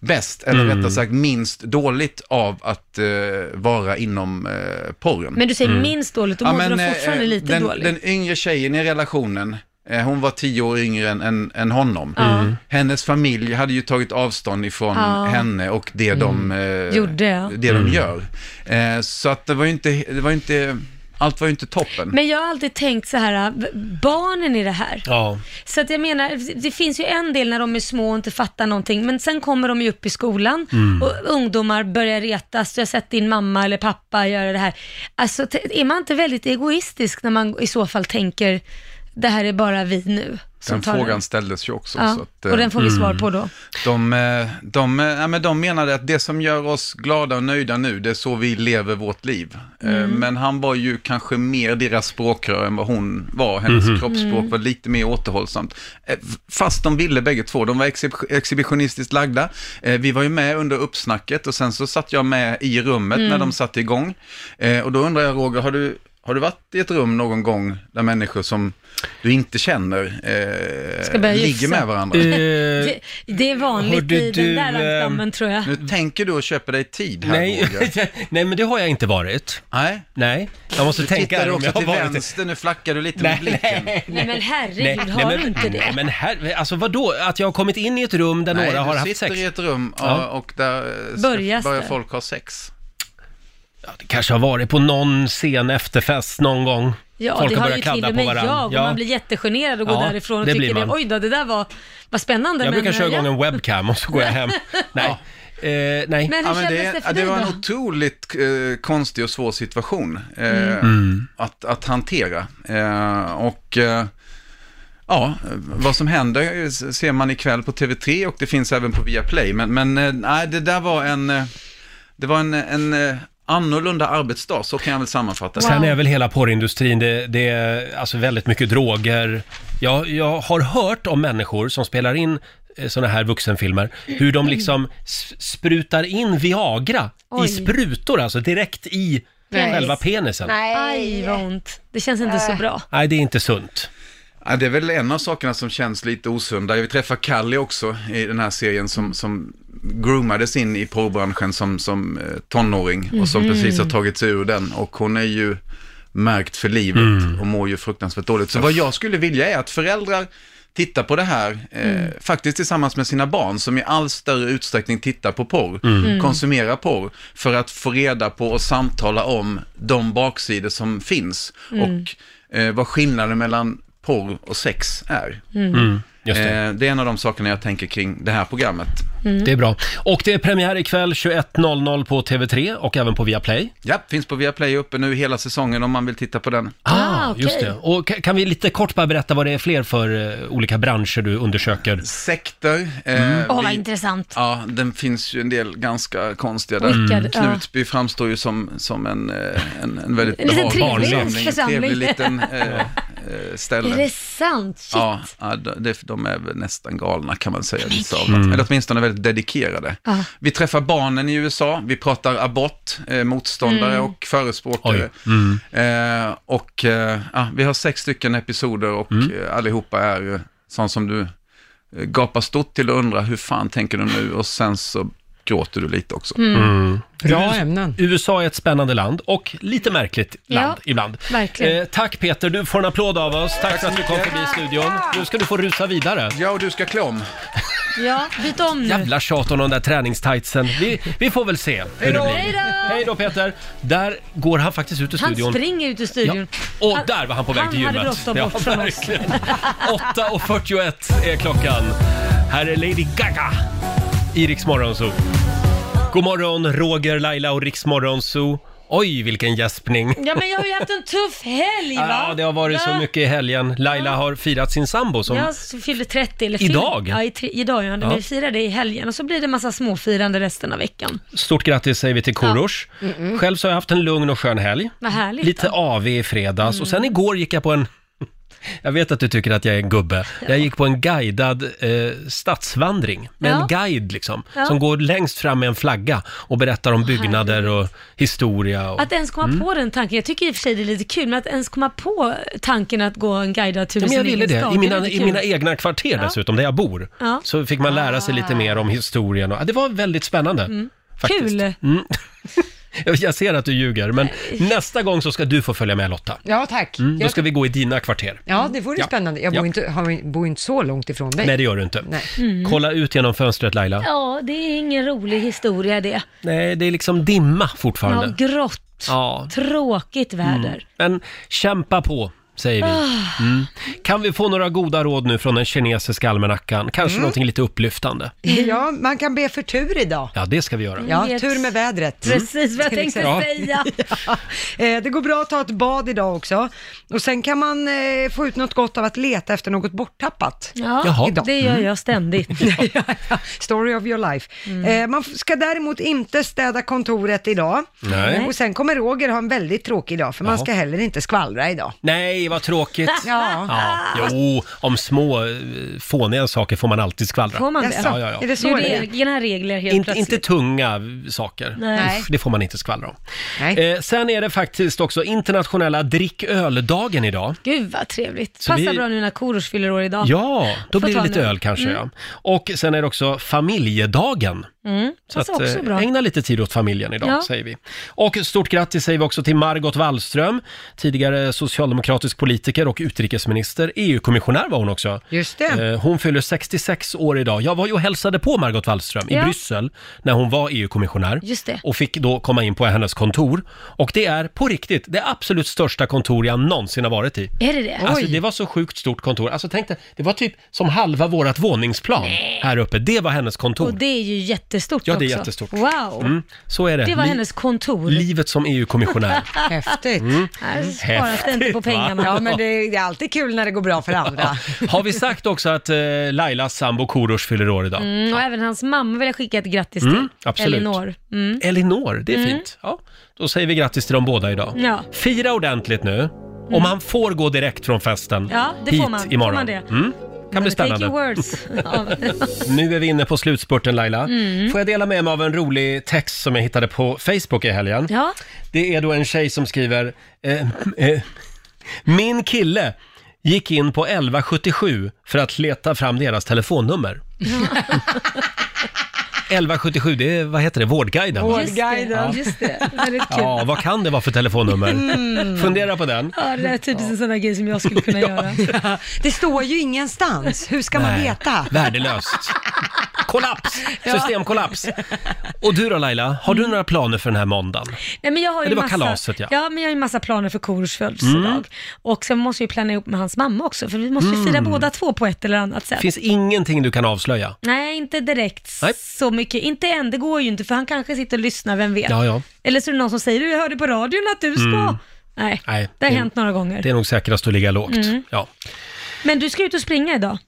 Speaker 12: bäst, eller
Speaker 1: Mm.
Speaker 12: rättare sagt minst dåligt av att eh, vara inom eh, porren. eh,
Speaker 4: Men du säger
Speaker 1: Mm.
Speaker 4: minst dåligt, då mådde de fortfarande lite
Speaker 12: den,
Speaker 4: dåligt.
Speaker 12: Den yngre tjejen i relationen, eh, hon var tio år yngre än, än, än honom.
Speaker 4: Ja. Mm.
Speaker 12: Hennes familj hade ju tagit avstånd ifrån
Speaker 4: Ja.
Speaker 12: henne och det de eh,
Speaker 4: Gjorde, ja.
Speaker 12: det de
Speaker 4: Mm.
Speaker 12: gör. Eh, så att det var ju inte, det var ju inte, allt var ju inte toppen.
Speaker 4: Men jag har alltid tänkt så här, v- barnen i det här.
Speaker 1: Ja.
Speaker 4: Så att jag menar, det finns ju en del när de är små och inte fattar någonting, men sen kommer de ju upp i skolan
Speaker 1: Mm.
Speaker 4: och ungdomar börjar retas. Jag har sett din mamma eller pappa göra det här. Alltså, t- är man inte väldigt egoistisk när man i så fall tänker, det här är bara vi nu som
Speaker 12: Den
Speaker 4: tar
Speaker 12: frågan
Speaker 4: det?
Speaker 12: ställdes ju också.
Speaker 4: Ja,
Speaker 12: så att, eh,
Speaker 4: och den får vi svar på då.
Speaker 12: De, eh, de, eh, ja, men de menade att det som gör oss glada och nöjda nu, det är så vi lever vårt liv. Eh,
Speaker 4: Mm.
Speaker 12: Men han var ju kanske mer deras språkrör än vad hon var. Hennes
Speaker 1: Mhm.
Speaker 12: kroppsspråk
Speaker 4: Mm.
Speaker 12: var lite mer återhållsamt. Eh, f- Fast de ville bägge två. De var exhib- exhibitionistiskt lagda. Eh, Vi var ju med under uppsnacket och sen så satt jag med i rummet
Speaker 1: Mm.
Speaker 12: när de satte igång. Eh, Och då undrar jag, Roger, har du, har du varit i ett rum någon gång där människor som du inte känner eh,
Speaker 4: Ska börja
Speaker 12: ligger
Speaker 4: gissa.
Speaker 12: med varandra?
Speaker 4: det, det är vanligt
Speaker 1: Eh, hörde
Speaker 4: i
Speaker 1: du,
Speaker 4: den där
Speaker 1: ehm,
Speaker 4: ankdammen tror jag.
Speaker 12: Nu tänker du och köper dig tid här,
Speaker 1: Nej,
Speaker 12: Roger.
Speaker 1: nej, men det har jag inte varit.
Speaker 12: Nej.
Speaker 1: Nej, jag måste
Speaker 12: Du
Speaker 1: tänka
Speaker 12: tittar
Speaker 1: här om
Speaker 12: också
Speaker 1: jag har
Speaker 12: till
Speaker 1: varit
Speaker 12: vänster, nu flackar du lite
Speaker 1: Nej,
Speaker 12: med blicken.
Speaker 4: Nej men herregud,
Speaker 1: Nej,
Speaker 4: har
Speaker 1: nej, men,
Speaker 4: du inte det?
Speaker 1: Nej, men här, alltså vadå? Att jag har kommit in i ett rum där
Speaker 12: Nej,
Speaker 1: några har
Speaker 12: du
Speaker 1: haft
Speaker 12: sitter
Speaker 1: sex?
Speaker 12: i ett rum och,
Speaker 1: Ja.
Speaker 12: och där eh, ska-
Speaker 4: Börjas
Speaker 12: börjar
Speaker 4: det?
Speaker 12: folk ha sex.
Speaker 1: Kanske har varit på någon sen efterfest någon gång.
Speaker 4: Ja,
Speaker 1: Folk
Speaker 4: det
Speaker 1: har
Speaker 4: har
Speaker 1: börjat
Speaker 4: ju till
Speaker 1: kladda
Speaker 4: och
Speaker 1: på
Speaker 4: med
Speaker 1: varandra.
Speaker 4: jag och man blir jättegenerad och går
Speaker 1: Ja,
Speaker 4: därifrån och
Speaker 1: det blir
Speaker 4: tycker det,
Speaker 1: man.
Speaker 4: oj då, det där var, var spännande.
Speaker 1: jag
Speaker 4: men,
Speaker 1: brukar köra
Speaker 4: ja.
Speaker 1: igång en webcam och så går jag hem. Nej. Eh, nej.
Speaker 4: Men hur
Speaker 12: Ja, men
Speaker 4: kändes
Speaker 12: det,
Speaker 4: det för
Speaker 12: ja, det
Speaker 4: dig
Speaker 12: var en
Speaker 4: då?
Speaker 12: otroligt eh, konstig och svår situation eh,
Speaker 1: Mm.
Speaker 12: att, att hantera. Eh, och eh, ja, vad som händer eh, ser man ikväll på TV3 och det finns även på Viaplay. Men, men eh, nej, det där var en, eh, det var en, en eh, annorlunda arbetsdag, så kan jag väl sammanfatta det.
Speaker 1: Sen är väl hela porrindustrin, det, det är alltså väldigt mycket droger. Jag, jag har hört om människor som spelar in sådana här vuxenfilmer, hur de liksom s- sprutar in Viagra i
Speaker 4: Oj.
Speaker 1: sprutor, alltså direkt i
Speaker 4: Penis.
Speaker 1: själva penisen. Nej.
Speaker 4: Aj vad ont. Det känns inte så bra.
Speaker 1: det är inte sunt.
Speaker 12: Ja, det är väl en av sakerna som känns lite osunda. Vi träffar Kalle också i den här serien som, som groomades in i porrbranschen som, som eh, tonåring och som
Speaker 1: Mhm.
Speaker 12: precis har tagit sig ur den. Och hon är ju märkt för livet
Speaker 1: Mm.
Speaker 12: och mår ju fruktansvärt dåligt. Så vad jag skulle vilja är att föräldrar tittar på det här, eh,
Speaker 1: Mm.
Speaker 12: faktiskt tillsammans med sina barn, som i all större utsträckning tittar på porr,
Speaker 1: Mm.
Speaker 12: konsumerar porr, för att få reda på och samtala om de baksidor som finns.
Speaker 4: Mm.
Speaker 12: Och eh, vad skillnaden mellan porr och sex är.
Speaker 4: Mm. Mm,
Speaker 1: just
Speaker 12: det. Eh, det är en av de sakerna jag tänker kring det här programmet.
Speaker 4: Mm.
Speaker 1: Det är bra. Och det är premiär ikväll 21.00 på TV3 och även på Viaplay.
Speaker 12: Ja, finns på Viaplay uppe nu hela säsongen om man vill titta på den.
Speaker 1: Ah, Just det. Och ka- kan vi lite kort bara berätta vad det är fler för eh, olika branscher du undersöker? Mm.
Speaker 12: Sekter. Eh,
Speaker 4: Åh vad
Speaker 12: vi-
Speaker 4: intressant.
Speaker 12: Ja, den finns ju en del ganska konstiga där.
Speaker 4: Wicked, ja.
Speaker 12: Knutby framstår ju som, som en, eh, en, en väldigt
Speaker 4: En liten
Speaker 12: behaglig
Speaker 4: trevlig
Speaker 12: församling. En trevlig liten
Speaker 4: församling.
Speaker 12: eh, eh, ställe.
Speaker 4: Är det sant? Shit.
Speaker 12: Ja, ja, de- de är väl nästan galna kan man säga, vissa av dem. Eller åtminstone väldigt dedikerade.
Speaker 4: Ja.
Speaker 12: Vi träffar barnen i USA, vi pratar abort, eh, motståndare
Speaker 4: Mm.
Speaker 12: och förespråkare. Eh, och eh, ja, vi har sex stycken episoder och eh, allihopa är eh, sånt som du eh, gapar stort till och undrar hur fan tänker du nu och sen så gråter du lite också.
Speaker 1: Mm. Mm. Bra
Speaker 2: ämnen.
Speaker 1: USA är ett spännande land och lite märkligt land
Speaker 4: Ja,
Speaker 1: ibland.
Speaker 4: verkligen.
Speaker 1: Eh, tack Peter, du får en applåd av oss. Tack,
Speaker 12: Tack så
Speaker 1: för att du kom
Speaker 12: mycket.
Speaker 1: förbi studion. Nu ska du få rusa vidare.
Speaker 12: Ja, och du ska klä om.
Speaker 4: Ja, byt om nu.
Speaker 1: Jävla tjat om de där träningstightsen. Vi, vi får väl se hur det
Speaker 4: då.
Speaker 1: blir.
Speaker 4: Hej då.
Speaker 1: Hej då Peter! Där går han faktiskt ut ur
Speaker 4: Han
Speaker 1: studion.
Speaker 4: springer ut ur studion.
Speaker 1: Ja. Och där var han på väg
Speaker 4: han
Speaker 1: till gymmet.
Speaker 4: hade bråttom bort
Speaker 1: ja,
Speaker 4: från oss.
Speaker 1: verkligen. 8.41 är klockan. Här är Lady Gaga i Rix Morgon Zoo. God morgon, Roger, Laila och Riksmorgon Zoo. Oj, vilken gäspning!
Speaker 4: Ja men jag har ju haft en tuff helg va?
Speaker 1: Ja, det har varit så
Speaker 4: Ja.
Speaker 1: mycket i helgen. Laila har firat sin sambo som...
Speaker 4: Jag fyllde 30 eller fyll-
Speaker 1: Idag?
Speaker 4: Ja, i tre, idag ja.
Speaker 1: Ja.
Speaker 4: Vi firar det i helgen och så blir det massa småfirande resten av veckan.
Speaker 1: Stort grattis säger vi till Korosh.
Speaker 4: Ja. Mm, Mm-mm.
Speaker 1: Själv så har jag haft en lugn och skön helg.
Speaker 4: Vad härligt.
Speaker 1: Lite
Speaker 4: då. Mm.
Speaker 1: AV i fredags och sen igår gick jag på en... Jag vet att du tycker att jag är en gubbe. Jag gick på en guidad eh, stadsvandring med
Speaker 4: Ja.
Speaker 1: en guide liksom,
Speaker 4: Ja.
Speaker 1: som går längst fram med en flagga och berättar om byggnader och historia. Och...
Speaker 4: Att ens komma
Speaker 1: Mm.
Speaker 4: på den tanken, jag tycker i och för sig det är lite kul, men att ens komma på tanken att gå en guidad tur
Speaker 1: Ja, men jag
Speaker 4: sin
Speaker 1: ville
Speaker 4: egen
Speaker 1: det.
Speaker 4: stad,
Speaker 1: I
Speaker 4: är
Speaker 1: mina,
Speaker 4: lite
Speaker 1: I
Speaker 4: kul.
Speaker 1: mina egna kvarter
Speaker 4: Ja.
Speaker 1: dessutom, där jag bor.
Speaker 4: Ja. Ah.
Speaker 1: Så fick man lära sig lite mer om historien. Och, ja, det var väldigt spännande.
Speaker 4: Mm.
Speaker 1: faktiskt.
Speaker 4: Kul!
Speaker 1: Mm. Jag ser att du ljuger, men nästa gång så ska du få följa med Lotta.
Speaker 2: Ja, tack.
Speaker 1: Mm, då
Speaker 2: Jag-
Speaker 1: ska vi gå i dina kvarter.
Speaker 2: Ja, det vore spännande. Jag bor, inte, har, bor inte så långt ifrån dig.
Speaker 1: Nej, det gör du inte.
Speaker 2: Nej.
Speaker 4: Mm.
Speaker 1: Kolla ut genom fönstret Laila.
Speaker 4: Ja, det är ingen rolig historia det.
Speaker 1: Nej, det är liksom dimma
Speaker 4: Ja,
Speaker 1: fortfarande.
Speaker 4: grått,
Speaker 1: Ja.
Speaker 4: tråkigt
Speaker 1: Mm.
Speaker 4: väder.
Speaker 1: Men kämpa på, säger vi.
Speaker 4: Ah.
Speaker 1: Mm. Kan vi få några goda råd nu från den kinesiska almanackan? Kanske
Speaker 2: Mm.
Speaker 1: någonting lite upplyftande?
Speaker 2: Ja, man kan be för tur idag.
Speaker 1: Ja, det ska vi göra.
Speaker 2: Ja, tur med vädret.
Speaker 1: Mm. Precis
Speaker 4: Mm. vad jag
Speaker 2: Till
Speaker 4: tänkte
Speaker 2: exempel.
Speaker 4: säga.
Speaker 2: Ja. Eh, Det går bra att ta ett bad idag också. Och sen kan man eh, få ut något gott av att leta efter något borttappat.
Speaker 4: Ja, Jaha. det gör jag ständigt. Mm.
Speaker 2: Ja, ja. Story of your life. Eh, Man f- ska däremot inte städa kontoret idag.
Speaker 1: Nej.
Speaker 2: Och sen kommer Roger ha en väldigt tråkig dag, för man
Speaker 1: Jaha.
Speaker 2: ska heller inte skvallra idag.
Speaker 1: Nej, vad tråkigt.
Speaker 2: Ja.
Speaker 1: Jo, om små eh, fåniga saker får man alltid skvallra.
Speaker 4: Får man det?
Speaker 1: Ja, ja, ja.
Speaker 4: det är ju egna regler helt
Speaker 1: Inte,
Speaker 4: plötsligt.
Speaker 1: inte tunga saker.
Speaker 4: Nej.
Speaker 1: Usch, det får man inte skvallra om. Eh, sen är det faktiskt också internationella dricköldagen idag.
Speaker 4: Gud vad trevligt.
Speaker 1: Så
Speaker 4: Passar
Speaker 1: vi-
Speaker 4: bra nu när Korosh fyller år idag.
Speaker 1: Ja, då
Speaker 4: Får
Speaker 1: blir det
Speaker 4: ta
Speaker 1: lite
Speaker 4: nu.
Speaker 1: öl kanske.
Speaker 4: Mm.
Speaker 1: Ja. Och sen är det också familjedagen.
Speaker 4: Mm.
Speaker 1: Så
Speaker 4: Passar
Speaker 1: att,
Speaker 4: också
Speaker 1: eh,
Speaker 4: bra.
Speaker 1: ägna lite tid åt familjen idag,
Speaker 4: Ja.
Speaker 1: säger vi. Och stort grattis säger vi också till Margot Wallström, tidigare socialdemokratisk politiker och utrikesminister. EU-kommissionär var hon också.
Speaker 2: Just det.
Speaker 1: Eh, Hon fyller 66 år idag. Jag var ju och hälsade på Margot Wallström i
Speaker 4: Ja.
Speaker 1: Bryssel när hon var EU-kommissionär.
Speaker 4: Just det.
Speaker 1: Och fick då komma in på hennes kontor. Och det är på riktigt det absolut största kontor jag någonsin har varit i.
Speaker 4: Är det det?
Speaker 1: Alltså
Speaker 4: Oj.
Speaker 1: det var så sjukt stort kontor. Alltså tänk dig, det var typ som halva vårat våningsplan här uppe. Det var hennes kontor.
Speaker 4: Och det är ju jättestort
Speaker 1: Ja, det är
Speaker 4: också.
Speaker 1: jättestort.
Speaker 4: Wow.
Speaker 1: Mm, så är det.
Speaker 4: Det var
Speaker 1: Li-
Speaker 4: hennes kontor.
Speaker 1: Livet som EU-kommissionär.
Speaker 2: Häftigt.
Speaker 1: Mm.
Speaker 4: Nej, sparas det inte på
Speaker 1: Häftigt, va?
Speaker 4: pengarna.
Speaker 2: Ja, men det, det är alltid kul när det går bra för andra.
Speaker 1: Har vi sagt också att eh, Lailas sambo Korosh fyller år idag?
Speaker 4: Mm, och även hans mamma vill jag skicka ett grattis till.
Speaker 1: Mm, absolut.
Speaker 4: Elinor. Mm.
Speaker 1: Elinor, det är
Speaker 4: Mm.
Speaker 1: fint. Ja, då säger vi grattis till dem båda idag.
Speaker 4: Ja.
Speaker 1: Fira ordentligt nu.
Speaker 4: Mm.
Speaker 1: Och man får gå direkt från festen
Speaker 4: Ja, det får
Speaker 1: hit
Speaker 4: man. Får
Speaker 1: imorgon.
Speaker 4: man det?
Speaker 1: Mm. Kan bli
Speaker 4: Take your
Speaker 1: spännande.
Speaker 4: words. Ja.
Speaker 1: Nu är vi inne på slutspurten Laila.
Speaker 4: Mm.
Speaker 1: Får jag dela med mig av en rolig text som jag hittade på Facebook i helgen?
Speaker 4: Ja.
Speaker 1: Det är då en tjej som skriver eh, eh, Min kille gick in på 1177 för att leta fram deras telefonnummer. 1177, det är, vad heter det, Vårdguiden? va?
Speaker 4: Just det. Just det. Väldigt kul.
Speaker 1: Ja, vad kan det vara för telefonnummer?
Speaker 4: Mm.
Speaker 1: Fundera på den.
Speaker 4: Ja, det är typiskt en sån där grej som jag skulle kunna göra.
Speaker 2: Det står ju ingenstans. Hur ska man
Speaker 1: Nej,
Speaker 2: veta?
Speaker 1: Värdelöst. Kollaps!
Speaker 4: Ja. Mm.
Speaker 1: Systemkollaps. Och du då Laila, har du några planer för den här måndagen?
Speaker 4: Nej, men jag har ju
Speaker 1: Det var
Speaker 4: massa,
Speaker 1: kalaset, ja.
Speaker 4: men jag har ju massa planer för Korosh födelsedag.
Speaker 1: Mm.
Speaker 4: Och sen måste jag ju plana ihop med hans mamma också, för vi måste ju fira
Speaker 1: Mm.
Speaker 4: båda två på ett eller annat sätt.
Speaker 1: Finns ingenting du kan avslöja?
Speaker 4: Nej, inte direkt
Speaker 1: Nej.
Speaker 4: så mycket. Inte än, det går ju inte, för han kanske sitter och lyssnar, vem vet.
Speaker 1: Ja, ja.
Speaker 4: Eller så är det någon som säger, du jag hörde på radion att du ska...
Speaker 1: Mm.
Speaker 4: Nej,
Speaker 1: Nej,
Speaker 4: det har hänt några gånger.
Speaker 1: Det är nog säkrast att ligga lågt.
Speaker 4: Mm.
Speaker 1: Ja.
Speaker 4: Men du ska ut och springa idag.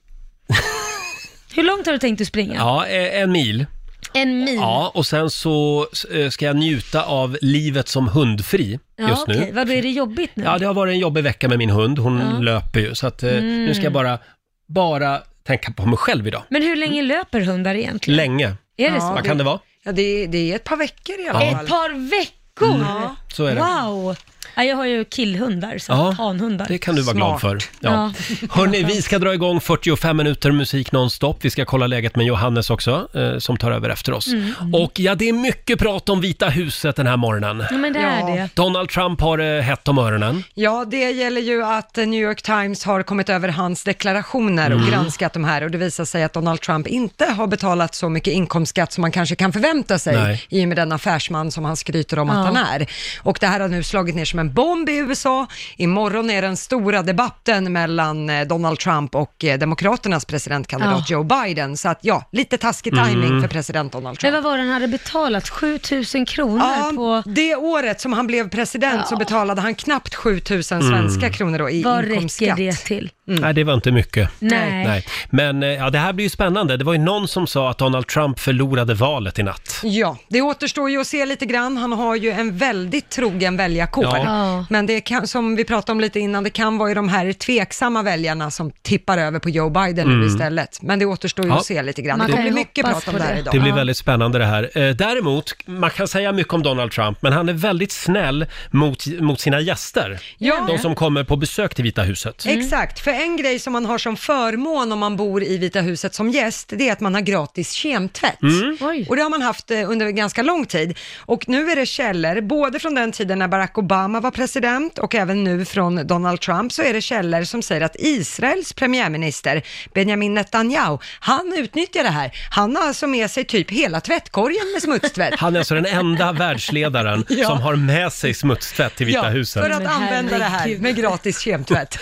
Speaker 4: Hur långt har du tänkt att springa?
Speaker 1: ja, eh, en mil.
Speaker 4: En mil?
Speaker 1: Ja, och sen så eh, ska jag njuta av livet som hundfri
Speaker 4: Ja,
Speaker 1: just
Speaker 4: okej.
Speaker 1: nu.
Speaker 4: Vadå, är det jobbigt nu?
Speaker 1: Ja, det har varit en jobbig vecka med min hund. Hon
Speaker 4: Ja.
Speaker 1: löper ju, så att eh,
Speaker 4: Mm.
Speaker 1: nu ska jag bara, bara tänka på mig själv idag.
Speaker 4: Men hur länge löper hundar egentligen?
Speaker 1: Länge.
Speaker 4: Är det så?
Speaker 1: Vad kan det vara?
Speaker 2: Ja, det, det är ett par veckor i alla fall.
Speaker 1: Ja.
Speaker 2: Mm.
Speaker 4: Ett par veckor?
Speaker 1: så är det.
Speaker 4: Wow! Ja, jag har ju killhundar, så
Speaker 1: Ja,
Speaker 4: hanhundar.
Speaker 1: Det kan du vara glad för. Ja.
Speaker 4: Ja.
Speaker 1: Hörni, vi ska dra igång 45 minuter musik nonstop. Vi ska kolla läget med Johannes också, eh, som tar över efter oss.
Speaker 4: Mm.
Speaker 1: Och ja, det är mycket prat om Vita huset den här morgonen.
Speaker 4: Ja, men det är det.
Speaker 1: Donald Trump har det hett om öronen.
Speaker 2: Ja, det gäller ju att eh, New York Times har kommit över hans deklarationer och
Speaker 1: Mm.
Speaker 2: granskat de här och det visar sig att Donald Trump inte har betalat så mycket inkomstskatt som man kanske kan förvänta sig
Speaker 1: Nej.
Speaker 2: i och med den affärsman som han skryter om
Speaker 4: Ja.
Speaker 2: att han är. Och det här har nu slagit ner som en en bomb i USA. Imorgon är den stora debatten mellan eh, Donald Trump och eh, Demokraternas presidentkandidat
Speaker 4: Ja.
Speaker 2: Joe Biden. Så att ja, lite taskig timing
Speaker 4: Mm.
Speaker 2: för president Donald Trump.
Speaker 4: Men vad var det han hade betalat? 7000 kronor
Speaker 2: Ja,
Speaker 4: på...
Speaker 2: Det året som han blev president så betalade han knappt 7000 svenska
Speaker 1: Mm.
Speaker 2: kronor då i
Speaker 4: Vad räcker
Speaker 2: inkomstskatt.
Speaker 4: det till?
Speaker 1: Nej, det var inte mycket.
Speaker 4: Mm. Nej.
Speaker 1: Men eh, ja, det här blir ju spännande. Det var ju någon som sa att Donald Trump förlorade valet i natt.
Speaker 2: Ja, det återstår ju att se lite grann. Han har ju en väldigt trogen väljarkår.
Speaker 1: Ja. Ja.
Speaker 2: Men det kan, som vi pratade om lite innan, det kan vara ju de här tveksamma väljarna som tippar över på Joe Biden nu
Speaker 1: Mm.
Speaker 2: istället. Men det återstår ju
Speaker 1: Ja.
Speaker 2: att se lite grann.
Speaker 1: Man
Speaker 2: det
Speaker 1: kan
Speaker 2: kommer
Speaker 1: ju
Speaker 2: mycket
Speaker 1: hoppas
Speaker 2: prat om det
Speaker 1: på
Speaker 2: här
Speaker 1: det.
Speaker 2: idag.
Speaker 1: Det blir väldigt spännande det här. Eh, Däremot, man kan säga mycket om Donald Trump, men han är väldigt snäll mot, mot sina gäster.
Speaker 2: Ja.
Speaker 1: De som kommer på besök till Vita huset.
Speaker 2: Exakt, för en grej som man har som förmån om man bor i Vita huset som gäst, det är att man har gratis kemtvätt.
Speaker 1: Mm.
Speaker 2: Och det har man haft eh, under ganska lång tid. Och nu är det källor, både från den tiden när Barack Obama var president och även nu från Donald Trump, så är det källor som säger att Israels premiärminister Benjamin Netanyahu, han utnyttjar det här. Han har alltså med sig typ hela tvättkorgen med smutstvätt.
Speaker 1: Han är alltså den enda världsledaren
Speaker 2: Ja.
Speaker 1: som har med sig smutstvätt till Vita
Speaker 2: ja,
Speaker 1: huset. Mm.
Speaker 2: för att använda det här med gratis kemtvätt.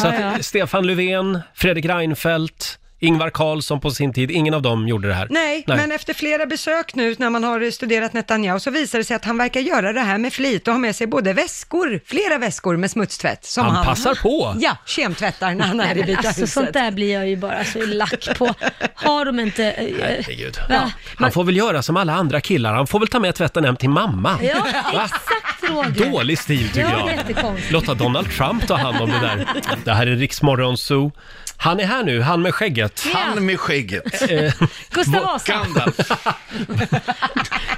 Speaker 1: Så att Stefan Löfven, Fredrik Reinfeldt, Ingvar Carlsson på sin tid, ingen av dem gjorde det här.
Speaker 2: Nej, men efter flera besök nu när man har studerat Netanyahu så visar det sig att han verkar göra det här med flit och har med sig både väskor, flera väskor med smutstvätt. Som
Speaker 1: Han
Speaker 2: han,
Speaker 1: passar på.
Speaker 2: Ja, kemtvättar när han
Speaker 4: Nej,
Speaker 2: är i
Speaker 4: men
Speaker 2: Vita
Speaker 4: alltså,
Speaker 2: huset.
Speaker 4: Sånt där blir jag ju bara så lack på. Har de inte... eh,
Speaker 1: Herregud.
Speaker 4: Va?
Speaker 1: Ja. Han får väl göra som alla andra killar, han får väl ta med tvätten hem till mamma.
Speaker 4: Ja,
Speaker 1: Va?
Speaker 4: exakt Roger.
Speaker 1: Dålig stil tycker
Speaker 4: Ja, det är
Speaker 1: jag.
Speaker 4: jättekonstigt.
Speaker 1: Låta Donald Trump ta hand om det där. Det här är Riksmorgon Zoo. Han är här nu, han med skägget. Eh,
Speaker 4: Ja. Han
Speaker 1: med skägget.
Speaker 4: Gustav Vasa.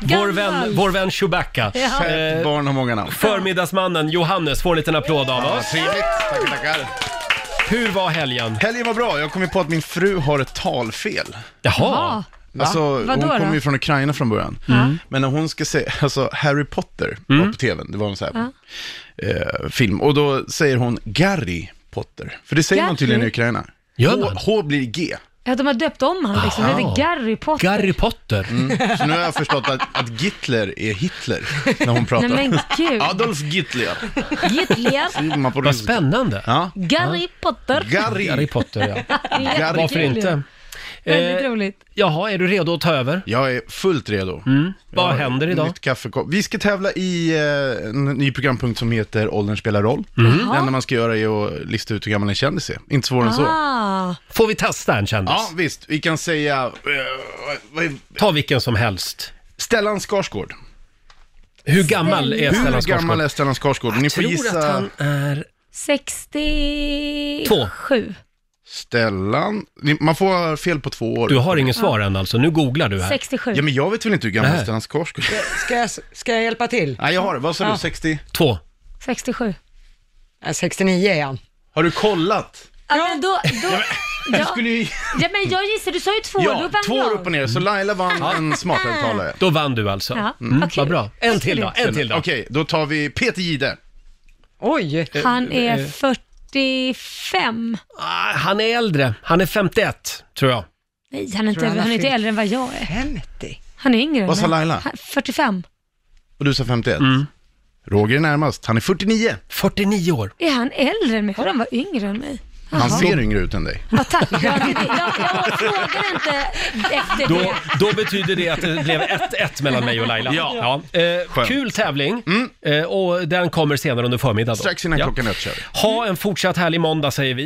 Speaker 1: Vår vän, vår vän Chewbacca.
Speaker 4: Ja. Fett
Speaker 1: barn har många namn. Förmiddagsmannen Johannes får en liten applåd av oss.
Speaker 17: Trevligt, tackar, tackar.
Speaker 1: Hur var helgen?
Speaker 17: Helgen var bra, jag kom ju på att min fru har ett talfel.
Speaker 1: Jaha. Va?
Speaker 17: Alltså,
Speaker 1: Vadå
Speaker 17: hon kommer
Speaker 1: då?
Speaker 17: ju från Ukraina från början.
Speaker 1: Mm.
Speaker 17: Men när hon ska säga, alltså Harry Potter var på tvn, det var en sån här eh, film. Och då säger hon Gary Potter, för det säger man
Speaker 4: Gary?
Speaker 17: tydligen i Ukraina.
Speaker 1: Gör
Speaker 17: H, H blir G.
Speaker 4: Ja, de har döpt om han liksom. Han
Speaker 17: Ah.
Speaker 4: heter Gary Potter.
Speaker 1: Potter.
Speaker 17: Mm. Så nu har jag förstått att, att Gittler är Hitler när hon pratar.
Speaker 4: Nej, men gud.
Speaker 17: Adolf Gittler.
Speaker 4: Gittler.
Speaker 17: Skriver man på
Speaker 1: Vad
Speaker 17: ryska.
Speaker 1: spännande.
Speaker 17: Ja.
Speaker 4: Gary Potter.
Speaker 17: Gary.
Speaker 1: Harry Potter, ja.
Speaker 4: Jättekul.
Speaker 1: Varför inte?
Speaker 4: Väldigt
Speaker 1: Eh,
Speaker 4: roligt.
Speaker 1: Jaha, är du redo att ta över? Mm.
Speaker 17: Jag är fullt redo.
Speaker 1: Vad händer idag?
Speaker 17: Nytt kaffekopp. Vi ska tävla i eh, en ny programpunkt som heter Åldern spelar roll.
Speaker 1: Mhm.
Speaker 17: Det enda man ska göra är att lista ut hur gammal en kändis är. Inte svårare än så.
Speaker 4: Ah.
Speaker 1: Får vi testa en kändis?
Speaker 17: Ja, visst. Vi kan säga... eh, vad är-
Speaker 1: Ta vilken som helst.
Speaker 17: Stellan Skarsgård.
Speaker 1: Hur gammal är Stellan
Speaker 17: Hur gammal
Speaker 1: Skarsgård?
Speaker 17: är Stellan Skarsgård? Ni får
Speaker 1: tror att
Speaker 17: gissa...
Speaker 1: han är...
Speaker 4: 67.
Speaker 17: Två.
Speaker 4: Sju.
Speaker 17: Stellan... Ni- Man får fel på två år.
Speaker 1: Du har ingen svar än alltså, nu googlar du här.
Speaker 4: 67.
Speaker 17: Ja, men jag vet väl inte hur gammal
Speaker 1: Nej.
Speaker 17: Stellan Skarsgård är.
Speaker 2: Ska jag, ska jag hjälpa till?
Speaker 17: Nej, jag har det. Vad sa
Speaker 2: Ja.
Speaker 17: du? 60?
Speaker 1: Två.
Speaker 4: 67.
Speaker 2: Ja, 69 är han.
Speaker 17: Har du kollat?
Speaker 4: Ja, men då... då
Speaker 17: Du
Speaker 4: ja.
Speaker 17: skulle ju...
Speaker 4: ja, men jag gissar. Du sa ju två. då
Speaker 17: Ja,
Speaker 4: vann
Speaker 17: två år
Speaker 4: jag.
Speaker 17: upp och ner, så Laila vann en smarthögtalare.
Speaker 1: Mm. Då vann du alltså.
Speaker 4: Mm. Ja, Mm, vad kul. vad bra. En till då, en till då.
Speaker 17: Okej, då tar vi Peter Eh, Jihde.
Speaker 2: Oj!
Speaker 4: Han
Speaker 1: Eh,
Speaker 4: är 45.
Speaker 1: Ah, Han är äldre, han är 51 tror jag.
Speaker 4: Nej, han är inte,
Speaker 1: Tror han
Speaker 4: han
Speaker 1: har
Speaker 4: är inte
Speaker 1: fyllt
Speaker 4: äldre än vad jag är.
Speaker 2: 50?
Speaker 4: Han är yngre än
Speaker 17: Vad sa
Speaker 4: mig.
Speaker 17: Laila?
Speaker 4: Han- 45.
Speaker 17: Och du sa 51.
Speaker 1: Mm.
Speaker 17: Roger är närmast, han är 49.
Speaker 1: 49 år.
Speaker 4: Är han äldre än mig? Har han var yngre än mig?
Speaker 17: Han
Speaker 4: Jaha.
Speaker 17: ser yngre ut än dig.
Speaker 4: Ja, tack. Jag, jag, jag frågar inte efter
Speaker 1: Då,
Speaker 4: det.
Speaker 1: då betyder det att det blev 1-1 mellan mig och Laila.
Speaker 17: Ja.
Speaker 1: Eh, kul tävling eh, och den kommer senare under förmiddagen. då.
Speaker 17: Mm. Strax innan
Speaker 1: Ja.
Speaker 17: klockan ett kör vi.
Speaker 1: Ha en fortsatt härlig måndag säger vi.